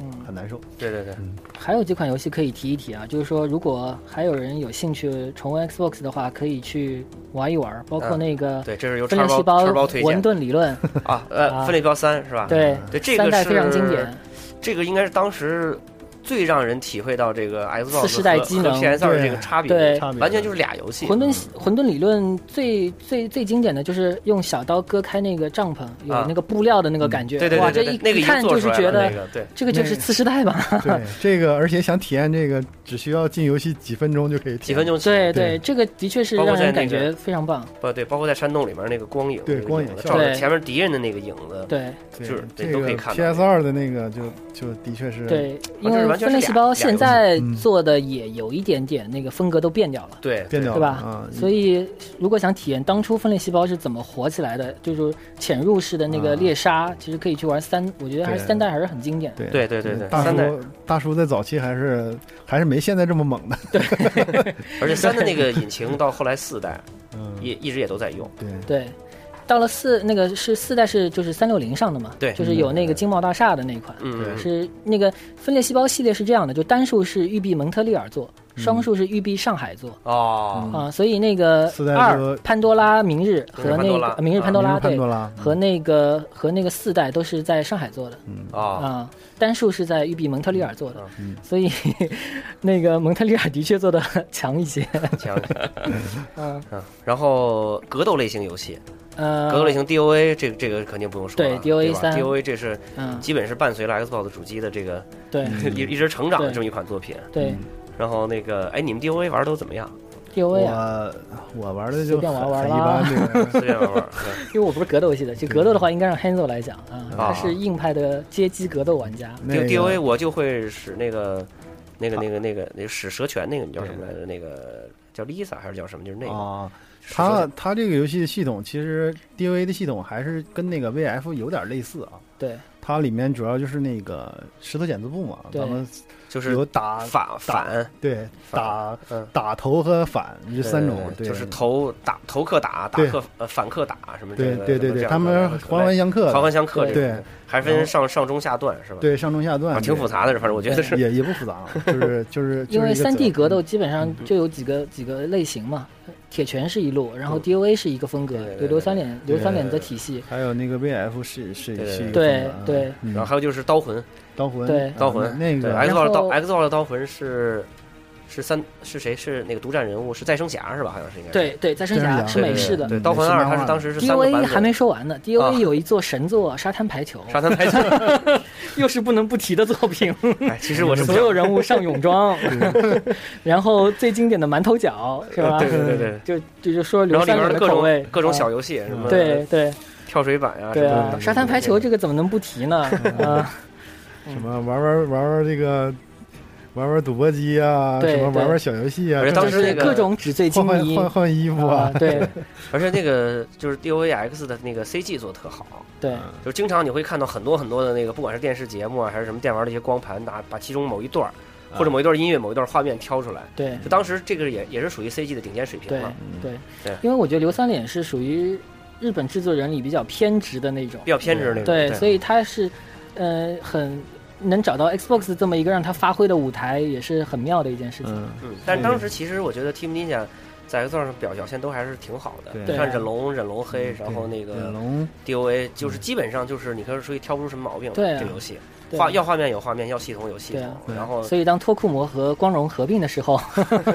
S12: 嗯
S6: 很难受。
S10: 对对对，
S12: 还有几款游戏可以提一提啊，就是说如果还有人有兴趣重温 Xbox 的话，可以去玩一玩，包括那个、
S10: 嗯对这是由
S12: 分裂
S10: 叉包
S12: 细
S10: 叉包推荐
S12: 文顿理 论
S10: 啊，呃，分类标三是吧？
S12: 对
S10: 对，这个
S12: 三代
S10: 是
S12: 非常经典，
S10: 这个应该是当时最让人体会到这个 Xbox
S12: 次世代
S10: 和
S12: 机能
S10: 和 PS 二这个
S12: 对
S10: 差别，
S12: 对差别
S10: 完全就是俩游戏。
S12: 混沌混沌理论最最最经典的就是用小刀割开那个帐篷，有
S10: 啊嗯
S12: 那个布料的那个感觉，
S10: 对对对
S12: 哇，这
S10: 对
S12: 一、
S10: 那个已
S12: 一
S10: 经
S12: 看
S10: 做
S12: 就是
S10: 出来
S12: 觉
S10: 了
S12: 得
S10: 那个嗯对
S12: 这个就是次世代吧？
S6: 对这个，而且想体验这个，只需要进游戏几分钟就可以体验。
S10: 几分钟起
S12: 对
S10: 对
S12: 对，这个的确是
S10: 包括
S12: 让
S10: 在
S12: 人
S10: 那
S12: 感觉
S10: 个
S12: 非常棒。
S10: 不对，包括在山洞里面那个光影，
S6: 对
S10: 那个
S6: 光影
S10: 影子
S6: 效
S10: 照
S12: 果
S10: 着前面敌人的那个影子，
S12: 对
S10: 就是
S6: 这
S10: 都
S6: 个
S10: 可以看到。
S6: PS 二的那个就就的确是
S12: 对，
S10: 啊
S12: 因
S10: 这是
S12: 为
S10: 完全
S12: 分类
S10: 是
S12: 细
S10: 俩
S12: 胞
S10: 俩
S12: 现
S10: 游戏
S12: 在做的也有一点点那个风格都变掉了，
S10: 对
S6: 变掉
S12: 对
S6: 了
S12: 吧
S6: 啊？
S12: 所以如果想体验当初分类细胞是怎么火起来的，就是潜入式的那个猎杀，其实可以去玩三，我觉得还是
S6: 啊对
S12: 三代还是很经典。
S6: 对
S10: 对对对对
S6: 大
S10: 三代
S6: 叔大叔在早期还是还是没现在这么猛的。
S10: 而且三的那个引擎到后来四代，嗯 也一直也都在用。
S6: 对
S12: 对，到了四那个是四代是就是三六零上的嘛，
S10: 对
S12: 就是有那个金茂大厦的那一款，
S10: 嗯对
S12: 是那个分裂细胞系列是这样的，就单数是育碧蒙特利尔做，
S6: 嗯
S12: 双数是育碧上海做。
S10: 哦
S12: 啊，所以那个
S6: 四代
S12: 二
S6: 和
S12: 潘多拉明日和
S10: 明日
S12: 那
S10: 潘多拉
S12: 个呃明日潘多
S6: 啊明
S12: 拉
S6: 日潘
S12: 对
S6: 多拉，
S12: 和那个和那个四代都是在上海做的
S10: 啊，嗯
S12: 啊，单数是在育碧蒙特利尔做的，
S6: 嗯
S12: 所以 那个蒙特利尔的确做的强一 些。
S10: 强。
S12: 嗯
S10: 嗯，然后格斗类型游戏，
S12: 呃，
S10: 格斗类型 DOA 这个这个肯定不用说了，
S12: 对 DOA
S10: 吧
S12: 三
S10: DOA 这是
S12: 嗯
S10: 基本是伴随了 Xbox 主机的这个
S12: 对
S6: 嗯
S10: 一一直成长的
S12: 对
S10: 这么一款作品。
S12: 对
S10: 然后那个，哎，你们 DOA 玩的都怎么样？
S12: DOA 啊，
S6: 我我玩的
S12: 随
S6: 就
S12: 便
S6: 很
S12: 玩玩
S6: 很一
S12: 啦
S6: 般， 对。
S10: 随便玩玩。
S12: 因为我不是格斗系的，就格斗的话应该让 Hanzo 来讲啊，他
S10: 啊
S12: 是硬派的街机格斗玩家。
S6: 那
S10: D
S6: 个
S10: D O A 我就会使那个那个那个那个那个使蛇拳那个，你叫什么
S6: 嗯
S10: 来着？那个叫 Lisa 还是叫什么？就是那个。
S6: 啊，
S10: 是
S6: 它
S10: 说
S6: 它这个游戏的系统其实 D O A 的系统还是跟那个 V F 有点类似啊。
S12: 对
S6: 它里面主要就是那个石头剪子布嘛，
S12: 对
S6: 咱们
S10: 就是
S6: 有打
S10: 反反
S6: 对打
S10: 嗯
S6: 打头和反这三种，对，
S10: 就是头打头客打打
S6: 对
S10: 客呃反客打什么这
S6: 对
S10: 个
S6: 对对
S10: 什么这
S6: 对，
S10: 样
S6: 他们
S10: 的
S6: 环环相克的，
S10: 环环相克
S6: 对
S10: 这个还分上上中下段是吧？
S6: 对上中下
S10: 啊，
S6: 段，
S10: 挺
S6: 对
S10: 复杂的，反正我觉得是。
S6: 也也不复杂，啊就是就 是
S12: 因为三 D 格斗
S6: 基
S12: 基本
S10: 嗯
S12: 上就有几个几个类型嘛，铁拳是一路，然后 DOA 是一个风格
S10: 对对，
S12: 有
S10: 对
S12: 硫酸脸
S6: 对
S12: 硫酸脸的体系，
S6: 还有那个 VF 是是
S10: 对
S6: 是一个
S12: 对
S6: 风格啊
S12: 对，
S6: 嗯
S10: 然后还有就是刀魂，
S6: 刀魂
S12: 对
S6: 啊
S10: 刀魂
S6: 那那
S10: 对
S6: 个
S10: Xbox
S12: 然后
S10: 刀 Xbox 的刀魂是是三是谁是那个独占人物是再生侠是吧？好像是应该是
S12: 对对，再生
S6: 真是
S12: 侠
S6: 假
S12: 是
S10: 对
S12: 美式的
S10: 对，对
S6: 嗯
S10: 刀魂
S6: 美式
S10: 二
S6: 漫
S10: 它是
S6: 画
S10: 当时是三个
S12: DOA
S10: 版本，
S12: 还没说完呢，DOA
S10: 啊
S12: 有一座神作《沙滩排球》，
S10: 沙滩排球。
S12: 又是不能不提的作品，
S10: 哎，其实我是不
S12: 所
S10: 想
S12: 有人物上泳装，然后最经典的馒头角是吧？
S10: 对对对对
S12: 就就就说
S10: 然
S12: 硫
S10: 后里
S12: 酸
S10: 面
S12: 脸
S10: 的
S12: 的
S10: 各
S12: 口味
S10: 种，各种
S12: 啊
S10: 小游戏，什么
S12: 对对
S10: 跳水板呀，
S12: 对
S10: 什么
S12: 啊
S10: 的，
S12: 沙滩排球这个怎么能不提呢？啊。
S6: 什么玩玩玩玩这个玩玩赌博机啊，
S12: 对
S6: 什么
S12: 对
S6: 玩玩小游戏啊
S10: 而且，当时
S12: 就是
S10: 那个
S12: 各种纸醉金
S6: 换换
S12: 迷
S6: 换换衣服
S12: 啊
S6: 啊，，
S12: 对
S10: 而且那个就是 DOAX 的那个 CG 做的特好，
S12: 对
S10: 就经常你会看到很多很多的那个，不管是电视节目啊，还是什么电玩的一些光盘，拿把其中某一段儿或者某一段音乐、某一段画面挑出来。
S12: 对
S10: 就当时这个也也是属于 CG 的顶尖水平
S12: 对
S10: 了。
S6: 嗯
S12: 对
S10: 对，
S12: 因为我觉得刘三脸是属于日本制作人里比较偏执的那种，
S10: 比较偏执的那种
S12: 对，
S10: 对
S12: 所以他是，呃，很能找到 Xbox 这么一个让他发挥的舞台，也是很妙的一件事情。
S10: 嗯，但当时其实我觉得 Team Ninja 在 Xbox 上表表现都还是挺好的，
S12: 对啊
S10: 像忍龙、忍龙
S12: 嗯
S10: 黑，然后那个
S6: 忍龙
S10: DOA，就是基本上就是你可以说挑不出什么毛病来。
S12: 对啊
S10: 这个游戏
S12: 对
S10: 画要画面有画面，要系统有系
S12: 对
S10: 统
S12: 啊，
S10: 然后
S12: 所以当脱库摩和光荣合并的时候，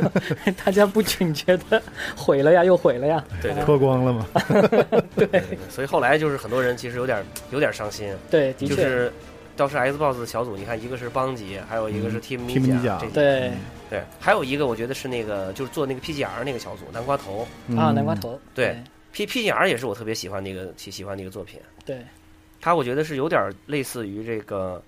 S12: 大家不仅觉得毁了呀，又毁了呀，
S10: 对对
S6: 脱光了吗？
S12: 对
S10: 所以后来就是很多人其实有点有点伤心。
S12: 对的确
S10: 就是当时 Xbox 小组，你看一个是邦吉，还有一个是 Team
S6: 嗯 Team
S10: Ninja，
S6: Ninja
S10: 这
S12: 对
S10: 对，还有一个我觉得是那个就是做那个 PGR 那个小组南瓜头
S6: 嗯
S12: 啊，南瓜头，
S10: 对 P PGR 也是我特别喜欢的一个喜喜欢的一个作品，
S12: 对，
S10: 它我觉得是有点类似于这个。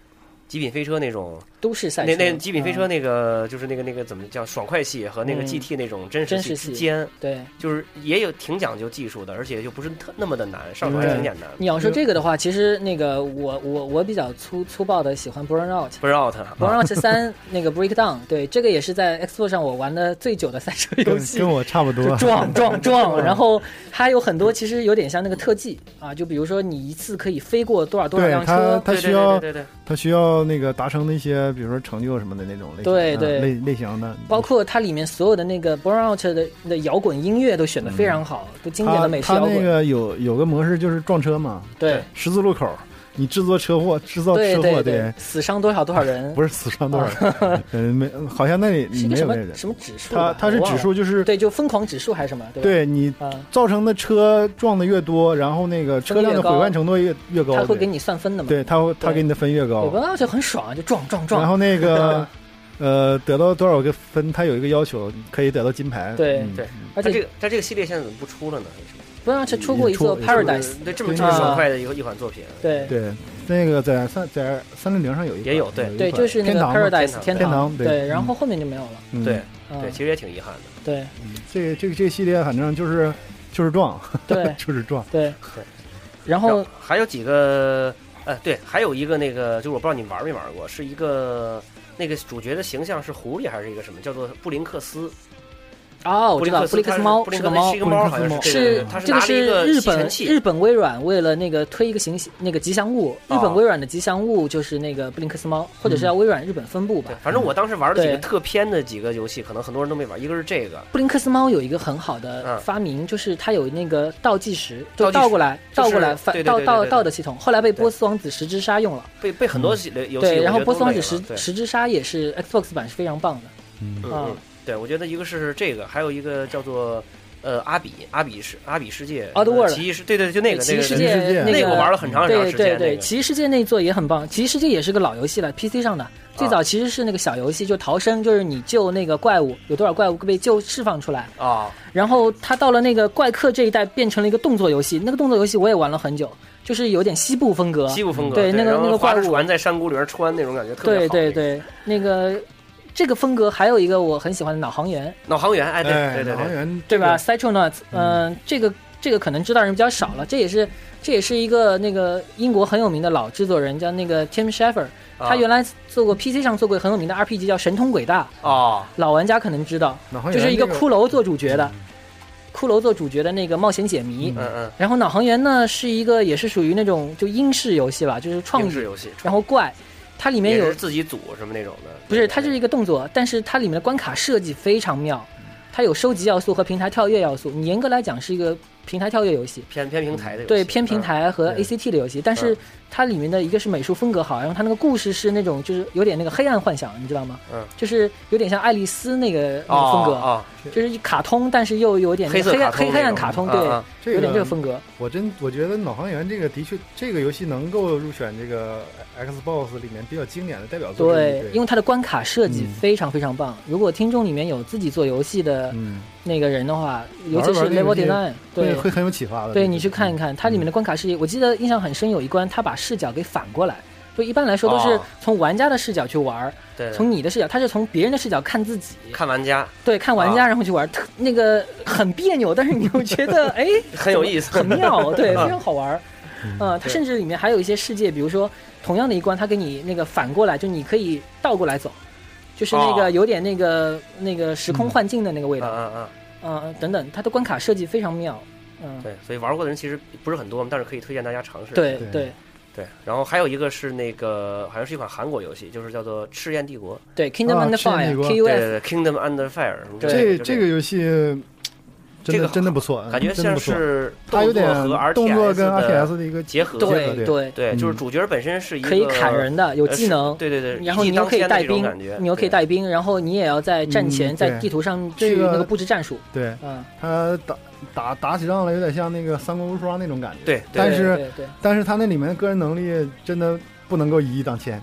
S10: 极品飞车那种
S12: 都市赛
S10: 那那
S12: 车
S10: 极品飞车
S12: 嗯
S10: 那个、就是那个那个怎么叫爽快系和那个
S12: 嗯
S10: GT 那种真
S12: 真
S10: 实
S12: 实系
S10: 之间，
S12: 对，
S10: 就是也有挺讲究技术的，而且就不是特那么的难，上手还
S12: 对
S10: 挺简单的。
S12: 你要说这个的话，其实那个我我我比较粗粗暴的喜欢 Burnout。
S10: 不是 out，
S12: Burnout
S10: 啊
S12: 三 那个 Breakdown，对，这个也是在 Xbox 上我玩的最久的赛车游
S6: 跟
S12: 戏，
S6: 跟我差不多
S12: 就，撞撞撞，
S6: 嗯
S12: 然后它有很多其实有点像那个特技啊，就比如说你一次可以飞过多少多少
S6: 对
S12: 辆
S6: 他
S12: 车，
S6: 他需要
S12: 哦
S10: 对对对对对
S6: 他需要那个达成那些，比如说成就什么的那种类型
S12: 对
S6: 嗯
S12: 对
S6: 类类型的，
S12: 包括它里面所有的那个 Burnout 的的摇滚音乐都选的非常好，都经典的美式
S6: 嗯他
S12: 摇
S6: 他那
S12: 滚，
S6: 个有有个模式就是撞车嘛，
S12: 对，
S6: 十字路口你制作车祸，制造
S12: 对
S6: 车
S12: 对
S6: 祸，
S12: 对，死伤多少多少人，
S6: 不是死伤多少 人，嗯，没，好像那里
S12: 是一个
S6: 没有
S12: 什
S6: 那
S12: 么
S6: 人，
S12: 什么指数
S6: 它
S12: 吧，
S6: 它是
S12: 我忘
S6: 指数
S12: 了
S6: 就是
S12: 对，就疯狂指数还是什么，对吧
S6: 对你
S12: 啊
S6: 造成的车撞的越多，然后那个车辆的毁坏程度越越高，
S12: 他会
S6: 对
S12: 给你算分的嘛？
S6: 对，他会他
S12: 对
S6: 给你的分越
S12: 我
S6: 高，
S12: 刚刚就很爽，就撞撞撞。
S6: 然后 那个呃得到多少个分，他有一个要求，可以得到金牌，
S12: 对
S6: 嗯
S10: 对，
S12: 而且
S10: 它这个它这个系列现在怎么不出了呢？为什么
S12: 不让 o 出过一
S6: 出
S12: 座
S6: 出
S12: Paradise，
S10: 对，这么这么
S12: 啊
S10: 爽快的一个一款作品，啊
S12: 对
S6: 对，那个在三在三六零上有一
S10: 也有对
S12: 对，
S6: 对
S12: 就是那个 Paradise
S10: 天堂
S6: 天堂
S12: 堂，
S6: 对
S12: 对，然
S6: 嗯嗯
S12: 后后面就没有了，
S10: 对
S12: 嗯
S10: 对，其实也挺遗憾的。
S12: 对
S6: 这个这个这个系列反正就是就是撞，
S12: 对
S6: 就是撞，
S12: 对
S10: 对。
S12: 然后
S10: 还有几个，呃，对，还有一个那个，就是我不知道你玩没玩过，是一个那个主角的形象是狐狸还是一个什么，叫做布林克斯。
S12: 哦，我知
S10: 布林
S12: 道
S10: 克
S12: 布
S10: 斯
S12: 林克
S10: 它
S12: 斯
S10: 是
S12: 猫
S10: 布
S12: 是
S10: 林
S12: 个
S10: 克
S12: 猫
S10: 斯是个，猫，好像是
S6: 布林克
S10: 哦
S6: 斯
S10: 对对
S12: 是
S10: 对它
S12: 这
S10: 拿了一
S12: 是
S10: 个
S12: 日
S10: 吸尘
S12: 本
S10: 器
S12: 日本微软为了那个推一个形那个吉祥物，日本
S10: 哦
S12: 微软的吉祥物就是那个布林克斯猫，或者是叫微软日本分部吧
S10: 对，。反正我当时玩了几个
S12: 对
S10: 特偏的几个游戏，可能很多人都没玩。一个是这个，
S12: 布林克斯猫有一个很好的
S10: 嗯
S12: 发明，就是它有那个倒计时，就
S10: 倒计
S12: 倒
S10: 时
S12: 过来，
S10: 就
S12: 倒过
S10: 是
S12: 来
S10: 对
S12: 反
S10: 对
S12: 倒
S10: 对对
S12: 倒
S10: 对
S12: 倒的系统，后来被
S10: 对
S12: 波斯王子十之沙用了。
S10: 被被很多游戏游戏
S12: 嗯对，然后
S10: 我觉得都
S12: 波斯王子
S10: 没
S12: 十
S10: 了对
S12: 十之沙也是 Xbox 版是非常棒的。
S10: 嗯
S12: 啊
S10: 嗯，对，我觉得一个是这个，还有一个叫做呃阿比阿比世阿比世界呃
S12: Oddworld
S10: 奇异世，对对，就那个
S12: 奇异世
S10: 那
S12: 界
S10: 个
S12: 那
S10: 那
S12: 个
S10: 个我玩了很长很长
S12: 对
S10: 时间
S12: 对，
S10: 那
S12: 对，
S10: 个
S12: 奇异世界那一座也很棒。奇异世界也是个老游戏了，PC 上的，最
S10: 啊
S12: 早其实是那个小游戏，就逃生，就是你救那个怪物，有多少怪物被救释放出来。
S10: 啊，
S12: 然后它到了那个怪客这一代，变成了一个动作游戏。那个动作游戏我也玩了很久，就是有点西部风格。
S10: 西部风格，
S12: 对那个
S10: 然后
S12: 那个怪
S10: 划着
S12: 物
S10: 船在山谷里边穿那种感觉特
S12: 对
S10: 别好。
S12: 对，对，那个这个风格还有一个我很喜欢的脑航员，
S10: 脑航员，哎，对
S6: 哎，
S10: 对对
S6: 航
S10: 对，
S6: 员
S12: 对吧 c y t r o n a u t 嗯，这个这个可能知道人比较少了，这也是这也是一个那个英国很有名的老制作人，叫那个 Tim Schafer，
S10: 啊
S12: 他原来做过 PC 上做过很有名的 RPG 叫《神通轨大》，
S10: 哦，
S12: 老玩家可能知道
S6: 脑航，
S12: 就
S6: 员
S12: 是一个
S6: 那个
S12: 骷髅做主角的，骷髅做主角的那个冒险解谜。
S10: 嗯嗯，
S12: 然后脑航员呢是一个也是属于那种就英式游戏吧，就是创
S10: 定
S12: 意
S10: 制，游戏，
S12: 然后怪，它里面
S10: 也
S12: 有
S10: 是自己组什么那种的，
S12: 不是，它是一
S10: 个
S12: 个动作，但是它里面的关卡设计非常妙，它有收集要素和平台跳跃要素。你严格来讲是一个平台跳跃游戏，
S10: 偏偏平台的游戏，
S12: 对偏平
S10: 嗯
S12: 台和
S6: 对
S12: ACT 的游戏，但是它里面的一个是美术风格好，然后它那个故事是那种就是有点那个黑暗幻想，你知道吗？
S10: 嗯，
S12: 就是有点像爱丽丝那个那个
S10: 哦
S12: 风格，
S10: 啊，
S12: 就是卡通，但是又有点那
S10: 黑
S12: 个黑
S10: 色卡
S12: 暗
S10: 通
S12: 黑黑暗卡通，
S10: 那
S12: 对
S10: 种，啊
S6: 这
S12: 有点这
S6: 个
S12: 个风格。
S6: 我真我觉得《脑航员》这个的确，这个游戏能够入选这个 Xbox 里面比较经典的代表作之一。
S12: 对，因为它的关卡设计非常非常棒。如果听众里面有自己做游戏的
S6: 嗯，
S12: 那个人的话，尤
S6: 玩
S12: 其
S6: 玩
S12: 是
S6: 那
S12: level
S6: 个游
S12: design，对
S6: 会，会很有启发的。
S12: 对
S6: 这个
S12: 你去看一
S10: 嗯
S12: 看，它里面的关卡设计，我记得印象很深，有一关它把视角给反过来，就一般来说都是
S10: 哦
S12: 从玩家的视角去玩儿，
S10: 对，
S12: 从你的视角，它是从别人的视角看自己，
S10: 看玩家
S12: 对，看玩
S10: 啊
S12: 家然后去玩儿，特那个很别扭，但是你又觉得 哎
S10: 很有意思，
S12: 很妙，对，
S10: 啊
S12: 非常好玩儿。嗯，它
S10: 对
S12: 甚至里面还有一些世界，比如说同样的一关，它给你那个反过来，就你可以倒过来走，就是那个有点那个那个时空
S10: 哦嗯
S12: 幻境的那个味道，
S10: 嗯嗯
S12: 嗯嗯等等，它的关卡设计非常妙，嗯，
S10: 对，所以玩过的人其实不是很多，但是可以推荐大家尝试。
S12: 对对对
S10: 对。然后还有一个是那个，好像是一款韩国游戏，就是叫做《赤焰帝国》。
S12: 对 Kingdom
S6: 啊
S12: Under
S6: 赤焰帝
S12: Fire
S6: 国
S12: KUF
S10: 对对对，Kingdom Under Fire 什么之类
S6: 这
S10: 的。就
S6: 这个游戏真
S10: 这
S6: 的
S10: 个
S6: 真的不错，嗯
S10: 感觉
S6: 真的
S10: 像
S6: 不错
S10: 是
S6: 它有
S10: 动作
S6: 点
S10: 和 RTS
S6: 动作跟
S10: 的
S6: RTS 的一个
S10: 结合，
S6: 对对
S10: 对
S6: 对
S10: 就是
S6: 嗯
S10: 主角本身是一个
S12: 可以砍人的，有技
S10: 呃
S12: 能，
S10: 是对对对，
S12: 然后你又可以带兵，你又可以
S10: 带
S12: 带兵，然后你也要在战前
S6: 嗯
S12: 在
S6: 对
S12: 地图上
S6: 这
S12: 去
S6: 个
S12: 那个布置战术，
S6: 对，
S12: 嗯，
S6: 他打打打起仗来有点像那个三国无双那种感觉，
S10: 对对
S6: 但
S12: 对
S6: 是
S12: 对对
S6: 但是他那里面的个人能力真的不能够一一当千，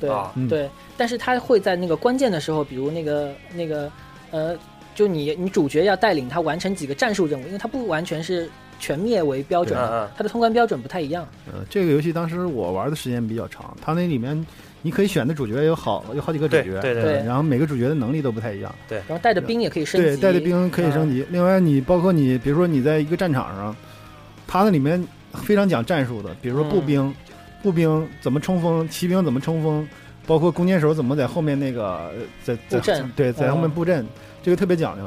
S12: 对、
S6: 啊嗯
S12: 对，但是他会在那个关键的时候，比如那个那个呃，就你你主角要带领他完成几个战术任务，因为他不完全是全灭为标准
S6: 对嗯嗯
S12: 的，他的通关标准不太一样。
S6: 呃，这个游戏当时我玩的时间比较长，它那里面你可以选的主角有好有好几个主角，
S12: 对对对
S6: 呃然后每个主角的能力都不太一样，
S10: 对，
S12: 然后带的兵也可以升级，啊
S6: 对，带的兵可以升级。另外，你包括你，比如说你在一个战场上，它那里面非常讲战术的，比如说
S12: 嗯
S6: 步兵，步兵怎么冲锋，骑兵怎么冲锋，包括弓箭手怎么在后面那个呃在在
S12: 布阵
S6: 对，在后面
S12: 哦
S6: 布阵，这个特别讲究。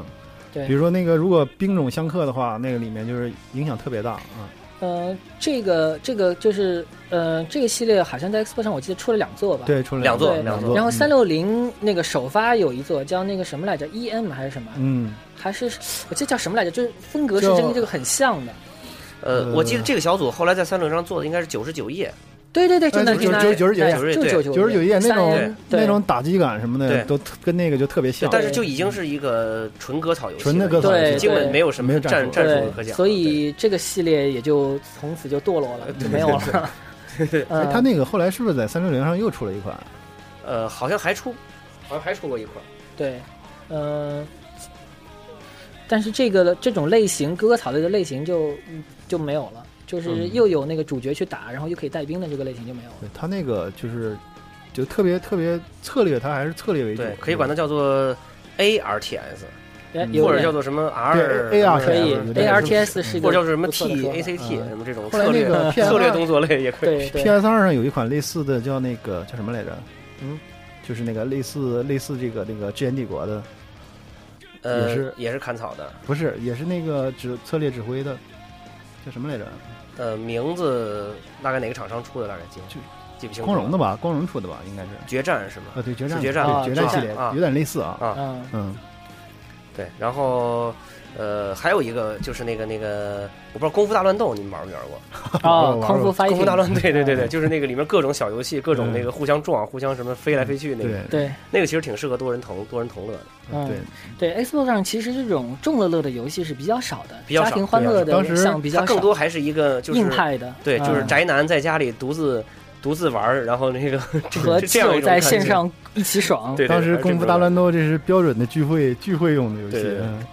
S12: 对
S6: 比如说那个如果兵种相克的话，那个里面就是影响特别大啊。
S12: 呃，这个这个就是呃，这个系列好像在 Xbox 上我记得出了两座吧？
S6: 对出了两座
S12: 对
S6: 两座
S12: 然后
S6: 嗯
S12: 三六零那个首发有一座叫那个什么来着？EM 还是什么？
S6: 嗯，
S12: 还是我记得叫什么来着？就是风格是
S10: 叫
S12: 真跟这个很像的。
S10: 呃，我记得这个小组后来在三六上做的应该是九十九页，
S12: 对对对，就那
S10: 呃
S12: 就那
S10: 九十九
S12: 对
S10: 九十九
S12: 就
S10: 页
S12: 九
S6: 九十九页那种
S10: 对
S6: 那种打击感什么
S10: 对
S6: 的，都特跟那个就特别像。
S10: 但是就已经是一个纯割草游戏了，
S6: 嗯纯的割草游戏
S10: 已经基本
S6: 对
S10: 没有什么
S6: 没有战
S10: 战
S6: 术
S10: 战
S12: 对
S10: 术可讲。
S12: 所以这个系列也就从此就堕落 了，就没有了。
S6: 哎
S12: 嗯
S6: 它那个后来是不是在三六零上又出了一款？
S10: 呃，好像还出，好像还出过一款。
S12: 对，嗯，但是这个这种类型割割草类的类型就嗯就没有了，就是
S6: 嗯
S12: 又有那个主角去打，然后又可以带兵的这个类型就没有了。
S6: 对他那个就是就特别特别策略，他还是策略为主，
S10: 对，可以管它叫做 ARTS，
S12: 哎
S6: 有
S10: 或者
S6: 点
S10: 叫做什么 R
S6: 对 ARTS
S12: 可以
S10: 嗯
S12: ARTS 是一个
S10: 或者叫什么
S12: 不错的
S10: T
S12: 说法啊
S10: A C T
S6: 嗯
S10: 什么这种
S6: 后来
S10: 策略
S6: 那个 PS2
S10: 策略动作类也可以。
S6: PS 二上有一款类似的，叫那个叫什么来着？嗯，就是那个类似类似这个那个《之炎帝国》的，
S10: 呃
S6: 也是
S10: 也是砍草的，
S6: 不是也是那个指策略指挥的，叫什么来着？
S10: 呃，名字大概哪个厂商出的大概记不记不清楚了。
S6: 光荣的吧？光荣出的吧？应该是。
S10: 决战是吗？
S6: 啊，对，决
S10: 是
S6: 战，
S10: 决战
S6: 对决战系列
S10: 啊
S6: 有点类似啊。
S10: 啊，
S6: 嗯，
S10: 对，然后呃，还有一个就是那个那个，我不知道《功夫大乱斗》你们玩没玩过？
S12: 哦玩过功夫 fighting 嗯
S10: 功夫大乱，对对对对，就是那个里面各种小游戏，各种那个互相撞、互相什么飞来飞去那个，
S12: 对对，
S10: 那个其实挺适合多人同多人同乐的。
S12: 嗯，对，Xbox 上其实这种众乐乐的游戏是比较少的，
S10: 比较少
S12: 家庭欢乐
S10: 对啊
S12: 的项比较
S10: 它
S12: 少，
S10: 更多还是一个就是
S12: 硬派的，
S10: 对，就是
S12: 嗯
S10: 宅男在家里独自独自玩儿，然后那个这
S12: 和
S10: 这
S12: 基
S10: 样一
S12: 友
S10: 种
S12: 在
S10: 感觉
S12: 线上一起爽。
S10: 对对
S6: 当时
S10: 还
S6: 《
S10: 是
S6: 功
S10: 这
S6: 夫
S10: 种
S6: 大乱斗》这是标准的聚会聚会用的游
S10: 对
S6: 戏
S10: 对对，
S6: 嗯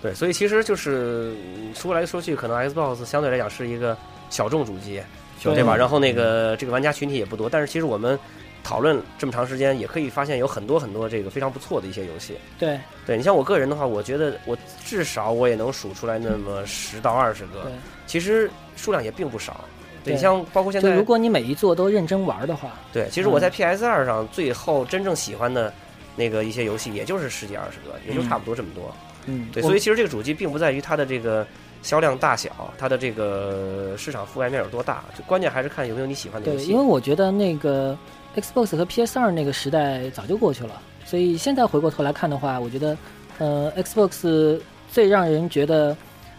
S10: 对，所以其实就是嗯说来说去，可能 Xbox 相对来讲是一个小众主机，
S6: 小
S10: 对吧？
S6: 众
S10: 然后那个这个玩家群体也不多，但是其实我们讨论这么长时间，也可以发现有很多很多这个非常不错的一些游戏。
S12: 对
S10: 对你像我个人的话，我觉得我至少我也能数出来那么十到二十个
S12: 对，
S10: 其实数量也并不少。对，
S12: 对
S10: 你像包括现在，
S12: 就如果你每一座都认真玩的话，
S10: 对，其实我在
S12: 嗯
S10: PS 二上最后真正喜欢的那个一些游戏，也就是十几二十个，也就差不多这么多。
S12: 嗯
S10: 对，
S12: 我
S10: 所以其实这个主机并不在于它的这个销量大小，它的这个市场覆盖面有多大，就关键还是看有没有你喜欢的游
S12: 对，
S10: 戏。
S12: 因为我觉得那个 Xbox 和 PS 二那个时代早就过去了，所以现在回过头来看的话，我觉得，呃，Xbox 最让人觉得，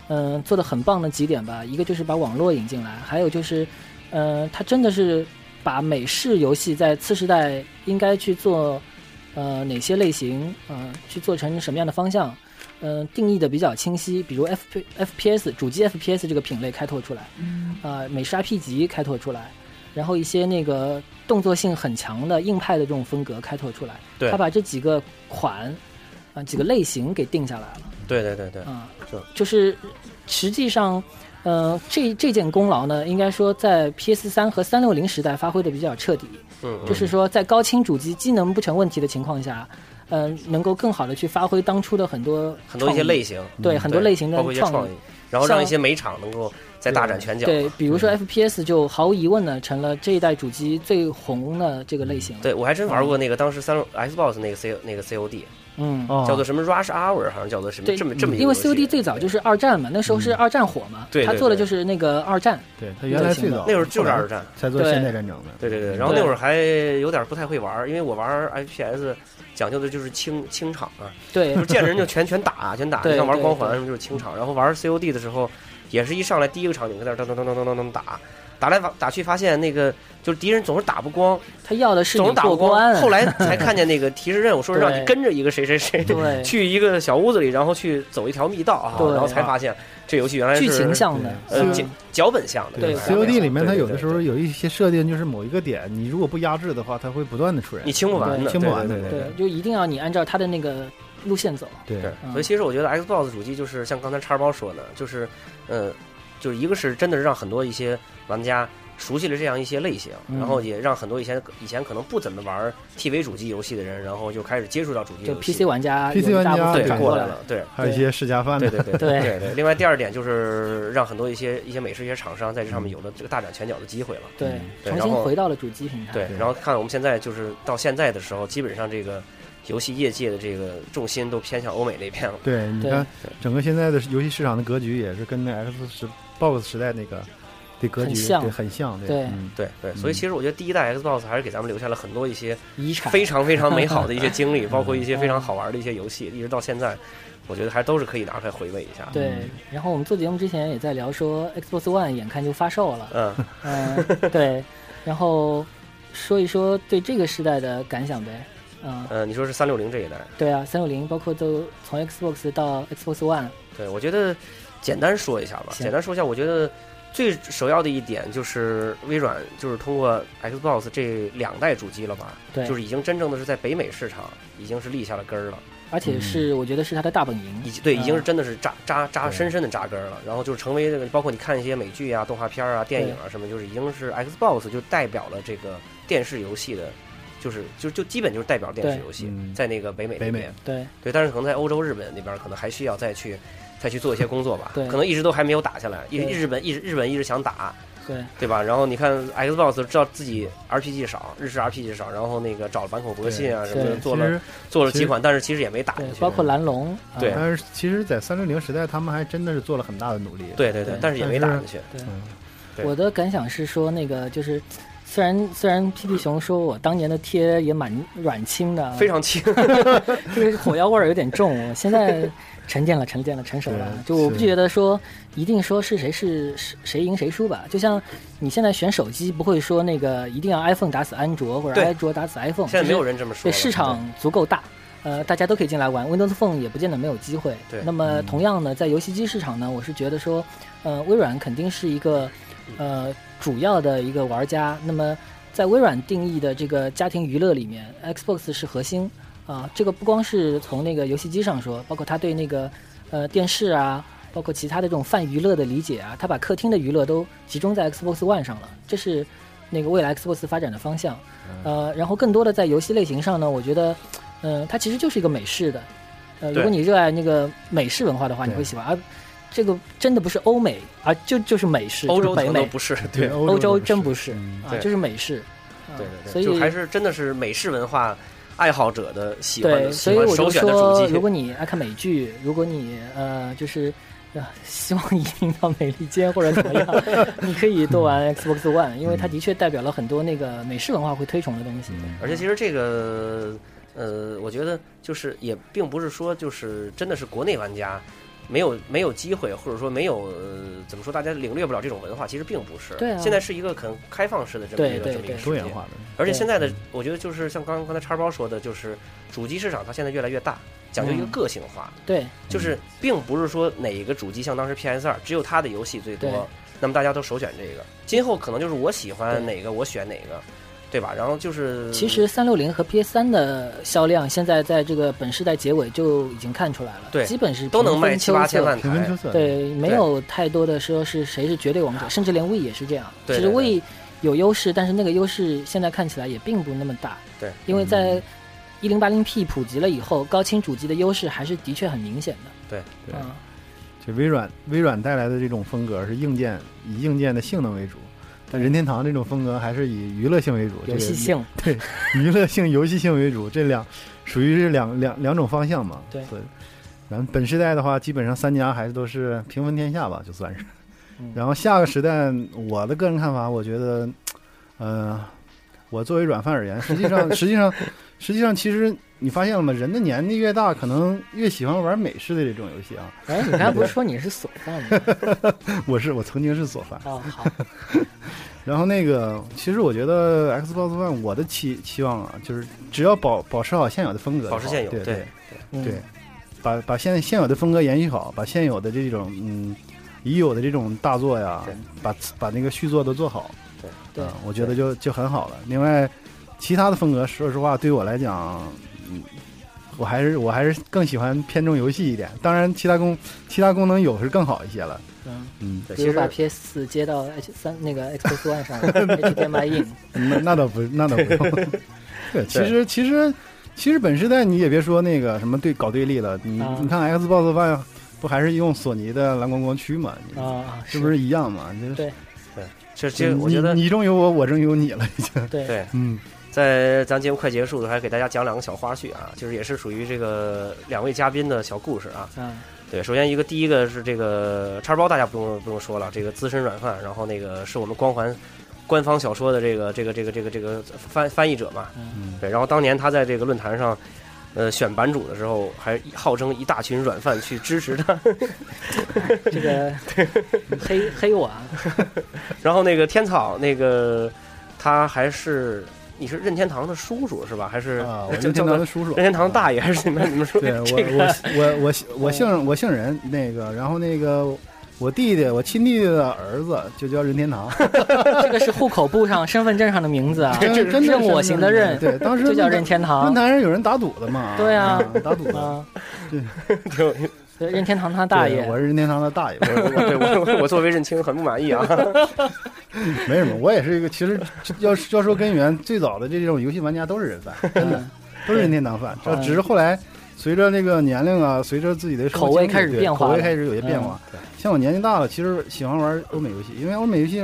S12: 嗯、做的很棒的几点吧，一个就是把网络引进来，还有就是，呃，它真的是把美式游戏在次时代应该去做，呃，哪些类型，呃，去做成什么样的方向。嗯、定义的比较清晰，比如 F P F P S 主机 F P S 这个品类开拓出来，啊，美式 IP 级开拓出来，然后一些那个动作性很强的硬派的这种风格开拓出来。
S10: 对
S12: 他把这几个款啊、几个类型给定下来了。
S10: 对对对对，
S12: 啊
S10: 就
S12: 就是实际上，呃，这这件功劳呢，应该说在 PS 三和三六零时代发挥的比较彻底。
S10: 嗯嗯
S12: 就是说在高清主机机能不成问题的情况下。呃，能够更好的去发挥当初的很多
S10: 很多一
S12: 创
S10: 些
S12: 意
S10: 类型，
S12: 对
S10: 嗯
S12: 很多类型的
S10: 包括一些创
S12: 意，
S10: 然后让
S12: 像
S10: 一些美场能够再大展拳脚。
S12: 对，比如说
S10: 嗯
S12: FPS 就毫无疑问的成了这一代主机最红的这个类型了。
S10: 对我还真玩过那个当时三 Xbox 那个 C 那个 COD，
S12: 嗯
S10: 叫
S6: 哦
S10: 做什么 Rush Hour，好像叫做什么
S12: 对，嗯
S10: 这么这么一个
S12: 因为
S10: 游戏
S12: COD 最早就是二战嘛，那时候是二战火嘛，
S10: 嗯对对
S12: 他
S10: 对
S12: 做的就是那个二战，
S6: 对他原来最早
S10: 那会儿就是二战
S6: 才做现代战争的。
S10: 对对
S12: 嗯
S10: 对，然后那会儿还有点不太会玩儿，因为我玩儿 FPS 讲究的就是清清场啊，
S12: 对
S10: 就是见人就全全打全打，
S12: 对
S10: 你像玩
S12: 对
S10: 光环
S12: 对
S10: 什么就是清场，然后玩 COD 的时候也是一上来第一个场景在那儿噔噔噔噔噔噔噔打，打来打去发现那个就是敌人总是打不光，
S12: 他要的是
S10: 总
S12: 你
S10: 是打不
S12: 过
S10: 光
S12: 关，，啊
S10: 后来才看见 那个提示任务说是让你
S12: 对
S10: 跟着一个谁谁谁
S12: 对
S10: 去一个小屋子里，然后去走一条密道啊，
S12: 对
S10: 然后才发现这游戏原来是
S12: 剧情向的嗯
S10: 呃
S6: 对
S10: 脚脚本向的，
S6: 对
S10: 脚本向
S6: ，COD
S10: 的
S6: 里面它
S10: 对对
S6: 有的时候有一些设定，就是某一个点，你如果不压制的话，它会不断的出现，
S10: 你清不完的，
S6: 清不完的
S10: 对。
S12: 对，就一定要你按照他的那个路线走。
S6: 对
S10: 对，所以其实我觉得 Xbox 主机就是像刚才叉包说的，就是，呃，就是一个是真的是让很多一些玩家熟悉了这样一些类型，
S12: 嗯
S10: 然后也让很多以前以前可能不怎么玩 TV 主机游戏的人，然后就开始接触到主机
S12: 就
S10: 游戏
S12: PC 玩家有
S6: PC 玩
S12: 大部分
S6: 家
S10: 对
S12: 转
S10: 过
S12: 过
S10: 来
S12: 来
S10: 了，对，
S6: 还有一些世家饭
S10: 对
S6: 的，
S10: 对对
S12: 对
S10: 对对。另外第二点就是让很多一些一些美式一些厂商在这上面有了这个大展拳脚的机会了，
S12: 对，
S10: 嗯对
S12: 重
S10: 然
S12: 新
S10: 后
S12: 回到了主机平台。
S10: 对，然后看我们现在就是到现在的时候，基本上这个游戏业界的这个重心都偏向欧美那边了。
S6: 对，你
S12: 对
S6: 看整个现在的游戏市场的格局也是跟那 X 十 Box 时代那个的格
S12: 很
S6: 局
S12: 像
S6: 对很像，
S12: 对
S6: 嗯
S10: 对对，所以其实我觉得第一代 Xbox 还是给咱们留下了很多一些
S12: 遗产哦
S10: 非常非常美好的 一些经历，包括一些非常好玩的一些游戏，一直到现在，我觉得还都是可以拿出来回味一下。
S12: 对，然后我们做节目之前也在聊说，Xbox One 眼看就发售了，
S10: 嗯，
S12: 嗯，对，然后说一说对这个时代的感想呗，嗯，
S10: 呃，你说是三六零这一代，
S12: 对啊，三六零包括都从 Xbox 到 Xbox One，
S10: 对我觉得简单说一下吧，
S12: 行
S10: 简单说一下，我觉得最首要的一点就是微软就是通过 Xbox 这两代主机了吧，
S12: 对
S10: 就是已经真正的是在北美市场已经是立下了根儿了。
S12: 而且
S10: 嗯
S12: 是、我觉得是它的大本营，
S10: 已经对，已经是
S12: 嗯
S10: 真的是扎扎扎深深的扎根儿了。然后就是成为这个，包括你看一些美剧啊、动画片儿啊、电影啊什么，就是已经是 Xbox 就代表了这个电视游戏的，就是就就基本就是代表电视游戏
S6: 对嗯，
S10: 在那个北美那
S6: 北美
S10: 边。
S12: 对
S10: 对，但是可能在欧洲、日本那边，可能还需要再去再去做一些工作吧。
S12: 对
S10: 可能一直都还没有打下来，一
S12: 对
S10: 日本一直日本一直想打，
S12: 对
S10: 对吧？然后你看 Xbox 知道自己 RPG 少，日式 RPG 少，然后那个找了坂口博信啊什么的，
S12: 对
S10: 做
S6: 其
S10: 了
S6: 实
S10: 做了
S6: 其
S10: 几
S6: 实
S10: 款，但是其实也没打
S12: 对
S10: 进，去。
S12: 包括蓝龙，啊
S10: 对
S6: 但是其实，在三六零时代，他们还真的是做了很大的努力。
S10: 对对对
S12: 对，
S10: 但是也没打进去。
S12: 对
S6: 嗯
S10: 对
S12: 我的感想是说，那个就是，虽然虽然屁屁熊说我当年的贴也蛮软轻的啊，
S10: 非常轻，
S12: 这个火药味儿有点重，我现在沉淀了，沉淀了，成熟了。
S6: 对
S12: 就我
S6: 是
S12: 不觉得说一定说是谁是是谁赢谁输吧，就像你现在选手机不会说那个一定要 iPhone 打死安卓或者
S10: 对
S12: 安卓打死 iPhone，
S10: 哦现在没有
S12: 就是
S10: 人这么说
S12: 对
S10: 了
S12: 市场足够大。呃，大家都可以进来玩，Windows Phone 也不见得没有机会。
S10: 对嗯
S12: 那么同样呢，在游戏机市场呢，我是觉得说，呃，微软肯定是一个呃主要的一个玩家。那么在微软定义的这个家庭娱乐里面，Xbox 是核心啊、这个不光是从那个游戏机上说，包括它对那个呃电视啊，包括其他的这种泛娱乐的理解啊，它把客厅的娱乐都集中在 Xbox One 上了，这是那个未来 Xbox 发展的方向。
S10: 嗯
S12: 呃，然后更多的在游戏类型上呢，我觉得，嗯、它其实就是一个美式的。呃，如
S10: 对
S12: 果你热爱那个美式文化的话，你会喜欢。而这个真的不是欧美啊，就就是美式，
S10: 欧
S12: 就是
S10: 洲可
S12: 北
S10: 能都
S12: 美嗯
S10: 不是，对
S6: 对，
S12: 欧洲
S6: 洲
S12: 真
S6: 不
S12: 不
S6: 是
S12: 是
S6: 嗯
S12: 啊
S10: 对，
S12: 就是美式。啊
S10: 对对对，
S12: 所以
S10: 就还是真的是美式文化爱好者的喜欢
S12: 对，
S10: 的
S12: 所
S10: 喜
S12: 以
S10: 欢
S12: 我
S10: 首
S12: 就
S10: 选的主
S12: 说，
S10: 机。
S12: 如果你爱看美剧，如果你呃就是。呃希望移民到美利坚或者怎么 样，你可以多玩 Xbox One，因为它的确代表了很多那个美式文化会推崇的东西。
S10: 嗯而且其实这个呃，我觉得就是也并不是说就是真的是国内玩家。没有没有机会，或者说没有、呃怎么说，大家领略不了这种文化，其实并不是。
S12: 对啊
S10: 现在是一个很开放式的这么一个
S12: 对对
S10: 这么一个
S12: 对
S10: 世界
S6: 多元化的。
S10: 而且现在的，我觉得就是像刚刚才叉包说的，就是主机市场它现在越来越大，讲究一个
S12: 嗯
S10: 个性化。
S12: 对
S10: 就是并不是说哪一个主机像当时 PS 二只有它的游戏最
S12: 对
S10: 多，那么大家都首选这个。今后可能就是我喜欢
S12: 对
S10: 哪个我选哪个，对吧？然后就是
S12: 其实三六零和 PS 三的销量现在在这个本世代结尾就已经看出来了，
S10: 对
S12: 基本是
S10: 都能
S12: 平
S10: 卖
S12: 分
S10: 七
S12: 秋
S10: 八
S12: 色
S10: 千万
S6: 平分
S10: 台
S6: 秋，色。
S12: 对，没有太多的说是谁是绝对王者，甚至连 We 也是这样。
S10: 对
S12: 其实
S10: 对对
S12: We 有优势，但是那个优势现在看起来也并不那么大。
S10: 对，
S12: 因为在一零八零 P 普及了以后，高清主机的优势还是的确很明显的。
S10: 对
S12: 嗯，
S6: 这微软微软带来的这种风格是硬件以硬件的性能为主，但任天堂这种风格还是以娱乐性为主，这
S12: 游
S6: 个
S12: 戏
S6: 娱
S12: 性
S6: 对娱乐性、游戏性为主，这两属于是两两两种方向嘛。
S12: 对
S6: 所以然后本时代的话，基本上三家还是都是平分天下吧，就算是。
S12: 嗯
S6: 然后下个时代，我的个人看法，我觉得，呃，我作为软饭而言，实 际上，实际上，实际上，其实你发现了吗？人的年纪越大，可能越喜欢玩美式的这种游戏啊。
S12: 哎，你刚才不是说你是索饭吗？
S6: 我是我曾经是索饭。
S12: 哦，好，
S6: 然后那个，其实我觉得 Xbox One 我的期期望啊，就是只要保保持好现有的风格就好，
S10: 保持现有
S6: 对
S10: 对
S6: 对
S10: 对
S6: 对
S10: 嗯，
S6: 把把现现有的风格延续好，把现有的这种嗯已有的这种大作呀，把把那个续作都做好，
S10: 对
S12: 对
S6: 啊，我觉得就就很好了。另外，其他的风格，说实话，对我来讲，嗯，我还是我还是更喜欢偏重游戏一点。当然，其他功其他功能有是更好一些了。
S12: 嗯，
S6: 嗯，
S12: 比如把 PS 四接到 H 三那个 Xbox One 上 ，HDMI in。
S6: 那那倒不，那倒不用。对，其实其实其实本时代你也别说那个什么对搞对立了，你、
S12: 啊
S6: 你看 Xbox One 不还是用索尼的蓝光光驱嘛？你
S12: 啊
S6: 是不是一样嘛？就是
S12: 对
S10: 对，这这我
S6: 你
S10: 觉得
S6: 你中有我，我中有你了，已经。
S12: 对
S10: 对，
S6: 嗯，
S10: 在咱节目快结束的时候，还给大家讲两个小花絮啊，就是也是属于这个两位嘉宾的小故事啊。
S12: 嗯，
S10: 对，首先一个第一个是这个叉包，大家不用不用说了，这个资深软饭，然后那个是我们光环官方小说的这个这个这个这个这个翻翻译者嘛。
S12: 嗯
S10: 对，然后当年他在这个论坛上。呃，选版主的时候还号称一大群软饭去支持他，
S12: 这个嗯黑黑我啊，
S10: 然后那个天草，那个他还是你是任天堂的叔叔是吧？还是
S6: 啊，我
S10: 叫
S6: 任天堂
S10: 叫
S6: 的叔叔，啊
S10: 任天堂大爷还是你们你们说
S6: 对 我
S10: 这个
S6: 我我我我姓我姓任那个，然后那个我弟弟我亲弟弟的儿子就叫任天堂，
S12: 这个是户口簿上、身份证上的名字啊，
S6: 真的真的
S12: 任我行的任，
S6: 对，当时
S12: 就叫
S6: 论坛
S12: 任天堂
S6: 论。坛上有人打赌的嘛，
S12: 啊 对啊，
S6: 打赌的，
S12: 啊，
S10: 挺有意思
S12: 对任天堂他 大
S6: 对
S12: 爷
S6: 我是任天堂的大爷，
S10: 我我对我我作为认清很不满意啊。
S6: 没什么，我也是一个，其实要是要说根源，最早的这种游戏玩家都是人贩，真的都是任天 堂贩，这
S12: 嗯
S6: 只是后来随着这个年龄啊，随着自己的生活
S12: 口味
S6: 经历
S12: 开始
S6: 对
S12: 变化
S6: 口味
S12: 了嗯
S6: 开始有些变化。像我年纪大了，其实喜欢玩欧美游戏，因为欧美游戏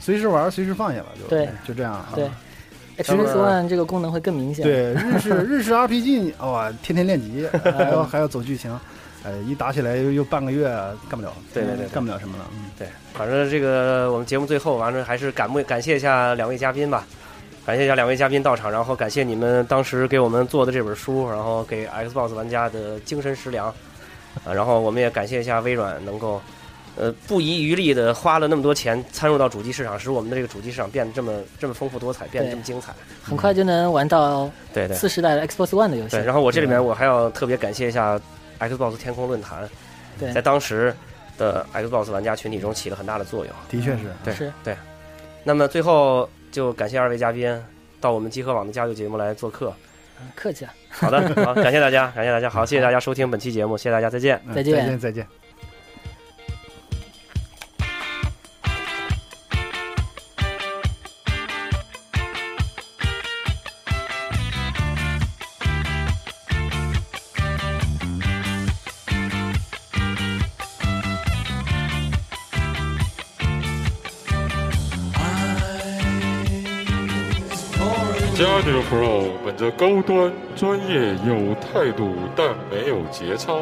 S6: 随时玩，随时放下了，就
S12: 对
S6: 就这样啊。
S12: 对哎
S6: 咱们
S12: ，Xbox One 这个功能会更明显。
S6: 对，日式日式 RPG，你哇，天天 练级，还要还要走剧情，哎，一打起来又又半个月啊干不了，
S10: 对对对对
S6: 干不了什么了。嗯
S10: 对，反正这个我们节目最后，完了还是感不感谢一下两位嘉宾吧，感谢一下两位嘉宾到场，然后感谢你们当时给我们做的这本书，然后给 Xbox 玩家的精神食粮，啊，然后我们也感谢一下微软能够。呃，不遗余力的花了那么多钱参入到主机市场，使我们的这个主机市场变得这么这么丰富多彩，变得
S12: 对
S10: 这么精彩。
S12: 很快就能玩到
S10: 对对
S12: 次时代的 Xbox One 的游戏
S10: 对，。然后我这里面我还要特别感谢一下 Xbox 天空论坛，
S12: 对
S10: 在当时的 Xbox 玩家群体中起了很大的作用。
S6: 的确
S12: 嗯
S6: 是，
S10: 对
S12: 是
S10: 对。那么最后就感谢二位嘉宾到我们集合网的家族节目来做客。
S12: 嗯客气啊，
S10: 好的，好，感谢大家，感谢大家，好，谢谢大家收听本期节目，谢谢大家，再见。
S6: 嗯
S12: 再见
S6: 再见，再见。
S11: Gadio Pro 本着高端、专业、有态度，但没有节操；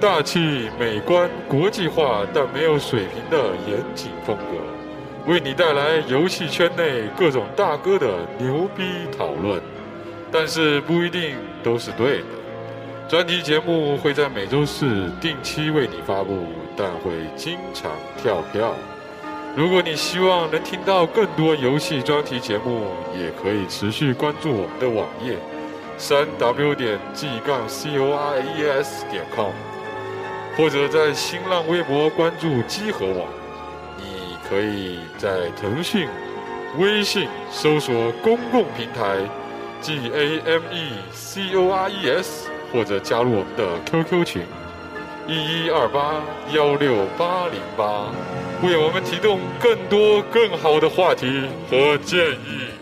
S11: 大气、美观、国际化，但没有水平的严谨风格，为你带来游戏圈内各种大哥的牛逼讨论，但是不一定都是对的。专题节目会在每周四定期为你发布，但会经常跳票。如果你希望能听到更多游戏专题节目，也可以持续关注我们的网页，三 w 点 g 杠 c o r e s 点 com，或者在新浪微博关注机核网。你可以在腾讯、微信搜索公共平台 G A M E C O R E S，或者加入我们的 QQ 群一一二八幺六八零八，为我们提供更多更好的话题和建议。